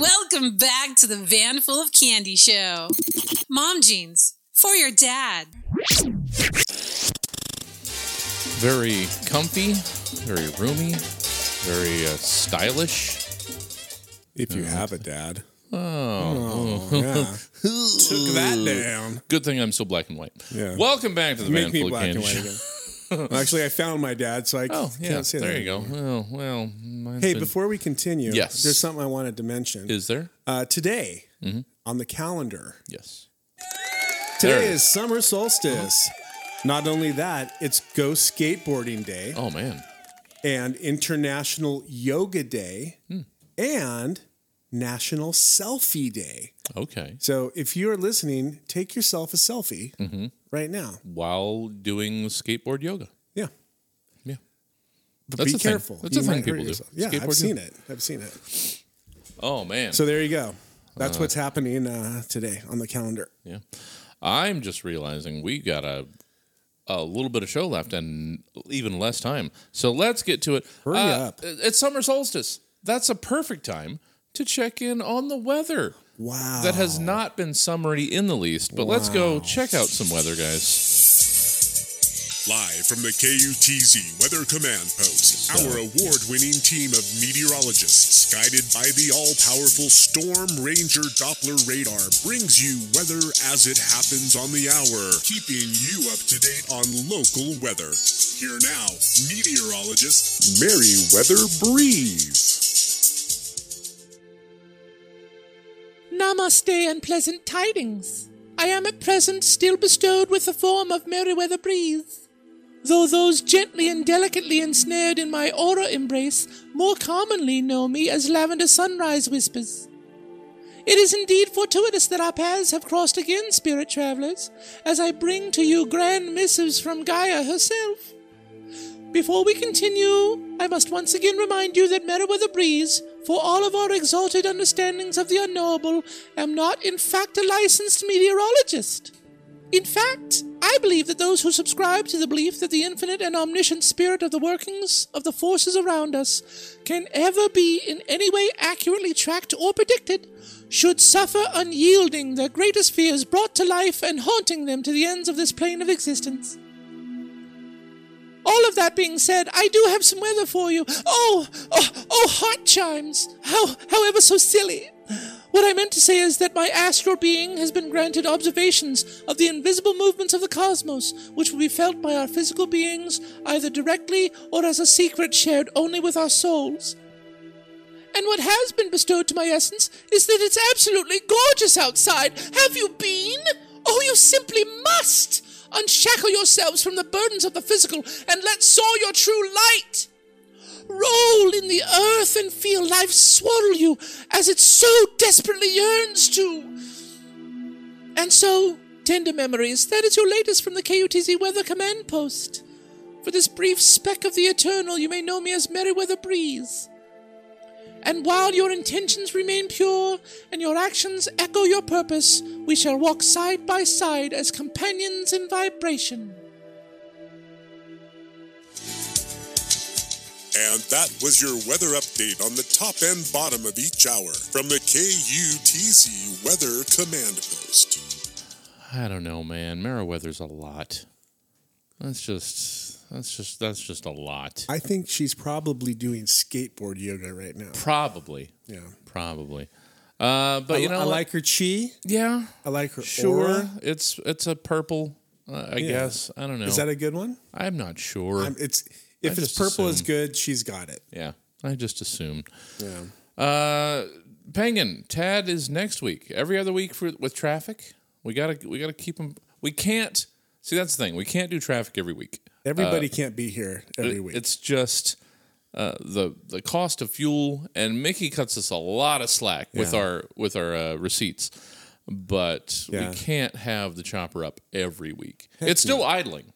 Speaker 5: Welcome back to the Van Full of Candy Show. Mom jeans for your dad.
Speaker 2: Very comfy, very roomy, very uh, stylish. Uh,
Speaker 3: If you have a dad.
Speaker 2: Oh,
Speaker 3: Oh, yeah. Took that down.
Speaker 2: Good thing I'm so black and white.
Speaker 3: Yeah.
Speaker 2: Welcome back to the
Speaker 3: Make
Speaker 2: Van
Speaker 3: me
Speaker 2: Full of
Speaker 3: black
Speaker 2: Candy
Speaker 3: and white
Speaker 2: Show.
Speaker 3: again. Well, Actually, I found my dad, so I
Speaker 2: Oh, yeah.
Speaker 3: can't say
Speaker 2: There
Speaker 3: that
Speaker 2: you go.
Speaker 3: anymore.
Speaker 2: Well, well. mine's
Speaker 3: Hey,
Speaker 2: been-
Speaker 3: before we continue,
Speaker 2: Yes.
Speaker 3: there's something I wanted to mention.
Speaker 2: Is there?
Speaker 3: Uh, today on the calendar.
Speaker 2: Mm-hmm. Yes. There
Speaker 3: Today
Speaker 2: it Uh-huh.
Speaker 3: is summer solstice. Not only that, it's Go Skateboarding Day.
Speaker 2: Oh man.
Speaker 3: And International Yoga Day
Speaker 2: Hmm.
Speaker 3: and National Selfie Day.
Speaker 2: Okay.
Speaker 3: So if you are listening, take yourself a selfie
Speaker 2: Mm-hmm.
Speaker 3: right now.
Speaker 2: While doing skateboard yoga.
Speaker 3: Yeah.
Speaker 2: Yeah.
Speaker 3: But
Speaker 2: That's
Speaker 3: be
Speaker 2: a thing.
Speaker 3: careful.
Speaker 2: That's a
Speaker 3: You
Speaker 2: thing
Speaker 3: might hurt
Speaker 2: people do.
Speaker 3: yourself. Yeah,
Speaker 2: Skateboard
Speaker 3: I've seen
Speaker 2: yoga.
Speaker 3: it. I've seen it.
Speaker 2: Oh man.
Speaker 3: So there you go. That's
Speaker 2: Uh,
Speaker 3: what's happening uh, today on the calendar.
Speaker 2: Yeah. I'm just realizing we got a a little bit of show left and even less time. So let's get to it. Uh,
Speaker 3: Hurry up.
Speaker 2: It's summer solstice. That's a perfect time to check in on the weather.
Speaker 3: Wow.
Speaker 2: That has not been summery in the least, but let's go check out some weather, guys.
Speaker 16: Live from the KUTZ Weather Command Post, our award winning team of meteorologists, guided by the all powerful Storm Ranger Doppler radar, brings you weather as it happens on the hour, keeping you up to date on local weather. Here now, meteorologist Meriwether Breeze.
Speaker 17: Namaste and pleasant tidings. I am at present still bestowed with the form of Merryweather Breeze, though those gently and delicately ensnared in my aura embrace more commonly know me as Lavender Sunrise Whispers. It is indeed fortuitous that our paths have crossed again, spirit travelers, as I bring to you grand missives from Gaia herself. Before we continue, I must once again remind you that Merriweather Breeze, for all of our exalted understandings of the unknowable, am not in fact a licensed meteorologist. In fact, I believe that those who subscribe to the belief that the infinite and omniscient spirit of the workings of the forces around us can ever be in any way accurately tracked or predicted should suffer unyielding their greatest fears brought to life and haunting them to the ends of this plane of existence. All of that being said, I do have some weather for you. Oh, oh, oh, heart chimes! How, however, so silly. What I meant to say is that my astral being has been granted observations of the invisible movements of the cosmos, which will be felt by our physical beings either directly or as a secret shared only with our souls. And what has been bestowed to my essence is that it's absolutely gorgeous outside. Have you been? Oh, you simply must! Unshackle yourselves from the burdens of the physical and let soar your true light. Roll in the earth and feel life swaddle you as it so desperately yearns to. And so, tender memories, that is your latest from the KUTZ Weather Command Post. For this brief speck of the eternal, you may know me as Merryweather Breeze. And while your intentions remain pure and your actions echo your purpose, we shall walk side by side as companions in vibration.
Speaker 16: And that was your weather update on the top and bottom of each hour from the KUTZ Weather Command Post.
Speaker 2: I don't know, man. Meriwether's a lot. That's just that's just that's just a lot.
Speaker 3: I think she's probably doing skateboard yoga right now.
Speaker 2: Probably.
Speaker 3: Yeah.
Speaker 2: Probably. Uh, but
Speaker 3: I,
Speaker 2: you know
Speaker 3: I
Speaker 2: what?
Speaker 3: like her chi.
Speaker 2: Yeah.
Speaker 3: I like her
Speaker 2: sure.
Speaker 3: aura.
Speaker 2: It's it's a purple. Uh, I
Speaker 3: Yeah.
Speaker 2: guess I don't know.
Speaker 3: Is that a good one?
Speaker 2: I'm not sure.
Speaker 3: I'm, it's if
Speaker 2: I
Speaker 3: it's
Speaker 2: just
Speaker 3: purple is
Speaker 2: assumed.
Speaker 3: good, she's got it.
Speaker 2: yeah, I just assumed.
Speaker 3: Yeah.
Speaker 2: Uh, Pangan Tad is next week. Every other week for with traffic, we gotta we gotta keep them. We can't see that's the thing. We can't do traffic every week.
Speaker 3: Everybody
Speaker 2: Uh,
Speaker 3: can't be here every
Speaker 2: it-
Speaker 3: week.
Speaker 2: It's just uh, the the cost of fuel, and Mickey cuts us a lot of slack with
Speaker 3: Yeah.
Speaker 2: our with our uh, receipts, but
Speaker 3: Yeah.
Speaker 2: we can't have the chopper up every week. it's still idling.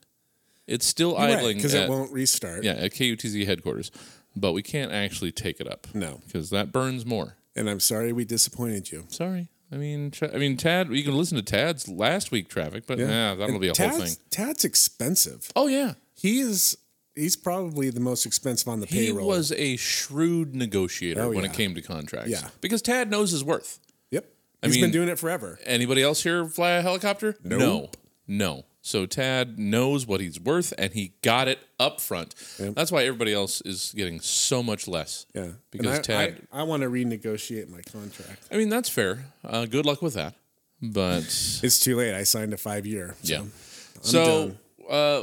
Speaker 2: It's still
Speaker 3: You're right,
Speaker 2: idling
Speaker 3: 'cause it
Speaker 2: at-
Speaker 3: won't restart.
Speaker 2: Yeah, at KUTZ headquarters, but we can't actually take it up.
Speaker 3: No.
Speaker 2: because that burns more.
Speaker 3: And I'm sorry we disappointed you.
Speaker 2: Sorry. I mean, tra- I mean, Tad. You can listen to Tad's last week traffic, but yeah, that'll
Speaker 3: And
Speaker 2: be a
Speaker 3: Tad's,
Speaker 2: whole thing.
Speaker 3: Tad's expensive.
Speaker 2: Oh yeah,
Speaker 3: He is. He's probably the most expensive on the
Speaker 2: He
Speaker 3: payroll.
Speaker 2: was a shrewd negotiator
Speaker 3: Oh,
Speaker 2: when
Speaker 3: yeah.
Speaker 2: it came to contracts.
Speaker 3: Yeah.
Speaker 2: Because Tad knows his worth.
Speaker 3: Yep.
Speaker 2: I
Speaker 3: He's
Speaker 2: mean,
Speaker 3: been doing it forever.
Speaker 2: Anybody else here fly a helicopter? No.
Speaker 3: Nope.
Speaker 2: No. So Tad knows what he's worth and he got it up front. That's why everybody else is getting so much less.
Speaker 3: Yeah.
Speaker 2: Because
Speaker 3: and I,
Speaker 2: Tad,
Speaker 3: I, I want to renegotiate my contract.
Speaker 2: I, mean, that's fair. Uh, good luck with that. But
Speaker 3: It's too late. I signed a five year. So
Speaker 2: yeah.
Speaker 3: I'm
Speaker 2: So,
Speaker 3: done.
Speaker 2: uh,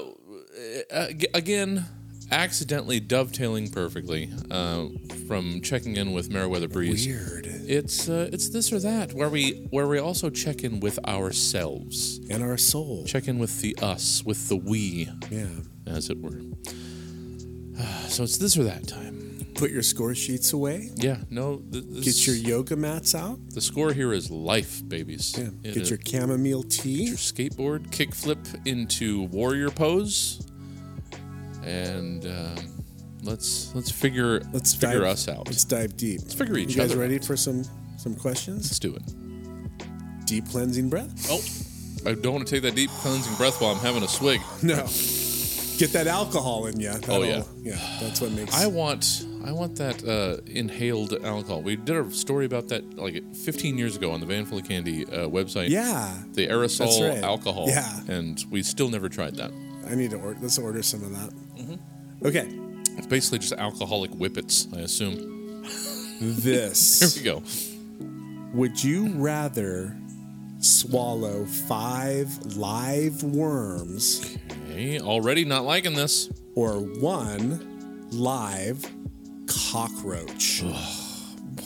Speaker 2: ag- again, accidentally dovetailing perfectly uh, from checking in with Meriwether Breeze.
Speaker 3: Weird.
Speaker 2: It's uh, it's this or that where we where we also check in with ourselves,
Speaker 3: and our soul.
Speaker 2: check in with the us, with the we,
Speaker 3: Yeah.
Speaker 2: as it were. So it's this or that time.
Speaker 3: Put your score sheets away.
Speaker 2: Yeah. No. th- this,
Speaker 3: Get your yoga mats out.
Speaker 2: the score here is life, babies. Yeah.
Speaker 3: Get your chamomile tea.
Speaker 2: your skateboard, kickflip into warrior pose, and um, let's let's figure let's figure
Speaker 3: dive-
Speaker 2: us out.
Speaker 3: Let's dive deep. Let's
Speaker 2: figure each
Speaker 3: you guys
Speaker 2: other
Speaker 3: ready for some some questions?
Speaker 2: Let's do it.
Speaker 3: Deep cleansing breath.
Speaker 2: Oh, I don't want to take that deep cleansing breath while I'm having a swig.
Speaker 3: No. Get that alcohol in you.
Speaker 2: Oh, yeah.
Speaker 3: Yeah, that's what makes
Speaker 2: I want I want that uh, inhaled alcohol. We did a story about that like 15 years ago on the Van Full of Candy uh, website.
Speaker 3: Yeah.
Speaker 2: the aerosol
Speaker 3: That's right.
Speaker 2: alcohol.
Speaker 3: Yeah.
Speaker 2: and we still never tried that.
Speaker 3: I need to order. Let's order some of that.
Speaker 2: Mm-hmm.
Speaker 3: Okay.
Speaker 2: It's basically just alcoholic whippets, I assume.
Speaker 3: This.
Speaker 2: Here we go.
Speaker 3: Would you rather swallow five live worms
Speaker 2: Hey, already not liking this.
Speaker 3: or one live cockroach?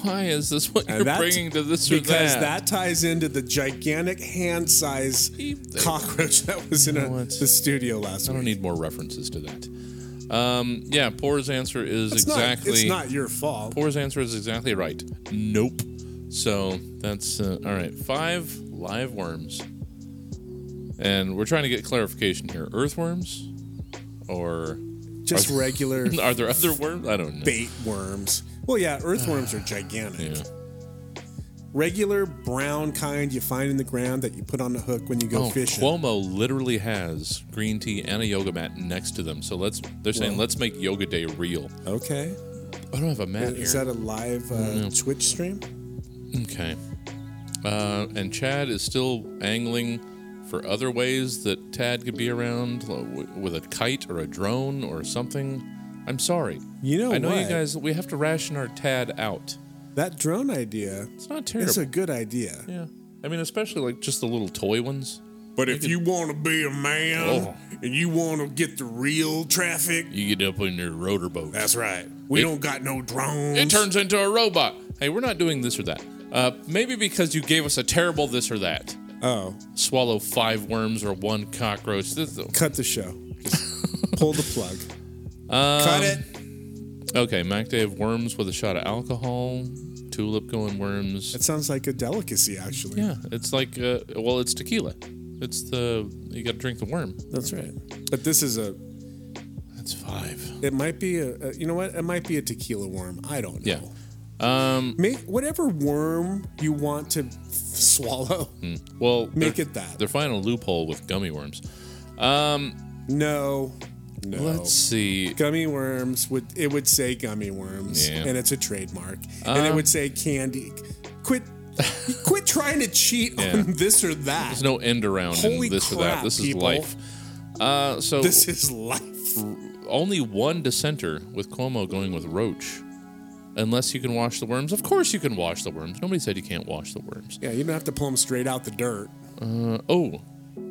Speaker 2: Why is this what
Speaker 3: And
Speaker 2: you're
Speaker 3: that's
Speaker 2: bringing to this or
Speaker 3: because
Speaker 2: that?
Speaker 3: ties into the gigantic hand size cockroach that was in a, the studio last
Speaker 2: I
Speaker 3: week.
Speaker 2: don't need more references to that. Um, yeah, Poor's answer is
Speaker 3: It's not-
Speaker 2: exactly.
Speaker 3: it's not your fault.
Speaker 2: Poor's answer is exactly right. Nope. So that's uh, all right. Five live worms, and we're trying to get clarification here. Earthworms, or
Speaker 3: Just
Speaker 2: are-
Speaker 3: regular
Speaker 2: Are there other worms? I don't know.
Speaker 3: Bait worms. Well, yeah, earthworms are gigantic. Regular brown kind you find in the ground that you put on the hook when you go
Speaker 2: oh,
Speaker 3: fishing.
Speaker 2: Cuomo literally has green tea and a yoga mat next to them. So let's they're saying
Speaker 3: Whoa.
Speaker 2: let's make yoga day real.
Speaker 3: Okay.
Speaker 2: I don't have a mat
Speaker 3: Is
Speaker 2: here. Mm-hmm.
Speaker 3: that a live uh, Twitch stream?
Speaker 2: Okay. Uh, and Chad is still angling for other ways that Tad could be around uh, w- with a kite or a drone or something. I'm sorry.
Speaker 3: You know
Speaker 2: I know you
Speaker 3: what?
Speaker 2: guys. We have to ration our Tad out.
Speaker 3: That drone idea.
Speaker 2: It's not
Speaker 3: It's
Speaker 2: terrible.
Speaker 3: a good idea.
Speaker 2: Yeah. I mean, especially like just the little toy ones.
Speaker 16: But if you want to be a man
Speaker 2: Oh.
Speaker 16: and you want to get the real traffic,
Speaker 2: You get up in your rotor boat.
Speaker 16: that's right. We
Speaker 2: It-
Speaker 16: don't got no drones.
Speaker 2: It turns into a robot. Hey, we're not doing this or that. Uh, maybe because you gave us a terrible this or that.
Speaker 3: Oh,
Speaker 2: Swallow five worms or one cockroach. This,
Speaker 3: cut the show. Just pull the plug. Cut it.
Speaker 2: Um, Okay, Mac Day of worms with a shot of alcohol, tulip going worms.
Speaker 3: That sounds like a delicacy, actually.
Speaker 2: yeah, it's like uh, well, it's tequila. It's the you got to drink the worm.
Speaker 3: That's right. But this is a.
Speaker 2: That's five.
Speaker 3: It might be a, a. You know what? It might be a tequila worm. I don't know.
Speaker 2: Yeah. Um.
Speaker 3: Make whatever worm you want to swallow.
Speaker 2: Hmm. Well,
Speaker 3: Make
Speaker 2: their-
Speaker 3: it that.
Speaker 2: their final loophole with gummy worms. Um.
Speaker 3: No. No.
Speaker 2: Let's see.
Speaker 3: Gummy worms would it would say gummy worms,
Speaker 2: Yeah. Uh,
Speaker 3: and it's a trademark, and it would say candy. Quit, quit trying to cheat
Speaker 2: Yeah.
Speaker 3: on this or that.
Speaker 2: There's no end around
Speaker 3: Holy
Speaker 2: in this or
Speaker 3: crap,
Speaker 2: that. This is
Speaker 3: people.
Speaker 2: life. Uh. So
Speaker 3: This is life.
Speaker 2: only one dissenter with Cuomo going with Roach. Unless you can wash the worms. Of course you can wash the worms. Nobody said you can't wash the worms.
Speaker 3: Yeah, you don't have to pull them straight out the dirt.
Speaker 2: Uh, oh,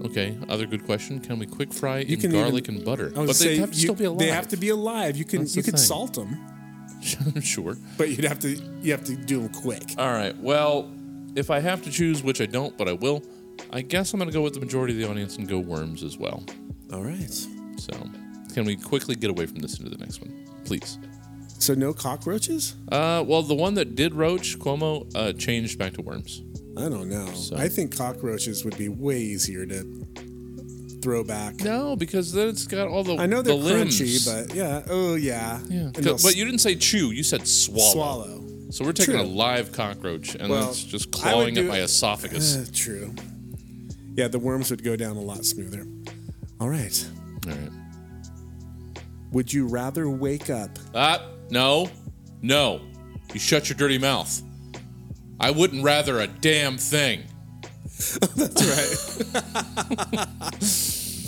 Speaker 2: okay. Other good question. Can we quick fry in
Speaker 3: can
Speaker 2: garlic
Speaker 3: even-
Speaker 2: and butter?
Speaker 3: I would
Speaker 2: But
Speaker 3: say
Speaker 2: they have to
Speaker 3: you-
Speaker 2: still be alive.
Speaker 3: They have to be alive. You can
Speaker 2: That's the
Speaker 3: you could
Speaker 2: thing.
Speaker 3: salt them,
Speaker 2: sure.
Speaker 3: but you'd have to you have to do them quick.
Speaker 2: All right. Well, if I have to choose, which I don't, but I will, I guess I'm going to go with the majority of the audience and go worms as well.
Speaker 3: All right.
Speaker 2: So, can we quickly get away from this into the next one, please?
Speaker 3: So no cockroaches?
Speaker 2: Uh, well, the one that did roach Cuomo uh, changed back to worms.
Speaker 3: I don't know. I think cockroaches would be way easier to throw back.
Speaker 2: No, because then it's got all the
Speaker 3: I know
Speaker 2: the
Speaker 3: they're crunchy,
Speaker 2: limbs.
Speaker 3: but yeah. Oh yeah.
Speaker 2: Yeah.
Speaker 3: And they'll
Speaker 2: but you didn't say chew. You said swallow.
Speaker 3: swallow.
Speaker 2: So we're taking a
Speaker 3: True.
Speaker 2: live cockroach and
Speaker 3: Well,
Speaker 2: it's just
Speaker 3: I would
Speaker 2: clawing at
Speaker 3: do
Speaker 2: my
Speaker 3: it-
Speaker 2: esophagus.
Speaker 3: Uh, true. Yeah, the worms would go down a lot smoother. All right.
Speaker 2: All right.
Speaker 3: Would you rather wake up?
Speaker 2: Ah, no, no. You shut your dirty mouth. I wouldn't rather a damn thing.
Speaker 3: That's right.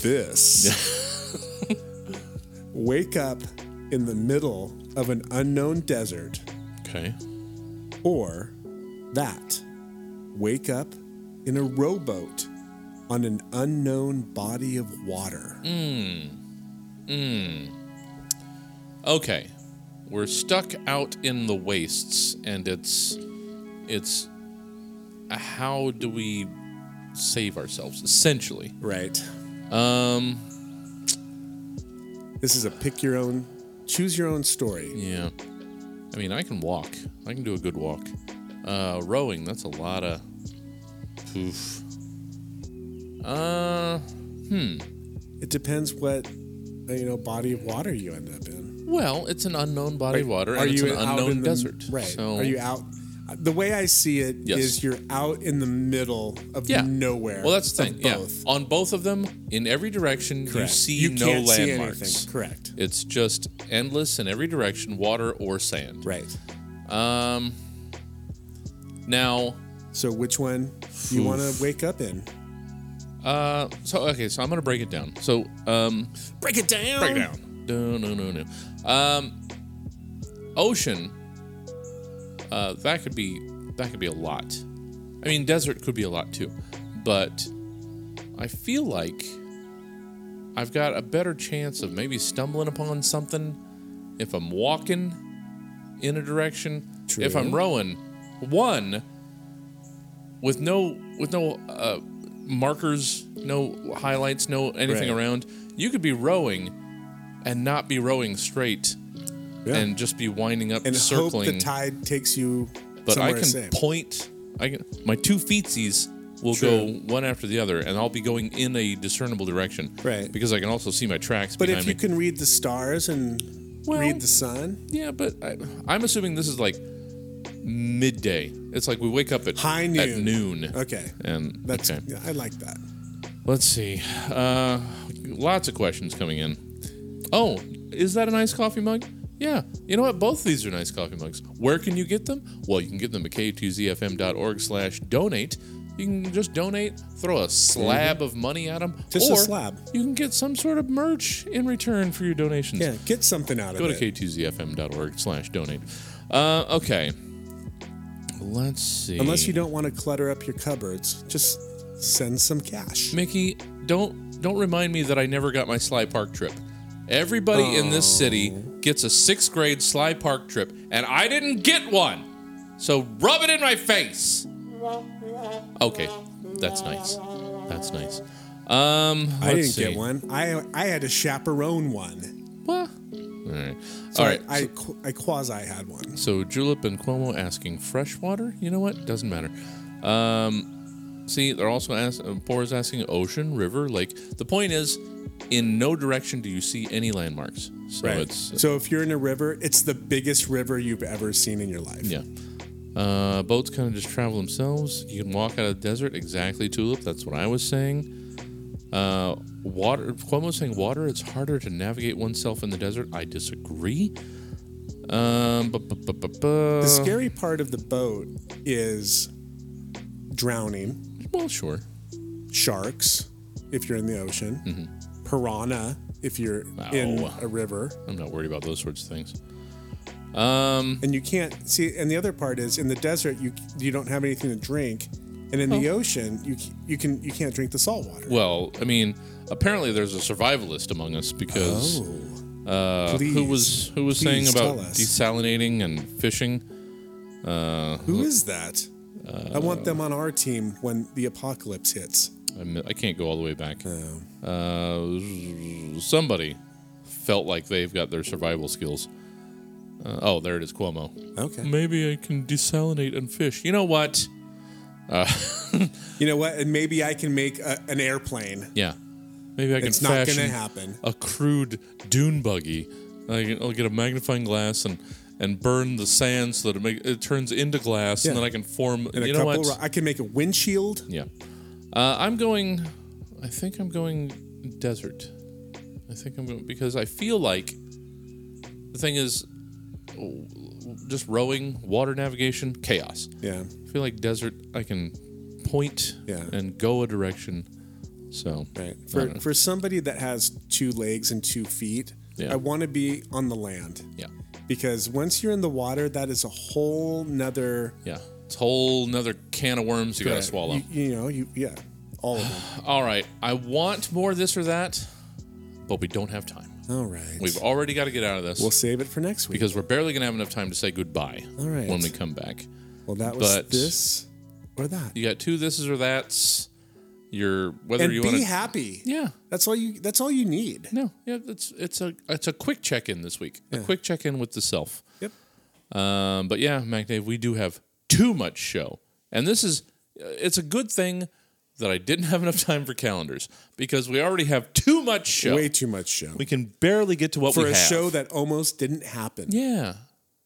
Speaker 3: this. wake up in the middle of an unknown desert,
Speaker 2: Okay.
Speaker 3: or that. Wake up in a rowboat on an unknown body of water.
Speaker 2: Hmm. Okay. We're stuck out in the wastes, and it's, it's. uh, How do we save ourselves? Essentially.
Speaker 3: Right.
Speaker 2: Um.
Speaker 3: This is a pick your own, choose your own story.
Speaker 2: Yeah. I mean, I can walk. I can do a good walk. Uh, rowing, that's a lot of. Oof. Uh,
Speaker 3: It depends what uh, you know body of water you end up in.
Speaker 2: well, it's an unknown body of water, and it's an
Speaker 3: out
Speaker 2: unknown
Speaker 3: in the-
Speaker 2: desert.
Speaker 3: Right.
Speaker 2: So
Speaker 3: Are you out? The way I see it
Speaker 2: Yes.
Speaker 3: is you're out in the middle of
Speaker 2: Yeah.
Speaker 3: nowhere.
Speaker 2: Well, that's the thing.
Speaker 3: Of
Speaker 2: Yeah.
Speaker 3: both.
Speaker 2: On both of them, in every direction, you
Speaker 3: Correct.
Speaker 2: see
Speaker 3: You
Speaker 2: no
Speaker 3: can't see anything.
Speaker 2: landmarks.
Speaker 3: Correct.
Speaker 2: It's just endless in every direction, water or sand.
Speaker 3: Right.
Speaker 2: Um. Now,
Speaker 3: So which one you want to wake up in?
Speaker 2: uh, so okay, so I'm gonna break it down. So, um,
Speaker 8: Break it down.
Speaker 2: break it down. No, no, no, no. Um, ocean. Uh, that could be that could be a lot. I mean, desert could be a lot too, but I feel like I've got a better chance of maybe stumbling upon something if I'm walking in a direction. If I'm
Speaker 3: True.
Speaker 2: rowing, one with no with no uh, markers, no highlights, no anything
Speaker 3: Right.
Speaker 2: around. You could be rowing and not be rowing straight,
Speaker 3: Yeah.
Speaker 2: and just be winding up
Speaker 3: And
Speaker 2: circling.
Speaker 3: hope the tide takes you
Speaker 2: but
Speaker 3: somewhere
Speaker 2: I can
Speaker 3: safe.
Speaker 2: point. I can my two feetsies will go
Speaker 3: True.
Speaker 2: one after the other, and I'll be going in a discernible direction.
Speaker 3: Right.
Speaker 2: Because I can also see my tracks
Speaker 3: But
Speaker 2: behind
Speaker 3: if
Speaker 2: me.
Speaker 3: you can read the stars and read the sun,
Speaker 2: yeah, but I, I'm assuming this is like midday. It's like we wake up at
Speaker 3: High
Speaker 2: At
Speaker 3: noon.
Speaker 2: noon.
Speaker 3: Okay.
Speaker 2: And
Speaker 3: that's
Speaker 2: okay.
Speaker 3: yeah, I like that.
Speaker 2: Let's see. Uh, lots of questions coming in. Oh, is that a nice coffee mug? Yeah. You know what? Both of these are nice coffee mugs. Where can you get them? Well, you can get them at k2zfm.org slash donate. You can just donate, throw a slab of money at them.
Speaker 3: Mm-hmm. Just a
Speaker 2: or
Speaker 3: slab.
Speaker 2: You can get some sort of merch in return for your donations.
Speaker 3: Yeah, get something out
Speaker 2: Go
Speaker 3: of
Speaker 2: to
Speaker 3: it.
Speaker 2: k2zfm.org slash donate. Uh, okay. Let's see.
Speaker 3: Unless you don't want to clutter up your cupboards, just send some cash.
Speaker 2: Mickey, don't don't remind me that I never got my Sly Park trip. Everybody in this city
Speaker 3: Oh.
Speaker 2: gets a sixth grade Sly Park trip, and I didn't get one. So rub it in my face. Okay, that's nice. That's nice. Um,
Speaker 3: I didn't
Speaker 2: let's see.
Speaker 3: get one. I I had a chaperone one.
Speaker 2: What? All right.
Speaker 3: So
Speaker 2: All right.
Speaker 3: I, I, qu- I quasi had one.
Speaker 2: So Julep and Cuomo asking fresh water. You know what? Doesn't matter. Um, see, they're also asking. Poor is asking ocean, river, lake. The point is, in no direction do you see any landmarks. So
Speaker 3: right.
Speaker 2: it's uh,
Speaker 3: so if you're in a river, it's the biggest river you've ever seen in your life.
Speaker 2: yeah. Uh, boats kind of just travel themselves. You can walk out of the desert. Exactly, Tulip. That's what I was saying. Uh, water. Cuomo's saying water. It's harder to navigate oneself in the desert. I disagree. Um, bu- bu- bu- bu- bu-
Speaker 3: The scary part of the boat is drowning,
Speaker 2: Well, sure.
Speaker 3: sharks if you're in the ocean,
Speaker 2: Mm-hmm.
Speaker 3: piranha if you're in
Speaker 2: Ow.
Speaker 3: a river.
Speaker 2: I'm not worried about those sorts of things. Um,
Speaker 3: and you can't see. And the other part is in the desert, you you don't have anything to drink, and in
Speaker 2: Oh.
Speaker 3: the ocean, you c- you can you can't drink the salt water.
Speaker 2: Well, I mean, apparently there's a survivalist among us because uh, who
Speaker 3: Oh. Please.
Speaker 2: was who was saying
Speaker 3: Please
Speaker 2: about
Speaker 3: tell us.
Speaker 2: desalinating and fishing? Uh,
Speaker 3: Who is that? I want
Speaker 2: Oh.
Speaker 3: them on our team when the apocalypse hits.
Speaker 2: I'm, I can't go all the way back.
Speaker 3: Oh.
Speaker 2: Uh, somebody felt like they've got their survival skills. Uh, oh, there it is, Cuomo.
Speaker 3: Okay.
Speaker 2: Maybe I can desalinate and fish. You know what? Uh,
Speaker 3: You know what? And maybe I can make a, an airplane.
Speaker 2: yeah. Maybe I can
Speaker 3: It's not gonna
Speaker 2: fashion
Speaker 3: happen.
Speaker 2: a crude dune buggy. I can, I'll get a magnifying glass and and burn the sand so that it make, it turns into glass, and
Speaker 3: Yeah.
Speaker 2: then I can form.
Speaker 3: And
Speaker 2: you
Speaker 3: a
Speaker 2: know
Speaker 3: couple,
Speaker 2: what?
Speaker 3: ro- I can make a windshield.
Speaker 2: yeah, uh, I'm going. I think I'm going desert. I think I'm going because I feel like the thing is w- w- just rowing, water navigation, chaos.
Speaker 3: Yeah.
Speaker 2: I feel like desert. I can point
Speaker 3: Yeah.
Speaker 2: and go a direction. So
Speaker 3: Right.
Speaker 2: I don't
Speaker 3: For
Speaker 2: know.
Speaker 3: for somebody that has two legs and two feet,
Speaker 2: Yeah.
Speaker 3: I want to be on the land.
Speaker 2: Yeah.
Speaker 3: Because once you're in the water, that is a whole nother.
Speaker 2: yeah, it's a whole another can of worms you got to
Speaker 3: Correct.
Speaker 2: swallow.
Speaker 3: You, you know, you yeah, all of them.
Speaker 2: All right, I want more this or that, but we don't have time.
Speaker 3: All right.
Speaker 2: We've already got to get out of this
Speaker 3: We'll save it for next week.
Speaker 2: because we're barely going to have enough time to say goodbye
Speaker 3: All right.
Speaker 2: when we come back.
Speaker 3: well, that was
Speaker 2: but-
Speaker 3: this or that.
Speaker 2: You got two thises or that's your whether
Speaker 3: and
Speaker 2: you
Speaker 3: be
Speaker 2: want to
Speaker 3: happy.
Speaker 2: Yeah.
Speaker 3: That's all you. That's all you need.
Speaker 2: No, yeah, it's it's a it's a quick check-in this week. A
Speaker 3: Yeah.
Speaker 2: quick check-in with the self.
Speaker 3: Yep.
Speaker 2: Um, but yeah, MacDave, we do have too much show, and this is uh, it's a good thing that I didn't have enough time for calendars because we already have too much show.
Speaker 3: Way too much show
Speaker 2: We can barely get to what
Speaker 3: for
Speaker 2: we
Speaker 3: a
Speaker 2: have.
Speaker 3: show that almost didn't happen.
Speaker 2: Yeah.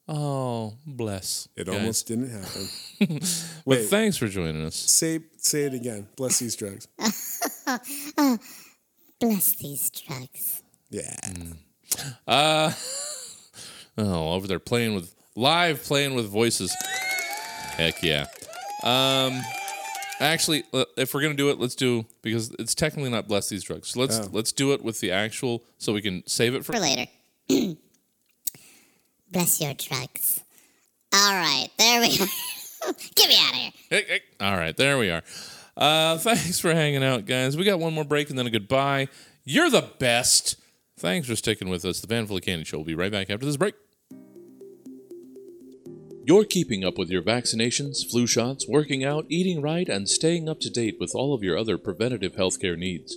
Speaker 2: Oh, bless.
Speaker 18: It
Speaker 2: guys.
Speaker 18: almost didn't happen.
Speaker 2: But
Speaker 18: Wait.
Speaker 2: thanks for joining us.
Speaker 18: Say say it again. Bless these drugs.
Speaker 19: Ah, bless these drugs.
Speaker 18: Yeah.
Speaker 2: Mm. Uh, oh, over there playing with live playing with voices. Heck yeah. Um, actually, l- if we're gonna do it, let's do because it's technically not bless these drugs. So let's
Speaker 19: Oh.
Speaker 2: let's do it with the actual, so we can save it for,
Speaker 19: For later. Bless your drugs. All right, there we are. Get me out of here.
Speaker 2: Hey, hey. All right, there we are. Uh, thanks for hanging out, guys. We got one more break and then a goodbye. You're the best. Thanks for sticking with us. The Van Full of Candy Show will be right back after this break. You're keeping up with your vaccinations, flu shots, working out, eating right, and staying up to date with all of your other preventative healthcare needs.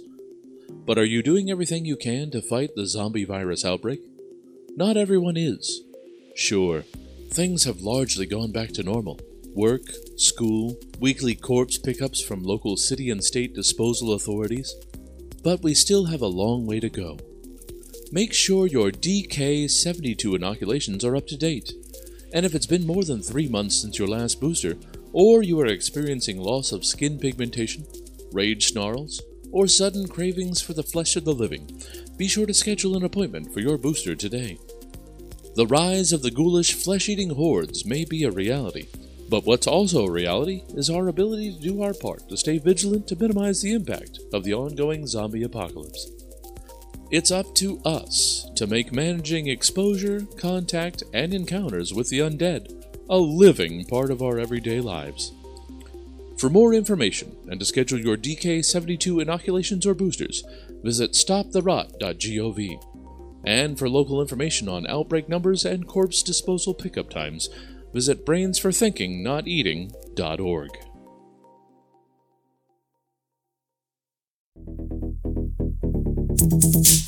Speaker 2: But are you doing everything you can to fight the zombie virus outbreak? Not everyone is. Sure, things have largely gone back to normal. Work, school, weekly corpse pickups from local city and state disposal authorities. But we still have a long way to go. Make sure your DK72 inoculations are up to date. And if it's been more than three months since your last booster, or you are experiencing loss of skin pigmentation, rage snarls, or sudden cravings for the flesh of the living, be sure to schedule an appointment for your booster today. The rise of the ghoulish flesh eating hordes may be a reality, but what's also a reality is our ability to do our part to stay vigilant to minimize the impact of the ongoing zombie apocalypse. It's up to us to make managing exposure, contact, and encounters with the undead a living part of our everyday lives. For more information and to schedule your DK72 inoculations or boosters, visit stoptherot.gov. And for local information on outbreak numbers and corpse disposal pickup times, visit brainsforthinkingnotEating.org.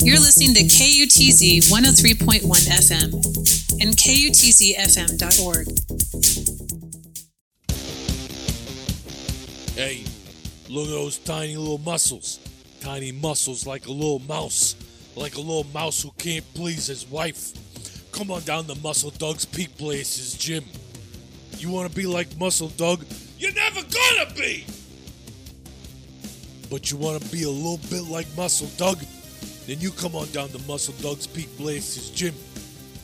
Speaker 5: You're listening to KUTZ 103.1 FM and KUTZFM.org.
Speaker 20: Hey, look at those tiny little muscles. Tiny muscles like a little mouse. Like a little mouse who can't please his wife. Come on down to Muscle Doug's Peak Places gym. You want to be like Muscle Doug? You're never gonna be! But you want to be a little bit like Muscle Doug? Then you come on down to Muscle Doug's Peak Places gym.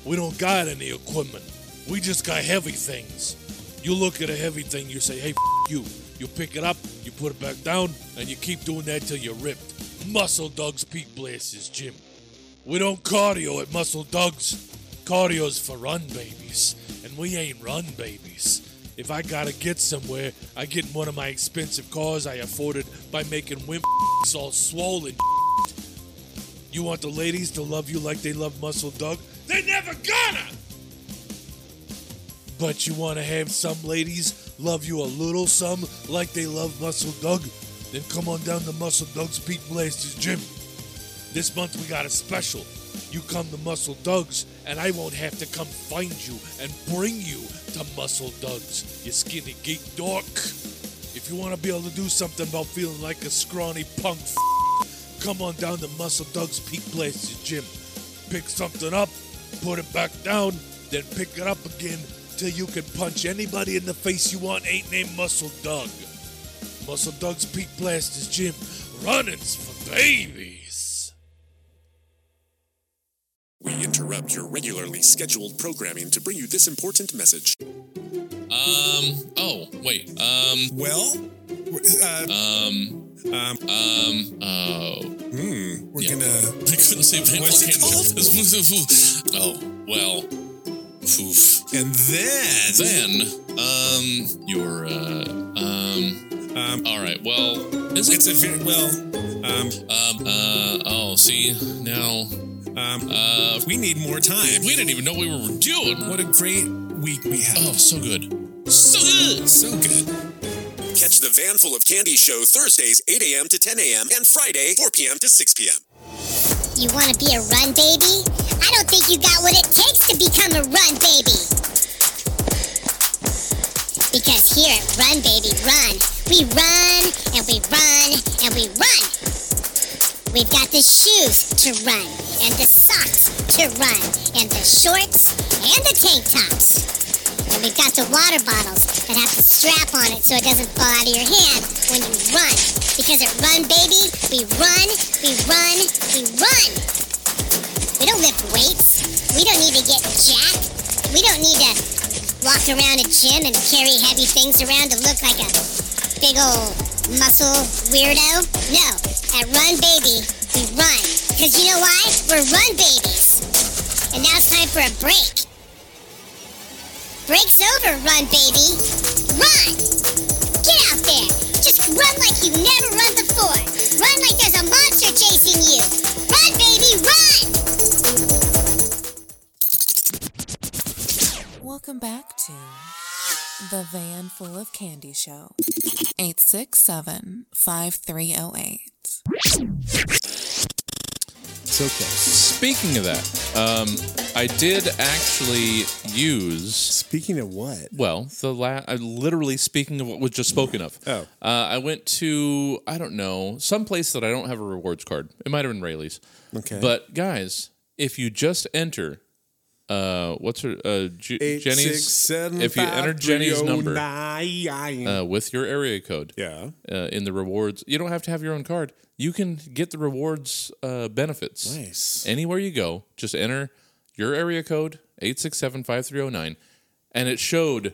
Speaker 20: We don't got any equipment. We just got heavy things. You look at a heavy thing, you say, hey, f- you. You pick it up, you put it back down, and you keep doing that till you're ripped. Muscle Doug's Peak Blasters Gym. We don't cardio at Muscle Doug's. Cardio's for run babies, and we ain't run babies. If I gotta get somewhere, I get in one of my expensive cars I afforded by making wimp all swollen. You want the ladies to love you like they love Muscle Doug? They never gonna! But you want to have some ladies love you a little some like they love Muscle Doug? Then come on down to Muscle Doug's Pete Blasters Gym. This month we got a special. You come to Muscle Doug's, and I won't have to come find you and bring you to Muscle Doug's, you skinny geek dork. If you want to be able to do something about feeling like a scrawny punk, f- come on down to Muscle Doug's Pete Blasters Gym. Pick something up, put it back down, then pick it up again till you can punch anybody in the face you want, ain't named Muscle Doug. Muscle Doug's Peak Blasters Gym. Runnings for babies.
Speaker 3: We interrupt your regularly scheduled programming to bring you this important message.
Speaker 2: Um. Oh, wait. Um.
Speaker 3: Well. uh,
Speaker 2: um.
Speaker 3: Um.
Speaker 2: Um. Oh.
Speaker 3: Hmm. We're gonna.
Speaker 2: I uh, couldn't say Van
Speaker 3: What's it
Speaker 2: called? oh. Well. Oof.
Speaker 3: And
Speaker 2: Then.
Speaker 3: then.
Speaker 2: Um. Your. Uh. Um.
Speaker 3: Um.
Speaker 2: All right. Well. Is it?
Speaker 3: It's a very well. Um.
Speaker 2: Um. Uh. Oh. See. Now.
Speaker 3: Um.
Speaker 2: Uh.
Speaker 3: We need more time.
Speaker 2: We didn't even know we were doing.
Speaker 3: What a great week we had.
Speaker 2: Oh, so good.
Speaker 3: So good. So good. Catch the Van Full of Candy show Thursdays 8 a.m. to 10 a.m. and Friday 4 p.m. to 6 p.m.
Speaker 19: You want to be a run baby? I don't think you got what it takes to become a run baby. Because here at Run Baby Run, we run and we run and we run. We've got the shoes to run and the socks to run and the shorts and the tank tops. And we've got the water bottles that have the strap on it so it doesn't fall out of your hand when you run. Because at Run Baby, we run, we run, we run. We don't lift weights. We don't need to get jacked. We don't need to walk around a gym and carry heavy things around to look like a big old muscle weirdo. No, at Run Baby, we run. Because you know why? We're Run Babies. And now it's time for a break. Break's over, Run Baby. Run! Get out there. Just run like you've never run before. Run like there's a monster chasing you. Run, baby, run!
Speaker 1: Welcome back to The Van Full of Candy Show. 867 5308.
Speaker 3: So close.
Speaker 2: Speaking of that, um, I did actually use.
Speaker 3: Speaking of what?
Speaker 2: Well, the la- I literally speaking of what was just spoken of.
Speaker 3: Oh.
Speaker 2: Uh, I went to I don't know some place that I don't have a rewards card. It might have been Rayleigh's.
Speaker 3: Okay.
Speaker 2: But guys, if you just enter, uh, what's her uh, J-
Speaker 3: Eight,
Speaker 2: Jenny's?
Speaker 3: six, seven,
Speaker 2: if you
Speaker 3: five,
Speaker 2: enter
Speaker 3: three,
Speaker 2: Jenny's
Speaker 3: oh,
Speaker 2: number
Speaker 3: nine.
Speaker 2: uh, with your area code.
Speaker 3: Yeah.
Speaker 2: Uh, in the rewards, you don't have to have your own card. You can get the rewards uh, benefits.
Speaker 3: Nice.
Speaker 2: Anywhere you go, just enter your area code eight six seven five three zero nine, and it showed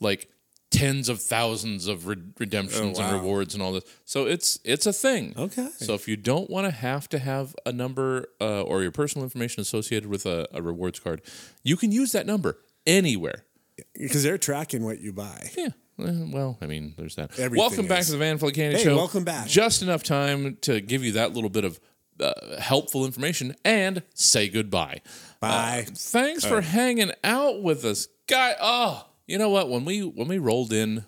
Speaker 2: like tens of thousands of re- redemptions
Speaker 3: Oh, wow.
Speaker 2: and rewards and all this. So it's it's a thing.
Speaker 3: Okay.
Speaker 2: So if you don't want to have to have a number uh, or your personal information associated with a, a rewards card, you can use that number anywhere.
Speaker 3: Because they're tracking what you buy.
Speaker 2: Yeah. eh, Well, I mean, there's that.
Speaker 3: Everything
Speaker 2: welcome back
Speaker 3: is.
Speaker 2: to the Van Full of Candy
Speaker 3: Hey,
Speaker 2: Show.
Speaker 3: welcome back.
Speaker 2: Just enough time to give you that little bit of uh, helpful information and say goodbye.
Speaker 3: Bye.
Speaker 2: Uh, thanks for
Speaker 3: Oh.
Speaker 2: hanging out with us, guy. Oh, you know what? When we when we rolled in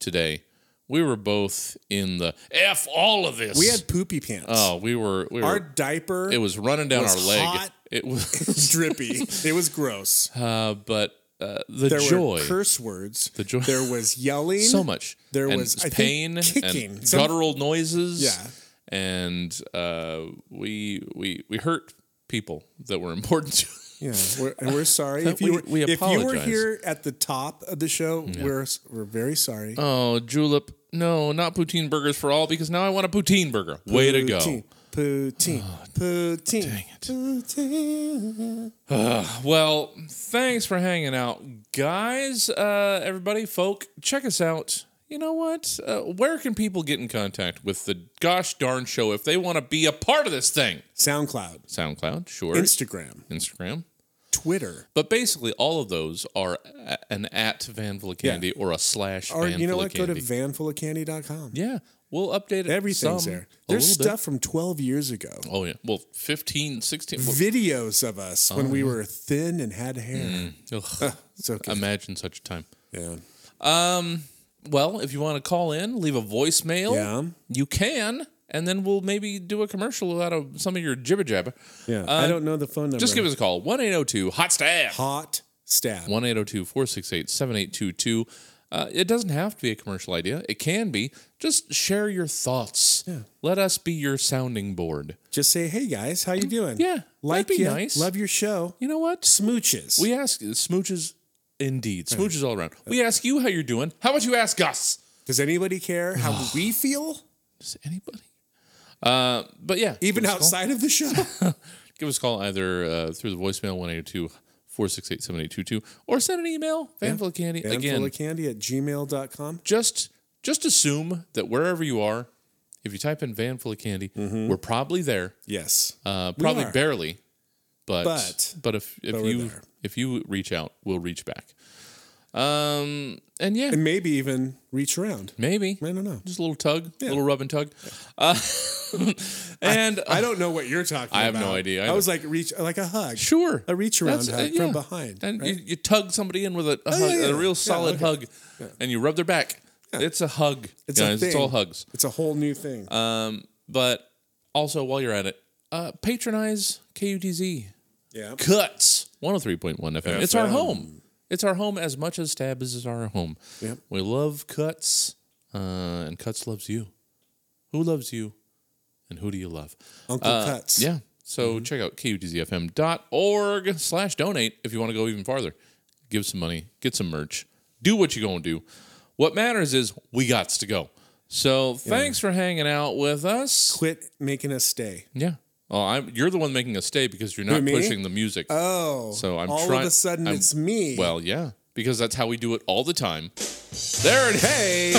Speaker 2: today, we were both in the f all of this.
Speaker 3: We had poopy pants.
Speaker 2: oh, we were we were.
Speaker 3: Our diaper.
Speaker 2: it was running down
Speaker 3: was
Speaker 2: our leg.
Speaker 3: hot.
Speaker 2: It was,
Speaker 3: It was drippy. it was gross.
Speaker 2: uh, but uh, the
Speaker 3: there
Speaker 2: joy.
Speaker 3: were curse words.
Speaker 2: the joy.
Speaker 3: There was yelling.
Speaker 2: so much.
Speaker 3: There
Speaker 2: And
Speaker 3: was I
Speaker 2: pain
Speaker 3: think, kicking.
Speaker 2: and
Speaker 3: Some-
Speaker 2: guttural noises.
Speaker 3: Yeah.
Speaker 2: and uh, we we we hurt people that were important to.
Speaker 3: Yeah, we're, and we're sorry if you
Speaker 2: We-
Speaker 3: were,
Speaker 2: we
Speaker 3: if you were
Speaker 2: apologize.
Speaker 3: here at the top of the show. We're we're very sorry.
Speaker 2: Oh, Julep! No, not poutine burgers for all because now I want a poutine burger. Way to go! Oh,
Speaker 3: Poutine, Poutine. poutine. Dang it. Poutine.
Speaker 2: Ugh, well, thanks for hanging out, guys. Uh, everybody, folk, check us out. You know what? Uh, where can people get in contact with the gosh darn show if they want to be a part of this thing?
Speaker 3: SoundCloud,
Speaker 2: SoundCloud, sure.
Speaker 3: Instagram,
Speaker 2: Instagram.
Speaker 3: Twitter,
Speaker 2: But basically, all of those are a- an at Van Villa Candy or a slash
Speaker 3: or
Speaker 2: Van
Speaker 3: you know
Speaker 2: Villa
Speaker 3: what? Go
Speaker 2: Candy.
Speaker 3: to vanfulofcandy.com.
Speaker 2: yeah, we'll update it.
Speaker 3: Everything's
Speaker 2: some,
Speaker 3: there.
Speaker 2: a
Speaker 3: There's
Speaker 2: little bit.
Speaker 3: stuff from 12 years ago.
Speaker 2: Oh, yeah. Well, 15, 16. well,
Speaker 3: Videos of us when
Speaker 2: Oh,
Speaker 3: we
Speaker 2: yeah. Hmm.
Speaker 3: were thin and had hair.
Speaker 2: mm, ugh,
Speaker 3: It's okay.
Speaker 2: imagine such a time.
Speaker 3: yeah.
Speaker 2: Um, well, if you want to call in, leave a voicemail.
Speaker 3: Yeah.
Speaker 2: You can, and then we'll maybe do a commercial out of some of your jibber jabber.
Speaker 3: Yeah.
Speaker 2: Uh,
Speaker 3: I don't know the phone number.
Speaker 2: Just give us a call. 1 802 Hot Staff.
Speaker 3: hot stab.
Speaker 2: 1 802 468 7822. Uh, It doesn't have to be a commercial idea, it can be. Just share your thoughts.
Speaker 3: Yeah.
Speaker 2: Let us be your sounding board. Mm,
Speaker 3: Just say, hey guys, how you doing?
Speaker 2: Yeah,
Speaker 3: Like
Speaker 2: that'd be
Speaker 3: ya,
Speaker 2: nice.
Speaker 3: Love your show.
Speaker 2: You know what?
Speaker 3: Smooches.
Speaker 2: We ask smooches, indeed. Smooches all around. We ask you how you're doing. How about you ask us?
Speaker 3: Does anybody care how we feel?
Speaker 2: Does anybody? Uh, but yeah,
Speaker 3: Even
Speaker 2: give us a call.
Speaker 3: outside of the show?
Speaker 2: give us a call either uh, through the voicemail 182 468 7822 or send an email, Vanville Candy. Again,
Speaker 3: candy at gmail.com.
Speaker 2: just just assume that wherever you are, if you type in Van Full of Candy, we're probably there.
Speaker 3: Mm-hmm. Yes.
Speaker 2: Uh,
Speaker 3: We
Speaker 2: probably
Speaker 3: are.
Speaker 2: barely, but
Speaker 3: But-
Speaker 2: but, if if
Speaker 3: but we're
Speaker 2: you
Speaker 3: there.
Speaker 2: if you reach out, we'll reach back. Um, and yeah,
Speaker 3: And maybe even reach around.
Speaker 2: maybe
Speaker 3: I don't know.
Speaker 2: just a little tug,
Speaker 3: Yeah.
Speaker 2: little rub and tug. Uh, and
Speaker 3: I don't know what you're talking about.
Speaker 2: I have no idea
Speaker 3: I was
Speaker 2: either.
Speaker 3: like reach like a hug.
Speaker 2: Sure.
Speaker 3: A reach around
Speaker 2: That's- uh,
Speaker 3: hug
Speaker 2: yeah.
Speaker 3: from behind.
Speaker 2: And
Speaker 3: right? Oh,
Speaker 2: you, you tug somebody in with a, a, hug,
Speaker 3: yeah, yeah.
Speaker 2: a
Speaker 3: Yeah,
Speaker 2: real solid
Speaker 3: okay.
Speaker 2: hug and you rub their back. It's a hug. It's
Speaker 3: It's a
Speaker 2: It's all
Speaker 3: thing.
Speaker 2: hugs.
Speaker 3: it's a whole new thing.
Speaker 2: Um, but also, while you're at it, uh, patronize KUTZ.
Speaker 3: yeah.
Speaker 2: Cuts 103.1 FM. It's our
Speaker 3: FM.
Speaker 2: home. It's our home as much as Stab is our home.
Speaker 3: Yep.
Speaker 2: We love Cuts, uh, and Cuts loves you. Who loves you, and who do you love?
Speaker 3: Uncle
Speaker 2: Uh,
Speaker 3: Cuts. Mm-hmm.
Speaker 2: Yeah. So check out kutuzfm.org slash donate if you want to go even farther. Give some money, get some merch, do what you're going to do. What matters is we got to go. So thanks for hanging out with us.
Speaker 3: Quit making us stay.
Speaker 2: Yeah. Oh, I'm, you're the one making us stay because you're
Speaker 3: Who,
Speaker 2: not
Speaker 3: me?
Speaker 2: pushing the music.
Speaker 3: Oh,
Speaker 2: so I'm
Speaker 3: all of
Speaker 2: trying.
Speaker 3: a sudden
Speaker 2: I'm-
Speaker 3: it's me.
Speaker 2: Well, yeah, because that's how we do it all the time. There it is. Hey.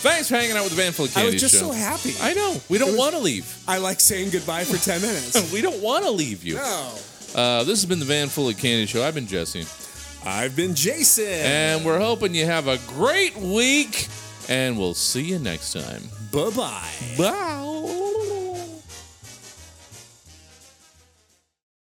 Speaker 2: Thanks for hanging out with the Bandful of
Speaker 3: I
Speaker 2: Candy
Speaker 3: was just
Speaker 2: show.
Speaker 3: so happy.
Speaker 2: I know. We
Speaker 3: It
Speaker 2: don't
Speaker 3: was-
Speaker 2: want to leave.
Speaker 3: I like saying goodbye for 10 minutes.
Speaker 2: we don't want to leave you.
Speaker 3: No.
Speaker 2: Uh, this has been the Van Full of Candy Show. I've been Jesse.
Speaker 3: I've been Jason.
Speaker 2: And we're hoping you have a great week. And we'll see you next time.
Speaker 3: Bye-bye.
Speaker 2: Bye.